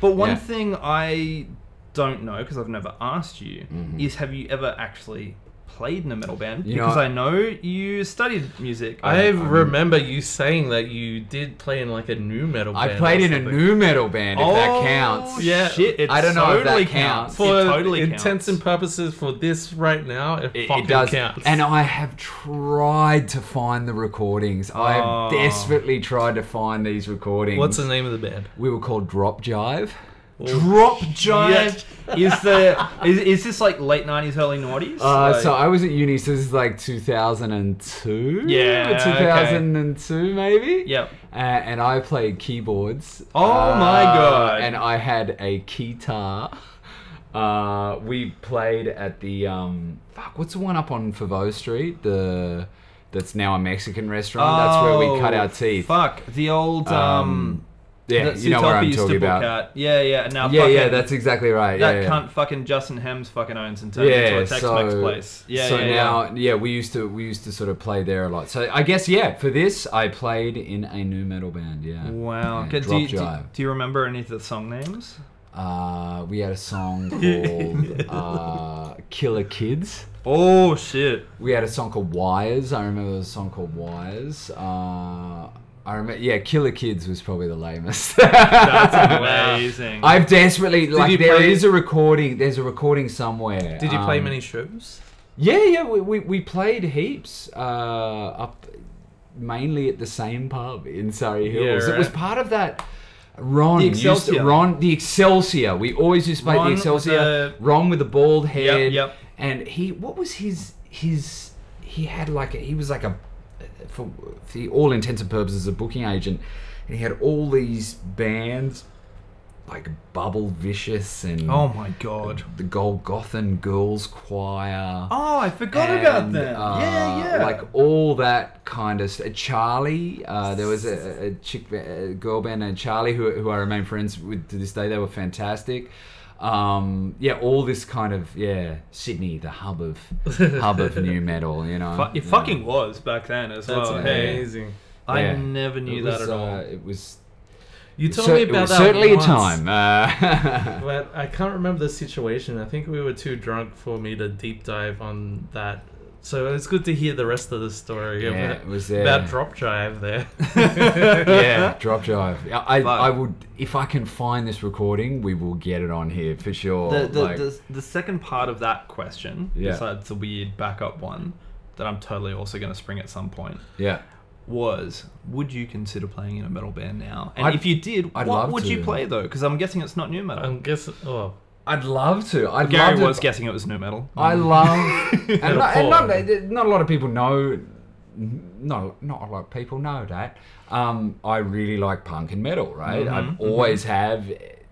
[SPEAKER 3] but one
[SPEAKER 2] Yeah.
[SPEAKER 3] thing I don't know because I've never asked you is have you ever actually played in a metal band?
[SPEAKER 2] Mm-hmm. You know,
[SPEAKER 3] because
[SPEAKER 2] I-
[SPEAKER 3] I know you studied music.
[SPEAKER 1] I remember you saying that you did play in like a new metal.
[SPEAKER 2] I
[SPEAKER 1] band
[SPEAKER 2] played
[SPEAKER 1] or
[SPEAKER 2] in a
[SPEAKER 1] something.
[SPEAKER 2] new metal band, if that counts.
[SPEAKER 1] yeah.
[SPEAKER 3] Shit, Oh, it
[SPEAKER 2] I don't know if that
[SPEAKER 3] totally
[SPEAKER 2] counts.
[SPEAKER 3] It
[SPEAKER 1] For
[SPEAKER 3] totally
[SPEAKER 1] intents
[SPEAKER 3] counts.
[SPEAKER 1] and purposes, for this right now, it,
[SPEAKER 2] It,
[SPEAKER 1] fucking
[SPEAKER 2] it does.
[SPEAKER 1] counts.
[SPEAKER 2] And I have tried to find the recordings. I
[SPEAKER 3] Oh.
[SPEAKER 2] have desperately tried to find these recordings.
[SPEAKER 1] What's the name of the band?
[SPEAKER 2] We were called Drop Jive.
[SPEAKER 3] Drop Giant is the is, is this like late nineties, early noughties?
[SPEAKER 2] Uh,
[SPEAKER 3] Like-
[SPEAKER 2] so I was at uni, so this is like 2002?
[SPEAKER 3] Yeah, okay.
[SPEAKER 2] 2002 maybe?
[SPEAKER 3] Yep.
[SPEAKER 2] Uh, and I played keyboards. Uh,
[SPEAKER 3] Oh my God.
[SPEAKER 2] And I had a guitar. Uh, we played at the, um, fuck, what's the one up on Favreau Street? The, that's now a Mexican restaurant. Um, that's where we cut
[SPEAKER 3] Oh,
[SPEAKER 2] our teeth.
[SPEAKER 3] Fuck the old um.
[SPEAKER 2] yeah,
[SPEAKER 3] that
[SPEAKER 2] you know what
[SPEAKER 3] Sutopi
[SPEAKER 2] I'm
[SPEAKER 3] used to
[SPEAKER 2] talking
[SPEAKER 3] book
[SPEAKER 2] about.
[SPEAKER 3] out. Yeah, yeah. Now
[SPEAKER 2] Yeah,
[SPEAKER 3] fucking,
[SPEAKER 2] yeah, that's exactly right.
[SPEAKER 3] that
[SPEAKER 2] yeah, yeah.
[SPEAKER 3] cunt fucking Justin Hems fucking owns and turns into a Tex-Mex place. Yeah,
[SPEAKER 2] so
[SPEAKER 3] yeah, yeah.
[SPEAKER 2] now, yeah. we used to we used to sort of play there a lot. So I guess yeah, for this I played in a new metal band. Yeah.
[SPEAKER 3] Wow.
[SPEAKER 2] Yeah,
[SPEAKER 3] Okay, do,
[SPEAKER 2] Drop
[SPEAKER 3] you, do,
[SPEAKER 2] Jive.
[SPEAKER 3] do you remember any of the song names?
[SPEAKER 2] Uh, we had a song called uh, Killer Kids.
[SPEAKER 3] Oh shit.
[SPEAKER 2] We had a song called Wires. I remember there was a song called Wires. Uh, I remember, yeah, Killer Kids was probably the lamest.
[SPEAKER 3] That's amazing.
[SPEAKER 2] I've desperately
[SPEAKER 1] you
[SPEAKER 2] like there is
[SPEAKER 1] play-
[SPEAKER 2] a recording. There's a recording somewhere.
[SPEAKER 1] Did you play
[SPEAKER 2] um,
[SPEAKER 1] many shows?
[SPEAKER 2] Yeah, yeah, we, we, we played heaps uh, up mainly at the same pub in Surrey Hills.
[SPEAKER 1] Yeah,
[SPEAKER 2] It was
[SPEAKER 1] right.
[SPEAKER 2] part of that. Ron,
[SPEAKER 3] The
[SPEAKER 2] used to-
[SPEAKER 3] Excelsior.
[SPEAKER 2] Ron, the Excelsior. We always used to play
[SPEAKER 3] Ron
[SPEAKER 2] the
[SPEAKER 3] with
[SPEAKER 2] Excelsior.
[SPEAKER 3] the-
[SPEAKER 2] Ron with the bald head.
[SPEAKER 3] yep.
[SPEAKER 2] And he, what was his his? He had like a, he was like a, for, for the all intents and purposes, a booking agent. And he had all these bands, like Bubble Vicious and
[SPEAKER 3] oh my god.
[SPEAKER 2] the Golgothan Girls Choir.
[SPEAKER 3] Oh, I forgot
[SPEAKER 2] And,
[SPEAKER 3] about them.
[SPEAKER 2] uh,
[SPEAKER 3] yeah, yeah.
[SPEAKER 2] Like all that kind of stuff. Charlie, uh, there was a, a chick, ba- a girl band named Charlie who, who I remain friends with to this day. They were fantastic. Um, yeah, all this kind of yeah, Sydney, the hub of hub of new metal. You know,
[SPEAKER 3] Fu- it
[SPEAKER 2] Yeah.
[SPEAKER 3] fucking was back then as
[SPEAKER 1] That's
[SPEAKER 3] well. Hey,
[SPEAKER 1] amazing.
[SPEAKER 3] I
[SPEAKER 2] Yeah.
[SPEAKER 3] never knew
[SPEAKER 2] It
[SPEAKER 3] that
[SPEAKER 2] was,
[SPEAKER 3] at all.
[SPEAKER 2] uh, it was.
[SPEAKER 1] You told
[SPEAKER 2] cer-
[SPEAKER 1] me
[SPEAKER 2] it
[SPEAKER 1] about
[SPEAKER 2] was
[SPEAKER 1] that
[SPEAKER 2] certainly
[SPEAKER 1] once,
[SPEAKER 2] a time. Uh,
[SPEAKER 1] but I can't remember the situation. I think we were too drunk for me to deep dive on that. So it's good to hear the rest of the story
[SPEAKER 2] Yeah,
[SPEAKER 1] about,
[SPEAKER 2] it was, uh,
[SPEAKER 1] about drop drive there.
[SPEAKER 2] yeah, drop drive. I, I,
[SPEAKER 3] Fuck.
[SPEAKER 2] I would if I can find this recording, we will get it on here for sure.
[SPEAKER 3] the, the,
[SPEAKER 2] like-
[SPEAKER 3] the, the second part of that question,
[SPEAKER 2] Yeah.
[SPEAKER 3] besides the weird backup one that I'm totally also going to spring at some point,
[SPEAKER 2] yeah.
[SPEAKER 3] was would you consider playing in a metal band now? And
[SPEAKER 2] I'd-
[SPEAKER 3] if you did,
[SPEAKER 2] I'd
[SPEAKER 3] what
[SPEAKER 2] love
[SPEAKER 3] would
[SPEAKER 2] to.
[SPEAKER 3] you play though? Because I'm guessing it's not new metal.
[SPEAKER 1] I'm guessing. Oh,
[SPEAKER 2] I'd love to. I'd
[SPEAKER 3] Gary
[SPEAKER 2] love to.
[SPEAKER 3] was guessing it was new metal.
[SPEAKER 2] I love, and, not, and
[SPEAKER 1] Paul.
[SPEAKER 2] not, not a lot of people know, not not a lot of people know that. Um, I really like punk and metal, right?
[SPEAKER 3] Mm-hmm,
[SPEAKER 2] I've always have,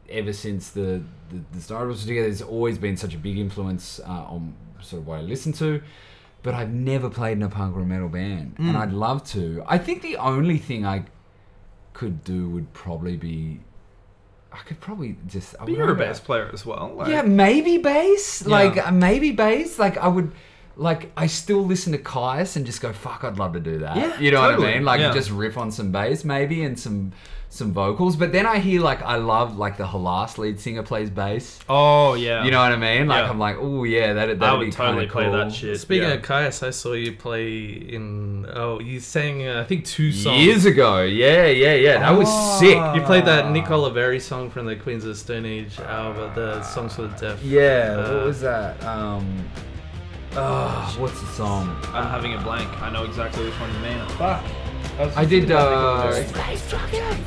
[SPEAKER 2] ever since the the, the Star Wars together. It's always been such a big influence uh, on sort of what I listen to. But I've
[SPEAKER 3] Mm.
[SPEAKER 2] never played in a punk or a metal band, and I'd love to. I think the only thing I could do would probably be. I could probably just. I
[SPEAKER 4] But
[SPEAKER 2] would
[SPEAKER 4] you're a
[SPEAKER 2] only-
[SPEAKER 4] bass player as well. Like,
[SPEAKER 2] Yeah, maybe bass. Like
[SPEAKER 4] Yeah.
[SPEAKER 2] uh, maybe bass. Like I would. Like I still listen to Caius and just go, fuck, I'd love to do that.
[SPEAKER 4] Yeah,
[SPEAKER 2] you know what
[SPEAKER 4] totally.
[SPEAKER 2] I mean? Like
[SPEAKER 4] Yeah.
[SPEAKER 2] just riff on some bass maybe and some some vocals. But then I hear like I love like the Halas lead singer plays bass.
[SPEAKER 4] Oh yeah.
[SPEAKER 2] You know what I mean? Like
[SPEAKER 4] Yeah.
[SPEAKER 2] I'm like, oh yeah, that that'd
[SPEAKER 4] I
[SPEAKER 2] be
[SPEAKER 4] would totally
[SPEAKER 2] kinda
[SPEAKER 4] play
[SPEAKER 2] cool.
[SPEAKER 4] that shit.
[SPEAKER 1] Speaking
[SPEAKER 4] yeah.
[SPEAKER 1] of Caius, I saw you play in. Oh, you sang uh, I think two songs.
[SPEAKER 2] Years ago, yeah, yeah, yeah. That was sick. Ah.
[SPEAKER 1] You played that Nick Oliveri song from the Queens of the Stone Age album, the Songs for the Deaf.
[SPEAKER 2] Yeah,
[SPEAKER 1] Uh,
[SPEAKER 2] what was that? Um, oh, what's the song?
[SPEAKER 4] I'm having a blank. I know exactly which one you mean.
[SPEAKER 3] Fuck. was
[SPEAKER 2] I did.
[SPEAKER 3] thinking about
[SPEAKER 2] Uh,
[SPEAKER 3] Nicola Berry.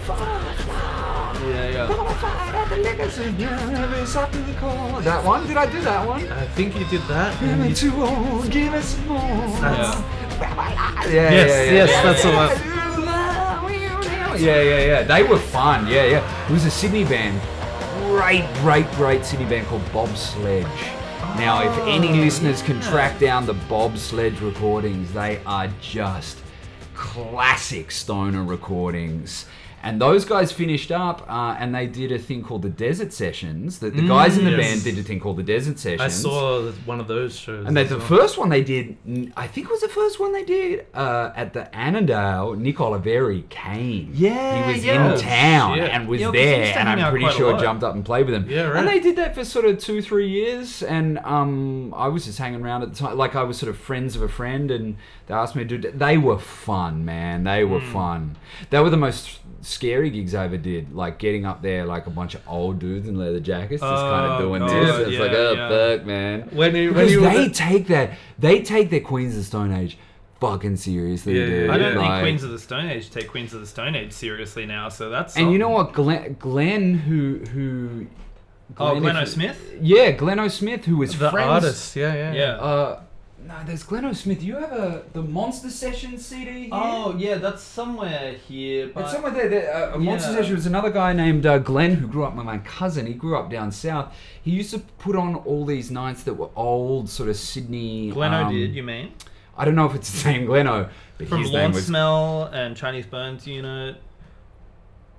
[SPEAKER 4] Yeah, yeah.
[SPEAKER 2] that one? Did I do that one?
[SPEAKER 1] I think you did that. and you-
[SPEAKER 2] Too old, give us more.
[SPEAKER 1] that's- Yes,
[SPEAKER 2] Yeah, yeah, yeah,
[SPEAKER 1] yes,
[SPEAKER 2] yeah.
[SPEAKER 1] that's the one.
[SPEAKER 2] Yeah, yeah, yeah. They were fun. Yeah, yeah. It was a Sydney band. Great, great, great Sydney band called Bob Sledge. Now, if
[SPEAKER 1] Oh,
[SPEAKER 2] any listeners can track down the Bob Sledge recordings, they are just classic stoner recordings. And those guys finished up uh, and they did a thing called the Desert Sessions. The, the guys in the
[SPEAKER 1] Mm, yes.
[SPEAKER 2] band did a thing called the Desert Sessions.
[SPEAKER 1] I saw one of those shows.
[SPEAKER 2] And they,
[SPEAKER 1] as
[SPEAKER 2] the
[SPEAKER 1] well.
[SPEAKER 2] first one they did, n- I think was the first one they did uh, at the Annandale. Nick Oliveri came.
[SPEAKER 4] Yeah,
[SPEAKER 2] he was
[SPEAKER 4] yeah.
[SPEAKER 2] in town
[SPEAKER 1] Shit.
[SPEAKER 2] and was
[SPEAKER 4] Yeah, 'cause he used
[SPEAKER 2] there,
[SPEAKER 4] to
[SPEAKER 2] and
[SPEAKER 4] hang
[SPEAKER 2] I'm
[SPEAKER 4] out
[SPEAKER 2] pretty
[SPEAKER 4] quite a
[SPEAKER 2] sure
[SPEAKER 4] lot.
[SPEAKER 2] jumped up and played with them.
[SPEAKER 1] Yeah, right.
[SPEAKER 2] And they did that for sort of two, three years, and um, I was just hanging around at the time, like I was sort of friends of a friend, and they asked me to do. They were fun, man. They were
[SPEAKER 4] Hmm.
[SPEAKER 2] fun. They were the most scary gigs I ever did. Like getting up there, like a bunch of old dudes in leather jackets, just kind
[SPEAKER 4] Oh,
[SPEAKER 2] of doing
[SPEAKER 4] God,
[SPEAKER 2] this. It's
[SPEAKER 4] yeah,
[SPEAKER 2] like, oh
[SPEAKER 4] yeah.
[SPEAKER 2] fuck, man.
[SPEAKER 1] when you, when
[SPEAKER 2] Because
[SPEAKER 1] you were
[SPEAKER 2] they
[SPEAKER 1] the-
[SPEAKER 2] take that, they take their Queens of the Stone Age fucking seriously.
[SPEAKER 1] Yeah, yeah,
[SPEAKER 2] dude.
[SPEAKER 1] yeah.
[SPEAKER 4] I don't think
[SPEAKER 2] Like-
[SPEAKER 4] Queens of the Stone Age take Queens of the Stone Age seriously now, so that's.
[SPEAKER 2] And you
[SPEAKER 4] something.
[SPEAKER 2] know what, Glenn, Glenn who who?
[SPEAKER 4] Oh,
[SPEAKER 2] if-
[SPEAKER 4] Glenn O. Smith.
[SPEAKER 2] Yeah, Glenn O. Smith, who was
[SPEAKER 1] the
[SPEAKER 2] friends.
[SPEAKER 1] artist, yeah, yeah,
[SPEAKER 4] Yeah.
[SPEAKER 2] Uh, no, there's Glenn O. Smith. You have a the Monster Session CD here.
[SPEAKER 1] Oh,
[SPEAKER 4] yeah, that's somewhere here.
[SPEAKER 2] But somewhere there, there uh, a Monster
[SPEAKER 4] Yeah.
[SPEAKER 2] Session was another guy named uh, Glenn who grew up with my cousin. He grew up down south. He used to put on all these nights that were old, sort of Sydney.
[SPEAKER 4] Gleno
[SPEAKER 2] um,
[SPEAKER 4] did. You mean
[SPEAKER 2] I don't know if it's the same Gleno, but
[SPEAKER 4] from
[SPEAKER 2] his name
[SPEAKER 4] Lawn
[SPEAKER 2] was
[SPEAKER 4] Smell and Chinese Burns Unit?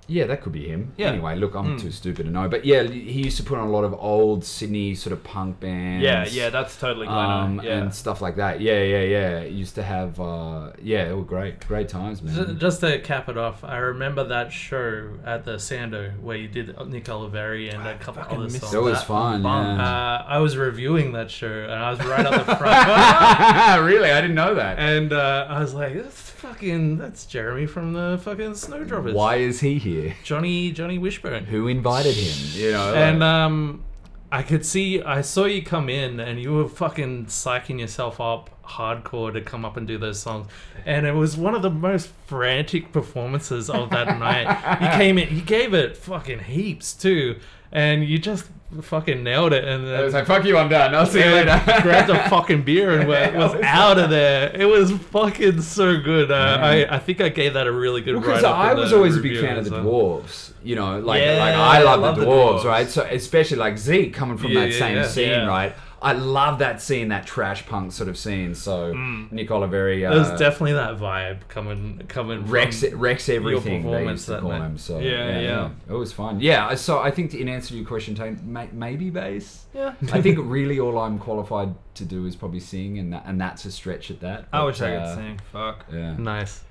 [SPEAKER 2] Yeah, that could be him.
[SPEAKER 4] Yeah.
[SPEAKER 2] Anyway, look, I'm
[SPEAKER 4] Mm.
[SPEAKER 2] too stupid to know, but yeah, he used to put on a lot of old Sydney sort of punk bands.
[SPEAKER 4] Yeah, yeah, that's totally Gleno.
[SPEAKER 2] um,
[SPEAKER 4] yeah.
[SPEAKER 2] and stuff like that. Yeah, yeah, yeah. Used to have, uh, yeah, it were great, great times,
[SPEAKER 1] Ju-
[SPEAKER 2] man.
[SPEAKER 1] Just to cap it off, I remember that show at the Sando where you did Nick Oliveri and a couple
[SPEAKER 4] fucking
[SPEAKER 1] other
[SPEAKER 4] miss
[SPEAKER 1] songs.
[SPEAKER 2] That was
[SPEAKER 4] that
[SPEAKER 2] fun.
[SPEAKER 4] bump.
[SPEAKER 2] Yeah.
[SPEAKER 1] Uh, I was reviewing that show and I was right up the front.
[SPEAKER 4] uh,
[SPEAKER 2] really, I didn't know that.
[SPEAKER 1] And uh, I was like, that's fucking, that's Jeremy from the fucking Snowdroppers.
[SPEAKER 2] Why is he here?
[SPEAKER 1] Johnny, Johnny Wishbone.
[SPEAKER 2] Who invited him? You know, like-
[SPEAKER 1] And um, I could see, I saw you come in, and you were fucking psyching yourself up hardcore to come up and do those songs. And it was one of the most frantic performances of that night. You came in, you gave it fucking heaps too, and you just fucking nailed it. And
[SPEAKER 2] I
[SPEAKER 4] uh,
[SPEAKER 1] then
[SPEAKER 2] was like, "Fuck you, I'm done. I'll see you
[SPEAKER 1] and
[SPEAKER 2] later."
[SPEAKER 1] grabbed a fucking beer and went, was out of there. It was fucking so good. Uh, I, I think I gave that a really good
[SPEAKER 2] Because
[SPEAKER 1] write up.
[SPEAKER 2] Mm-hmm. I was always a big fan of the dwarves, you know, like
[SPEAKER 4] Yeah,
[SPEAKER 2] like I love,
[SPEAKER 4] love
[SPEAKER 2] the
[SPEAKER 4] the
[SPEAKER 2] dwarves,
[SPEAKER 4] dwarves.
[SPEAKER 2] right? So especially like Zeke coming from
[SPEAKER 1] Yeah,
[SPEAKER 2] that
[SPEAKER 1] yeah,
[SPEAKER 2] same
[SPEAKER 1] yeah.
[SPEAKER 2] scene,
[SPEAKER 4] Yeah.
[SPEAKER 2] right? I love that scene, that trash punk sort of scene. So Nick Oliveri
[SPEAKER 1] It was
[SPEAKER 2] uh,
[SPEAKER 1] definitely that vibe coming coming from-
[SPEAKER 2] wrecks it, wrecks everything. They
[SPEAKER 1] performance
[SPEAKER 2] used to
[SPEAKER 1] that
[SPEAKER 2] call
[SPEAKER 1] night.
[SPEAKER 2] him. So
[SPEAKER 4] Yeah, yeah.
[SPEAKER 2] it was fun. Yeah, I- so I think to, in answer to your question, Tony, may, maybe bass.
[SPEAKER 4] Yeah.
[SPEAKER 2] I think really all I'm qualified to do is probably sing, and that, and that's a stretch at that.
[SPEAKER 4] I wish
[SPEAKER 2] but,
[SPEAKER 4] I could
[SPEAKER 2] uh,
[SPEAKER 4] sing. Fuck.
[SPEAKER 2] Yeah.
[SPEAKER 1] Nice.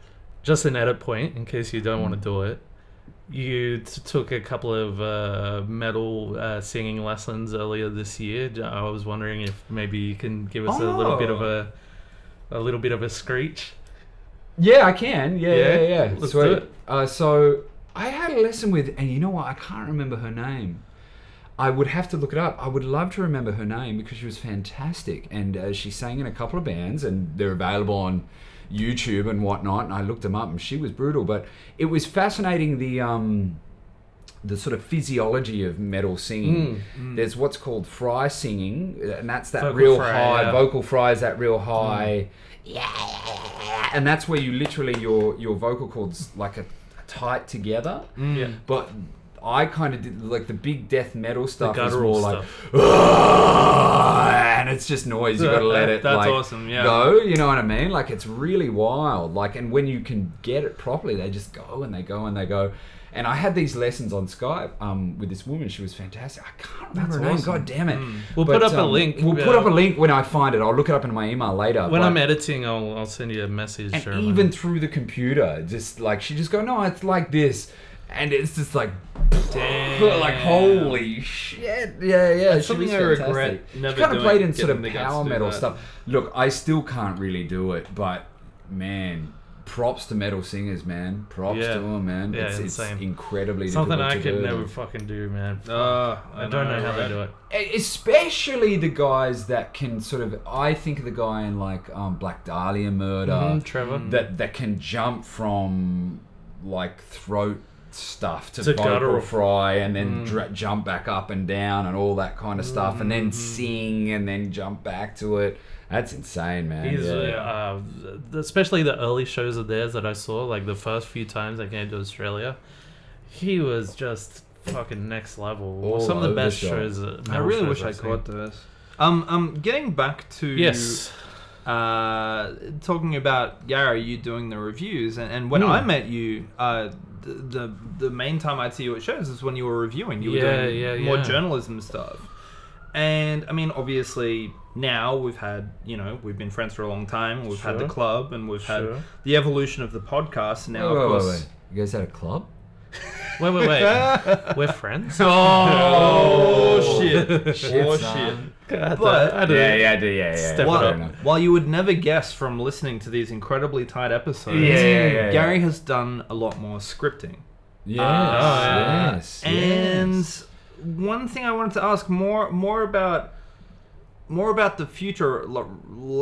[SPEAKER 1] Just an edit point in case you don't
[SPEAKER 2] Mm.
[SPEAKER 1] want to do it. You t- took a couple of uh, metal uh, singing lessons earlier this year. J- I was wondering if maybe you can give us a little bit of
[SPEAKER 2] Oh.
[SPEAKER 1] a a little bit of a screech.
[SPEAKER 2] Yeah, I can. Yeah,
[SPEAKER 1] Yeah?
[SPEAKER 2] yeah, yeah.
[SPEAKER 1] Let's
[SPEAKER 2] Sweet.
[SPEAKER 1] do it.
[SPEAKER 2] Uh, so I had a lesson with, and you know what? I can't remember her name. I would have to look it up. I would love to remember her name because she was fantastic, and uh, she sang in a couple of bands, and they're available on YouTube and whatnot. And I looked them up, and she was brutal. But it was fascinating the um, the sort of physiology of metal singing.
[SPEAKER 1] Hmm,
[SPEAKER 2] There's what's called fry singing, and that's that
[SPEAKER 1] Vocal
[SPEAKER 2] real
[SPEAKER 1] fry,
[SPEAKER 2] high
[SPEAKER 1] yeah.
[SPEAKER 2] vocal fry is that real high. And that's where you literally your your vocal cords like are tight together.
[SPEAKER 1] Yeah.
[SPEAKER 2] But I kind of did like the big death metal stuff is
[SPEAKER 1] guttural
[SPEAKER 2] more like, "Ah," and it's just noise. You
[SPEAKER 1] That-
[SPEAKER 2] got to let
[SPEAKER 1] that-
[SPEAKER 2] it
[SPEAKER 3] that's
[SPEAKER 2] like
[SPEAKER 3] awesome, yeah.
[SPEAKER 2] go. You know what I mean? Like it's really wild. Like and when you can get it properly, they just go and they go and they go. And I had these lessons on Skype um, with this woman. She was fantastic. I can't remember her name. God damn it.
[SPEAKER 1] We'll put up a link,
[SPEAKER 2] um, We'll put
[SPEAKER 1] yeah.
[SPEAKER 2] up a link when I find it. I'll look it up in my email later.
[SPEAKER 1] When
[SPEAKER 2] but-
[SPEAKER 1] I'm editing, I'll, I'll send you a message.
[SPEAKER 2] and
[SPEAKER 1] Jeremiah.
[SPEAKER 2] even through the computer, just like she just go, no, it's like this, and it's just like, like holy shit, yeah, yeah. she
[SPEAKER 3] something
[SPEAKER 2] was
[SPEAKER 3] I regret
[SPEAKER 2] fantastic. She
[SPEAKER 3] never
[SPEAKER 2] kind of
[SPEAKER 3] doing,
[SPEAKER 2] played in sort
[SPEAKER 3] getting
[SPEAKER 2] of
[SPEAKER 3] the guts
[SPEAKER 2] power
[SPEAKER 3] to do
[SPEAKER 2] metal
[SPEAKER 3] that.
[SPEAKER 2] stuff. Look, I still can't really do it, but man. Props to metal singers, man. Props
[SPEAKER 1] Yeah.
[SPEAKER 2] to them, man.
[SPEAKER 1] Yeah,
[SPEAKER 2] it's, it's
[SPEAKER 1] insane.
[SPEAKER 2] incredibly
[SPEAKER 1] something
[SPEAKER 2] difficult
[SPEAKER 1] I
[SPEAKER 2] to
[SPEAKER 1] could
[SPEAKER 2] do. Oh,
[SPEAKER 1] never fucking do, man.
[SPEAKER 4] Oh,
[SPEAKER 3] Uh,
[SPEAKER 1] I don't know, how they do it.
[SPEAKER 2] e-, especially the guys that can sort of I think of the guy in like um, Black Dahlia murder
[SPEAKER 1] Mhm, Trevor.
[SPEAKER 2] that that can jump from like throat stuff to,
[SPEAKER 1] To
[SPEAKER 2] vocal
[SPEAKER 1] guttural. Mm.
[SPEAKER 2] fry and then dra- jump back up and down and all that kind of stuff and
[SPEAKER 1] Mm-hmm.
[SPEAKER 2] then sing and then jump back to it that's insane man
[SPEAKER 1] He's,
[SPEAKER 2] yeah.
[SPEAKER 1] uh, uh, th- especially the early shows of theirs that I saw, like the first few times I came to Australia, he was just fucking next level.
[SPEAKER 2] All
[SPEAKER 1] Some of the
[SPEAKER 2] over the
[SPEAKER 1] best
[SPEAKER 2] shop.
[SPEAKER 1] shows. uh,
[SPEAKER 3] I
[SPEAKER 1] metal
[SPEAKER 3] really
[SPEAKER 1] shows
[SPEAKER 3] wish I
[SPEAKER 1] I've seen.
[SPEAKER 3] caught this. Um, um, getting back to
[SPEAKER 1] Yes.
[SPEAKER 3] uh, talking about Yara, you doing the reviews, and, and when
[SPEAKER 1] Hmm.
[SPEAKER 3] I met you, uh, the, the the main time I'd see you at shows is when you were reviewing. You were
[SPEAKER 1] Yeah,
[SPEAKER 3] doing
[SPEAKER 1] yeah,
[SPEAKER 3] more
[SPEAKER 1] yeah.
[SPEAKER 3] journalism stuff, and I mean, obviously, now we've had you know we've been friends for a long time. We've had the
[SPEAKER 1] Sure.
[SPEAKER 3] club, and we've
[SPEAKER 1] Sure.
[SPEAKER 3] had the evolution of the podcast. and Now,
[SPEAKER 2] Wait,
[SPEAKER 3] of
[SPEAKER 2] wait, wait,
[SPEAKER 3] course,
[SPEAKER 2] wait. you guys had a club
[SPEAKER 1] Wait, wait, wait. We're friends? Oh,
[SPEAKER 3] oh shit, oh shit.
[SPEAKER 2] son. yeah
[SPEAKER 3] But-
[SPEAKER 2] yeah yeah yeah, yeah.
[SPEAKER 1] Step it
[SPEAKER 2] Fair
[SPEAKER 1] up.
[SPEAKER 2] enough.
[SPEAKER 3] While you would never guess from listening to these incredibly tight episodes,
[SPEAKER 2] Yeah, yeah, yeah,
[SPEAKER 3] Gary has done a lot more scripting.
[SPEAKER 2] yes,
[SPEAKER 1] Ah,
[SPEAKER 2] yes,
[SPEAKER 3] And
[SPEAKER 2] yes.
[SPEAKER 3] one thing I wanted to ask more more about more about the future, l-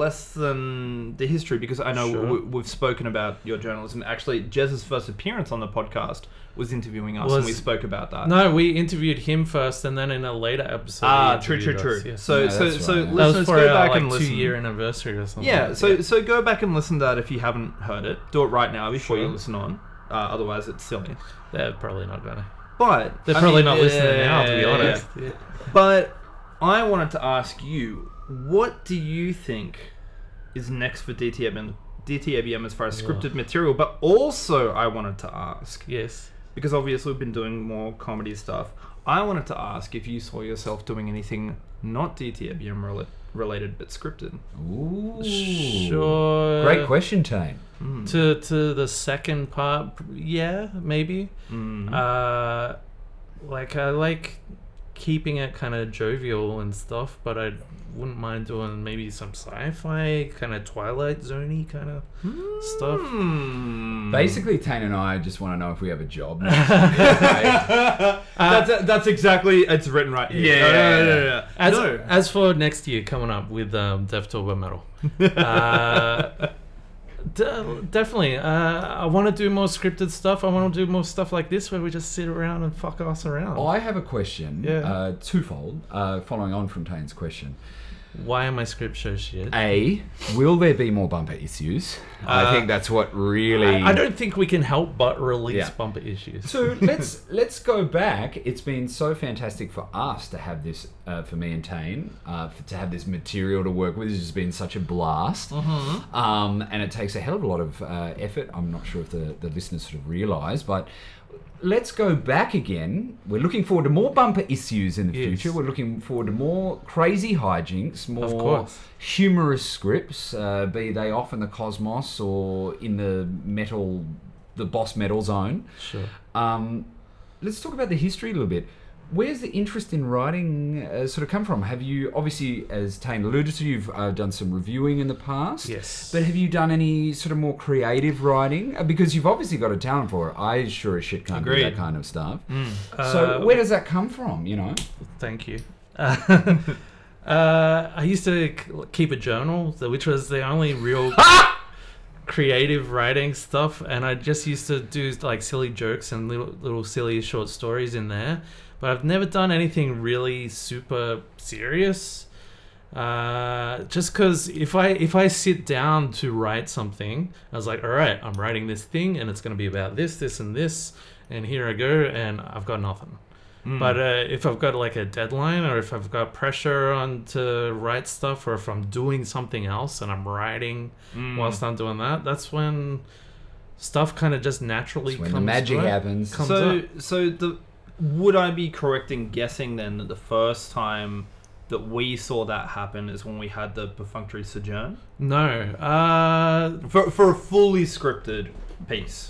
[SPEAKER 3] less than the history, because I know
[SPEAKER 1] Sure.
[SPEAKER 3] we, we've spoken about your journalism. Actually, Jez's first appearance on the podcast was interviewing us, and
[SPEAKER 1] Was-
[SPEAKER 3] we spoke about that.
[SPEAKER 1] No, we interviewed him first, and then in a later episode. he
[SPEAKER 3] ah, true, true,
[SPEAKER 1] interviewed
[SPEAKER 3] true.
[SPEAKER 1] us, yeah.
[SPEAKER 3] So,
[SPEAKER 2] Yeah,
[SPEAKER 3] so,
[SPEAKER 2] that's
[SPEAKER 3] so
[SPEAKER 2] right. That
[SPEAKER 1] that
[SPEAKER 3] listeners,
[SPEAKER 1] was for
[SPEAKER 3] go
[SPEAKER 1] our
[SPEAKER 3] back
[SPEAKER 1] like
[SPEAKER 3] and listen.
[SPEAKER 1] two-year anniversary or something.
[SPEAKER 3] Yeah, so so go back and listen to that if you haven't heard it. Do it right now before you
[SPEAKER 1] Sure.
[SPEAKER 3] listen on. Uh, otherwise, it's silly.
[SPEAKER 1] they're probably not gonna.
[SPEAKER 3] But
[SPEAKER 1] They're
[SPEAKER 3] I
[SPEAKER 1] probably
[SPEAKER 3] mean,
[SPEAKER 1] not listening
[SPEAKER 3] yeah,
[SPEAKER 1] now, to
[SPEAKER 3] yeah,
[SPEAKER 1] be
[SPEAKER 3] yeah.
[SPEAKER 1] honest.
[SPEAKER 3] But I wanted to ask you, what do you think is next for DTABM, DTABM as far as scripted material? But also, I wanted to ask
[SPEAKER 1] Yes.
[SPEAKER 3] because obviously we've been doing more comedy stuff. I wanted to ask if you saw yourself doing anything not DTABM rela- related but scripted.
[SPEAKER 2] Ooh.
[SPEAKER 1] Sure.
[SPEAKER 2] Great question, Tane.
[SPEAKER 1] to to the second part p- yeah maybe uh like i like keeping it kind of jovial and stuff but i wouldn't mind doing maybe some sci-fi kind of twilight zoney kind of stuff
[SPEAKER 3] Hmm.
[SPEAKER 1] Hmm.
[SPEAKER 3] Mm.
[SPEAKER 2] Basically, Tane and I just want to know if we have a job. Next year,
[SPEAKER 4] Uh,
[SPEAKER 3] that's that's exactly it's written right here.
[SPEAKER 2] Yeah,
[SPEAKER 4] Oh,
[SPEAKER 3] No,
[SPEAKER 2] yeah,
[SPEAKER 3] no, no,
[SPEAKER 2] yeah.
[SPEAKER 3] no, no.
[SPEAKER 1] as,
[SPEAKER 3] No.
[SPEAKER 1] as for next year coming up with um, Death Turbo Metal, uh, de- definitely. Uh, I want to do more scripted stuff. I want to do more stuff like this where we just sit around and fuck ass around.
[SPEAKER 2] I have a question,
[SPEAKER 1] Yeah.
[SPEAKER 2] uh, twofold, uh, following on from Tane's question.
[SPEAKER 1] Why am I script show shit?
[SPEAKER 2] A, will there be more bumper issues? I think that's what really.
[SPEAKER 1] Uh, I don't think we can help but release
[SPEAKER 2] Yeah.
[SPEAKER 1] bumper issues.
[SPEAKER 2] So let's let's go back. It's been so fantastic for us to have this, uh, for me and Tane, uh, f to have this material to work with. It's just been such a blast,
[SPEAKER 1] Mm-hmm.
[SPEAKER 2] um, and it takes a hell of a lot of uh, effort. I'm not sure if the, the listeners sort of realise, but let's go back again. We're looking forward to more bumper issues in the
[SPEAKER 1] Yes.
[SPEAKER 2] future. We're looking forward to more crazy hijinks, more
[SPEAKER 1] course.
[SPEAKER 2] humorous scripts, uh, be they off in the cosmos or in the metal, the boss metal zone.
[SPEAKER 1] Sure.
[SPEAKER 2] Um, let's talk about the history a little bit. Where's the interest in writing uh, sort of come from? Have you, obviously, as Tane alluded to, you've uh, done some reviewing in the past.
[SPEAKER 1] Yes.
[SPEAKER 2] But have you done any sort of more creative writing? Uh, Because you've obviously got a talent for it. I sure as shit can't do that
[SPEAKER 3] Agreed.
[SPEAKER 2] kind of stuff.
[SPEAKER 4] Mm,
[SPEAKER 1] Uh,
[SPEAKER 2] so where does that come from, you know?
[SPEAKER 1] Thank you. Uh, uh, I used to k- keep a journal, so- which was the only real
[SPEAKER 2] Ah!
[SPEAKER 1] creative writing stuff, and I just used to do like silly jokes and little little silly short stories in there. But I've never done anything really super serious. Uh, just because if I if I sit down to write something, I was like, all right, I'm writing this thing, and it's going to be about this, this, and this, and here I go, and I've got nothing.
[SPEAKER 2] Hmm.
[SPEAKER 1] But uh, if I've got like a deadline, or if I've got pressure on to write stuff, or if I'm doing something else and I'm writing
[SPEAKER 2] Hmm.
[SPEAKER 1] whilst I'm doing that, that's when stuff kind of just naturally
[SPEAKER 2] That's when the
[SPEAKER 1] comes.
[SPEAKER 2] magic
[SPEAKER 1] right-
[SPEAKER 2] happens.
[SPEAKER 1] comes
[SPEAKER 4] so
[SPEAKER 1] up.
[SPEAKER 4] so the would I be correct in guessing then that the first time that we saw that happen is when we had the perfunctory sojourn
[SPEAKER 1] No, uh,
[SPEAKER 4] for for a fully scripted piece.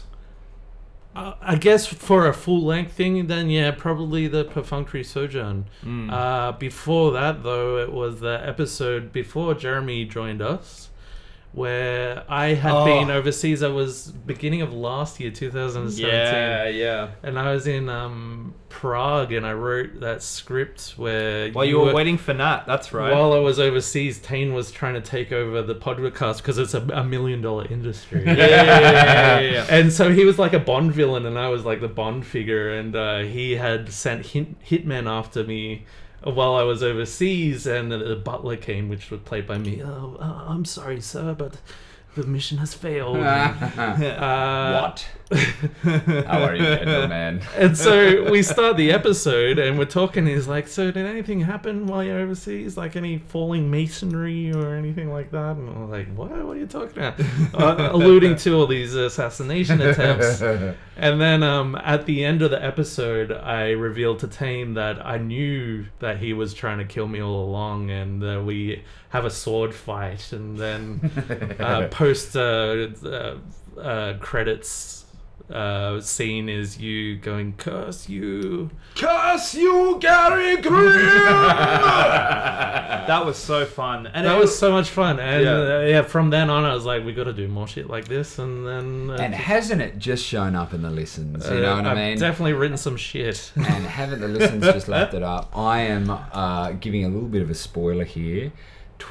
[SPEAKER 1] Uh, I guess for a full length thing, then yeah, probably the perfunctory sojourn.
[SPEAKER 4] Hmm.
[SPEAKER 1] Uh, before that, though, it was the episode before Jeremy joined us, where I had
[SPEAKER 4] Oh.
[SPEAKER 1] been overseas. I was beginning of last year, 2017,
[SPEAKER 4] Yeah, yeah.
[SPEAKER 1] and I was in um, Prague, and I wrote that script where
[SPEAKER 4] While you were waiting for Nat, that's right.
[SPEAKER 1] While I was overseas, Tane was trying to take over the podcast because it's a, a million dollar industry.
[SPEAKER 4] yeah, yeah, yeah, yeah, yeah, yeah.
[SPEAKER 1] And so he was like a Bond villain, and I was like the Bond figure, and uh, he had sent hit- hitmen after me while I was overseas, and the, the butler came, which was played by me. Oh, uh, I'm sorry, sir, but the mission has failed. Uh,
[SPEAKER 2] what? How are you, Daniel, man?
[SPEAKER 1] And so we start the episode, and we're talking. He's like, "So did anything happen while you're overseas? Like any falling masonry or anything like that?" And I'm like, "What? What are you talking about?" uh, alluding to all these assassination attempts. And then um, at the end of the episode, I revealed to Tame that I knew that he was trying to kill me all along, and uh, we have a sword fight, and then uh, post uh, uh, uh, credits uh, scene is you going curse you.
[SPEAKER 4] Curse you, Gary Green! that was so fun, and
[SPEAKER 1] That
[SPEAKER 4] it
[SPEAKER 1] was so much fun, and
[SPEAKER 4] Yeah.
[SPEAKER 1] yeah, uh, yeah from then on, I was like, we got to do more shit like this, and then uh,
[SPEAKER 2] And hasn't it just shown up in the listens? You
[SPEAKER 1] uh,
[SPEAKER 2] know what I
[SPEAKER 1] I've
[SPEAKER 2] mean?
[SPEAKER 1] Definitely written some shit.
[SPEAKER 2] and haven't the listeners just lapped it up? I am uh, giving a little bit of a spoiler here.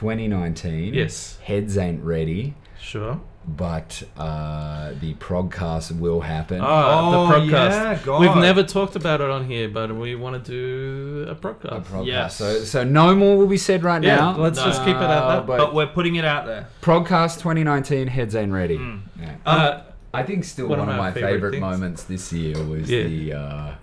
[SPEAKER 2] 2019.
[SPEAKER 1] Yes.
[SPEAKER 2] Heads ain't ready,
[SPEAKER 1] sure.
[SPEAKER 2] but uh, the progcast will happen.
[SPEAKER 1] Oh, the
[SPEAKER 4] Oh, yeah,
[SPEAKER 1] podcast.
[SPEAKER 4] God.
[SPEAKER 1] We've never talked about it on here, but we want to do a podcast.
[SPEAKER 2] A progcast.
[SPEAKER 4] yes.
[SPEAKER 2] So, so no more will be said right
[SPEAKER 1] Yeah,
[SPEAKER 2] now. Uh,
[SPEAKER 1] let's just keep it at that.
[SPEAKER 2] But,
[SPEAKER 4] but we're putting it out there.
[SPEAKER 2] progcast 2019. Heads ain't ready. Yeah.
[SPEAKER 1] uh,
[SPEAKER 2] I think still
[SPEAKER 1] One
[SPEAKER 2] one,
[SPEAKER 1] of
[SPEAKER 2] of
[SPEAKER 1] our
[SPEAKER 2] my
[SPEAKER 1] favourite
[SPEAKER 2] favourite
[SPEAKER 1] things.
[SPEAKER 2] moments this year was
[SPEAKER 1] Yeah.
[SPEAKER 2] the uh,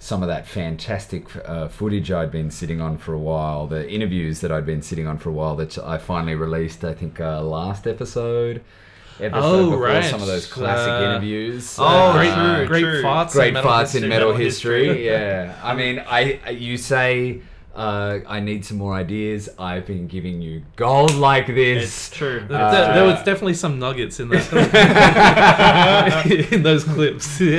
[SPEAKER 2] some of that fantastic uh, footage I'd been sitting on for a while, the interviews that I'd been sitting on for a while that I finally released. I think uh, last episode, episode
[SPEAKER 1] Oh,
[SPEAKER 2] before
[SPEAKER 1] right.
[SPEAKER 2] some of those classic
[SPEAKER 1] Uh,
[SPEAKER 2] interviews. uh,
[SPEAKER 4] Oh,
[SPEAKER 1] great,
[SPEAKER 4] true,
[SPEAKER 1] great
[SPEAKER 4] true.
[SPEAKER 1] farts.
[SPEAKER 2] great
[SPEAKER 1] in metal
[SPEAKER 2] parts in
[SPEAKER 1] history.
[SPEAKER 2] metal
[SPEAKER 4] metal
[SPEAKER 2] history.
[SPEAKER 4] history.
[SPEAKER 2] yeah, I mean, I I- you say. Uh, I need some more ideas. I've been giving you gold like
[SPEAKER 4] It's Uh,
[SPEAKER 2] this.
[SPEAKER 4] true.
[SPEAKER 1] Th- th- there was definitely some nuggets in that in those clips.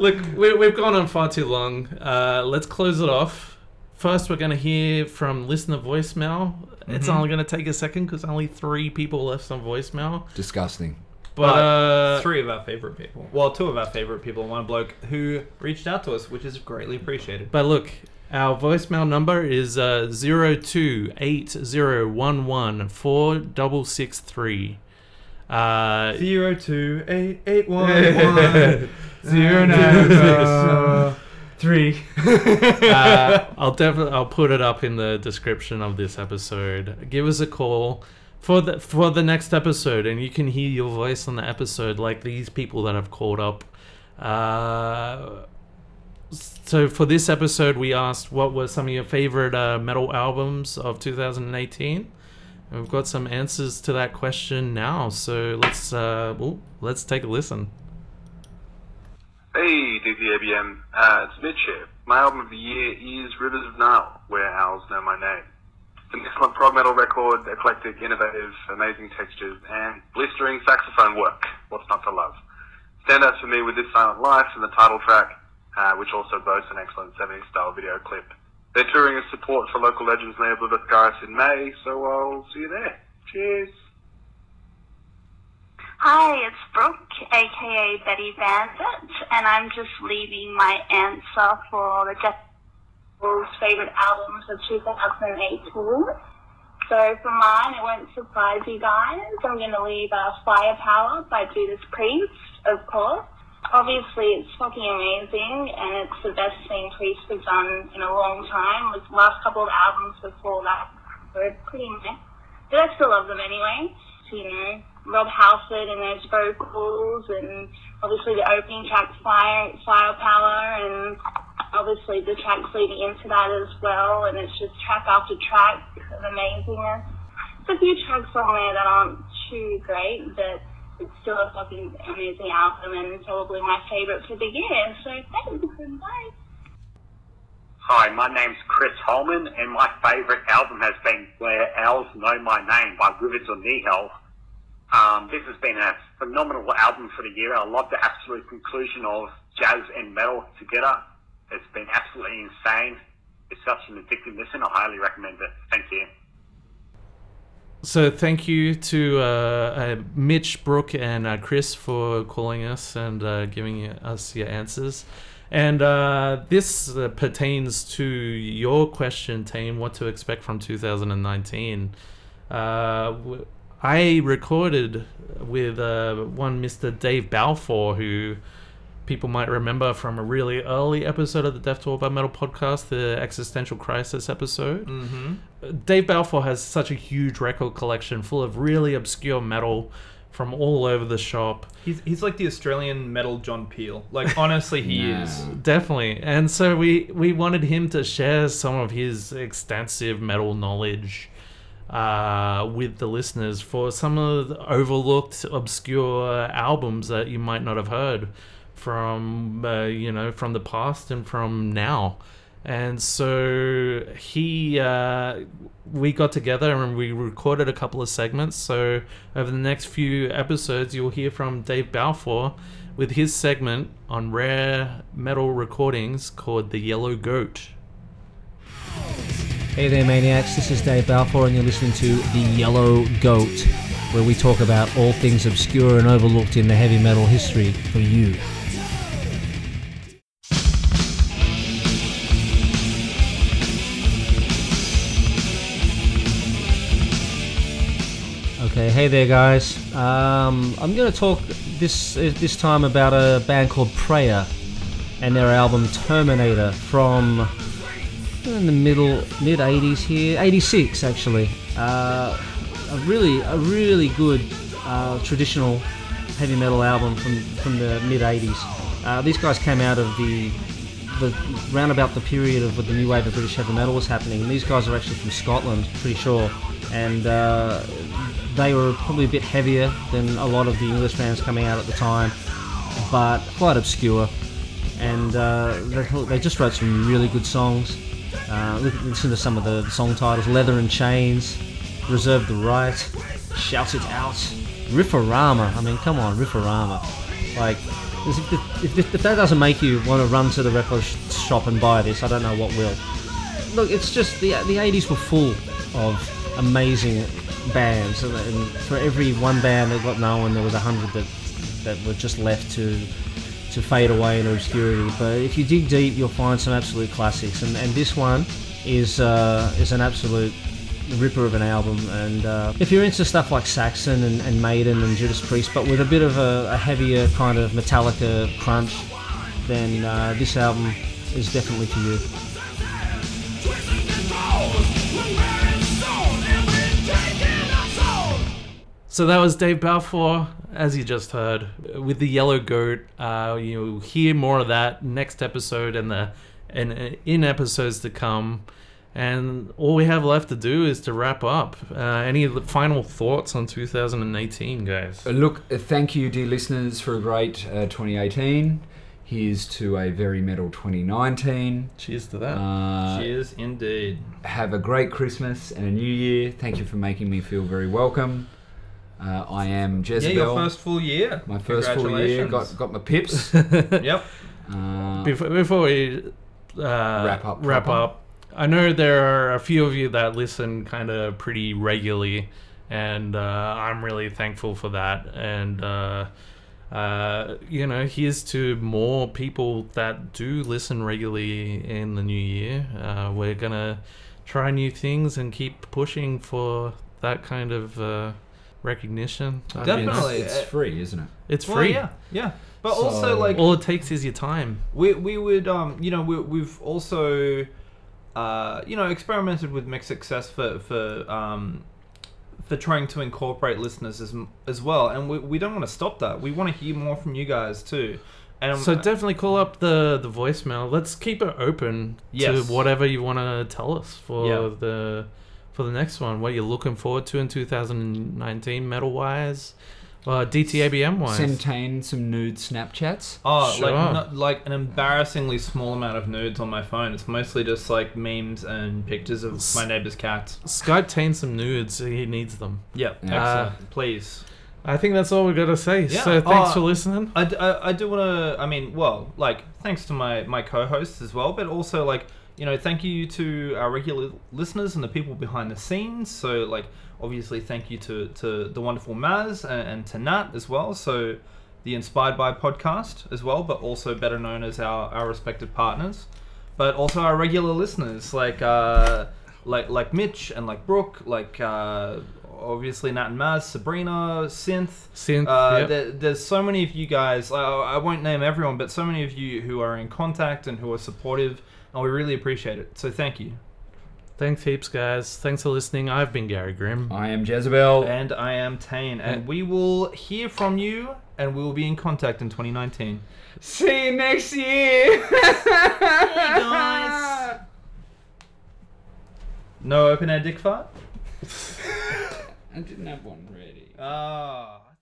[SPEAKER 1] Look, we, we've gone on far too long. Uh, let's close it off. First, we're going to hear from listener voicemail. It's only going to take a second because only three people left some voicemail.
[SPEAKER 2] Disgusting.
[SPEAKER 1] But uh,
[SPEAKER 4] three of our favorite people. Well, two of our favorite people and one bloke who reached out to us, which is greatly appreciated.
[SPEAKER 1] But look, our voicemail number is uh, 0280114663. Uh,
[SPEAKER 4] Zero two eight eight one one
[SPEAKER 2] Zero
[SPEAKER 4] nine,
[SPEAKER 2] three.
[SPEAKER 1] uh, I'll definitely I'll put it up in the description of this episode. Give us a call for the for the next episode, and you can hear your voice on the episode, like these people that have called up. Uh, so for this episode, we asked what were some of your favorite uh, metal albums of 2018. And We've got some answers to that question now, so let's uh, ooh, let's take a listen.
[SPEAKER 7] Hey, DTABM, uh, it's Mitch here. My album of the year is Rivers of Nile, where owls know my name. It's an excellent prog metal record, eclectic, innovative, amazing textures, and blistering saxophone work. What's not to love? Standouts for me with This Silent Life and the title track, uh, which also boasts an excellent 70s style video clip. They're touring as support for local legends Leo Blivitharis in May, so I'll see you there. Cheers!
[SPEAKER 8] Hi, it's Brooke, aka Betty Bandit, and I'm just leaving my answer for the Death Wolves' favorite albums of 2018. So for mine, it won't surprise you guys. I'm going to leave uh, Firepower by Judas Priest, of course. Obviously, it's fucking amazing, and it's the best thing Priest has done in a long time. With the last couple of albums before that were pretty meh. But I still love them anyway. So, you know, Rob Halford and those vocals, and obviously the opening track, Fire, Firepower, and obviously the tracks leading into that as well. And it's just track after track of amazingness. There's a few tracks on there that aren't too great, but it's still a fucking amazing album and probably my favourite for the year. So thanks and bye.
[SPEAKER 9] Hi, my name's Chris Holman, and my favourite album has been Blair Owls Know My Name by Rivers of Nihil. Um, this has been a phenomenal album for the year. I love the absolute conclusion of jazz and metal together. It's been absolutely insane. It's such an addictive listen. I highly recommend it. Thank you.
[SPEAKER 1] So thank you to uh, uh, Mitch, Brooke, and uh, Chris for calling us and uh, giving us your answers. And uh, this uh, pertains to your question, team. What to expect from 2019? Uh, w- I recorded with uh, one Mr. Dave Balfour, who people might remember from a really early episode of the Death Talk by Metal podcast, the Existential Crisis episode. Dave Balfour has such a huge record collection full of really obscure metal from all over the shop.
[SPEAKER 3] He's, he's like the Australian metal John Peel. Like, honestly, he is.
[SPEAKER 1] Definitely. And so we, we wanted him to share some of his extensive metal knowledge uh, with the listeners for some of the overlooked, obscure albums that you might not have heard from, uh, you know, from the past and from now. And so he, uh, we got together and we recorded a couple of segments. So over the next few episodes, you'll hear from Dave Balfour with his segment on rare metal recordings called "The Yellow Goat."
[SPEAKER 10] Hey there, maniacs. This is Dave Balfour, and you're listening to The Yellow Goat, where we talk about all things obscure and overlooked in the heavy metal history for you. Okay, hey there, guys. Um, I'm going to talk this uh, this time about a band called Prayer and their album Terminator from in the middle mid 80s here 86 actually uh, a really a really good uh, traditional heavy metal album from from the mid 80s uh, these guys came out of the the roundabout the period of when the new wave of British heavy metal was happening and these guys are actually from Scotland pretty sure and uh, they were probably a bit heavier than a lot of the English bands coming out at the time but quite obscure and uh, they, they just wrote some really good songs. Uh, look, listen to some of the song titles: "Leather and Chains," "Reserve the Right," "Shout It Out," "Riffarama." I mean, come on, Riffarama! Like, as if, if, if, if that doesn't make you want to run to the record sh- shop and buy this, I don't know what will. Look, it's just the the '80s were full of amazing bands, and, and for every one band that got known, there was a hundred that that were just left to to fade away into obscurity. But if you dig deep, you'll find some absolute classics, and, and this one is uh, is an absolute ripper of an album. And uh, if you're into stuff like Saxon and, and Maiden and Judas Priest, but with a bit of a, a heavier kind of Metallica crunch, then uh, this album is definitely for you.
[SPEAKER 1] So that was Dave Balfour, as you just heard, with the Yellow Goat. Uh, you'll hear more of that next episode and the and uh, in episodes to come. And all we have left to do is to wrap up. Uh, any final thoughts on 2018, guys?
[SPEAKER 2] Uh, Look, uh, thank you, dear listeners, for a great uh, 2018. Here's to a very metal 2019.
[SPEAKER 1] Cheers to that.
[SPEAKER 2] Uh,
[SPEAKER 3] Cheers, indeed.
[SPEAKER 2] have a great Christmas and a new year. Thank you for making me feel very welcome. Uh, I am
[SPEAKER 3] Yeah,
[SPEAKER 2] Jezebel.
[SPEAKER 3] your first full year.
[SPEAKER 2] my first full year. Got
[SPEAKER 3] Congratulations.
[SPEAKER 2] got my pips.
[SPEAKER 3] Yep.
[SPEAKER 2] Uh,
[SPEAKER 1] before, before we uh, Oh. wrap
[SPEAKER 2] up,
[SPEAKER 1] wrap
[SPEAKER 2] proper.
[SPEAKER 1] up, I know there are a few of you that listen kind of pretty regularly, and uh, I'm really thankful for that. And uh, uh, you know, here's to more people that do listen regularly in the new year. Uh, we're gonna try new things and keep pushing for that kind of uh, recognition. I mean,
[SPEAKER 2] it's,
[SPEAKER 3] Definitely.
[SPEAKER 2] it's free, isn't it?
[SPEAKER 1] it's free.
[SPEAKER 3] Well, yeah, yeah. But also,
[SPEAKER 2] So-
[SPEAKER 3] like,
[SPEAKER 1] All it takes is your time.
[SPEAKER 3] we, we would, um, you know, we, we've also uh, you know, experimented with mixed success for for um, for trying to incorporate listeners as as well, and we, we don't want to stop that. We want to hear more from you guys too. And
[SPEAKER 1] So definitely call up the the voicemail. Let's keep it open
[SPEAKER 3] Yes.
[SPEAKER 1] to whatever you want to tell us for
[SPEAKER 3] Yeah.
[SPEAKER 1] the for the next one. What you're looking forward to in 2019, metal wise, uh, DTABM wise.
[SPEAKER 2] Send Tane some nude Snapchats.
[SPEAKER 3] Oh,
[SPEAKER 1] Sure.
[SPEAKER 3] like not, like an embarrassingly small amount of nudes on my phone. It's mostly just like memes and pictures of my neighbor's cats.
[SPEAKER 1] Skype Tane some nudes. He needs them.
[SPEAKER 3] Yeah,
[SPEAKER 1] Uh,
[SPEAKER 3] excellent. Please.
[SPEAKER 1] I think that's all we got to say.
[SPEAKER 3] Yeah.
[SPEAKER 1] So thanks
[SPEAKER 3] Oh,
[SPEAKER 1] for listening.
[SPEAKER 3] I, d- I- I do want to. I mean, well, like thanks to my my co-hosts as well, but also like you know, thank you to our regular listeners and the people behind the scenes. So like, obviously, thank you to to the wonderful Maz and, and to Nat as well. So the Inspired by podcast as well, but also better known as our our respective partners, but also our regular listeners like uh like like Mitch and like Brooke, like uh obviously Nat and Maz, Sabrina, Synth.
[SPEAKER 1] Synth,
[SPEAKER 3] Uh,
[SPEAKER 1] yep.
[SPEAKER 3] there, there's so many of you guys. I, I won't name everyone, but so many of you who are in contact and who are supportive, and we really appreciate it. So thank you.
[SPEAKER 1] Thanks heaps, guys. Thanks for listening. I've been Gary Grimm.
[SPEAKER 2] I am Jezebel.
[SPEAKER 3] And I am Tane, and we will hear from you, and we will be in contact in 2019.
[SPEAKER 2] See you next year.
[SPEAKER 3] No open air dick fart.
[SPEAKER 2] I didn't have one ready.
[SPEAKER 3] Ah.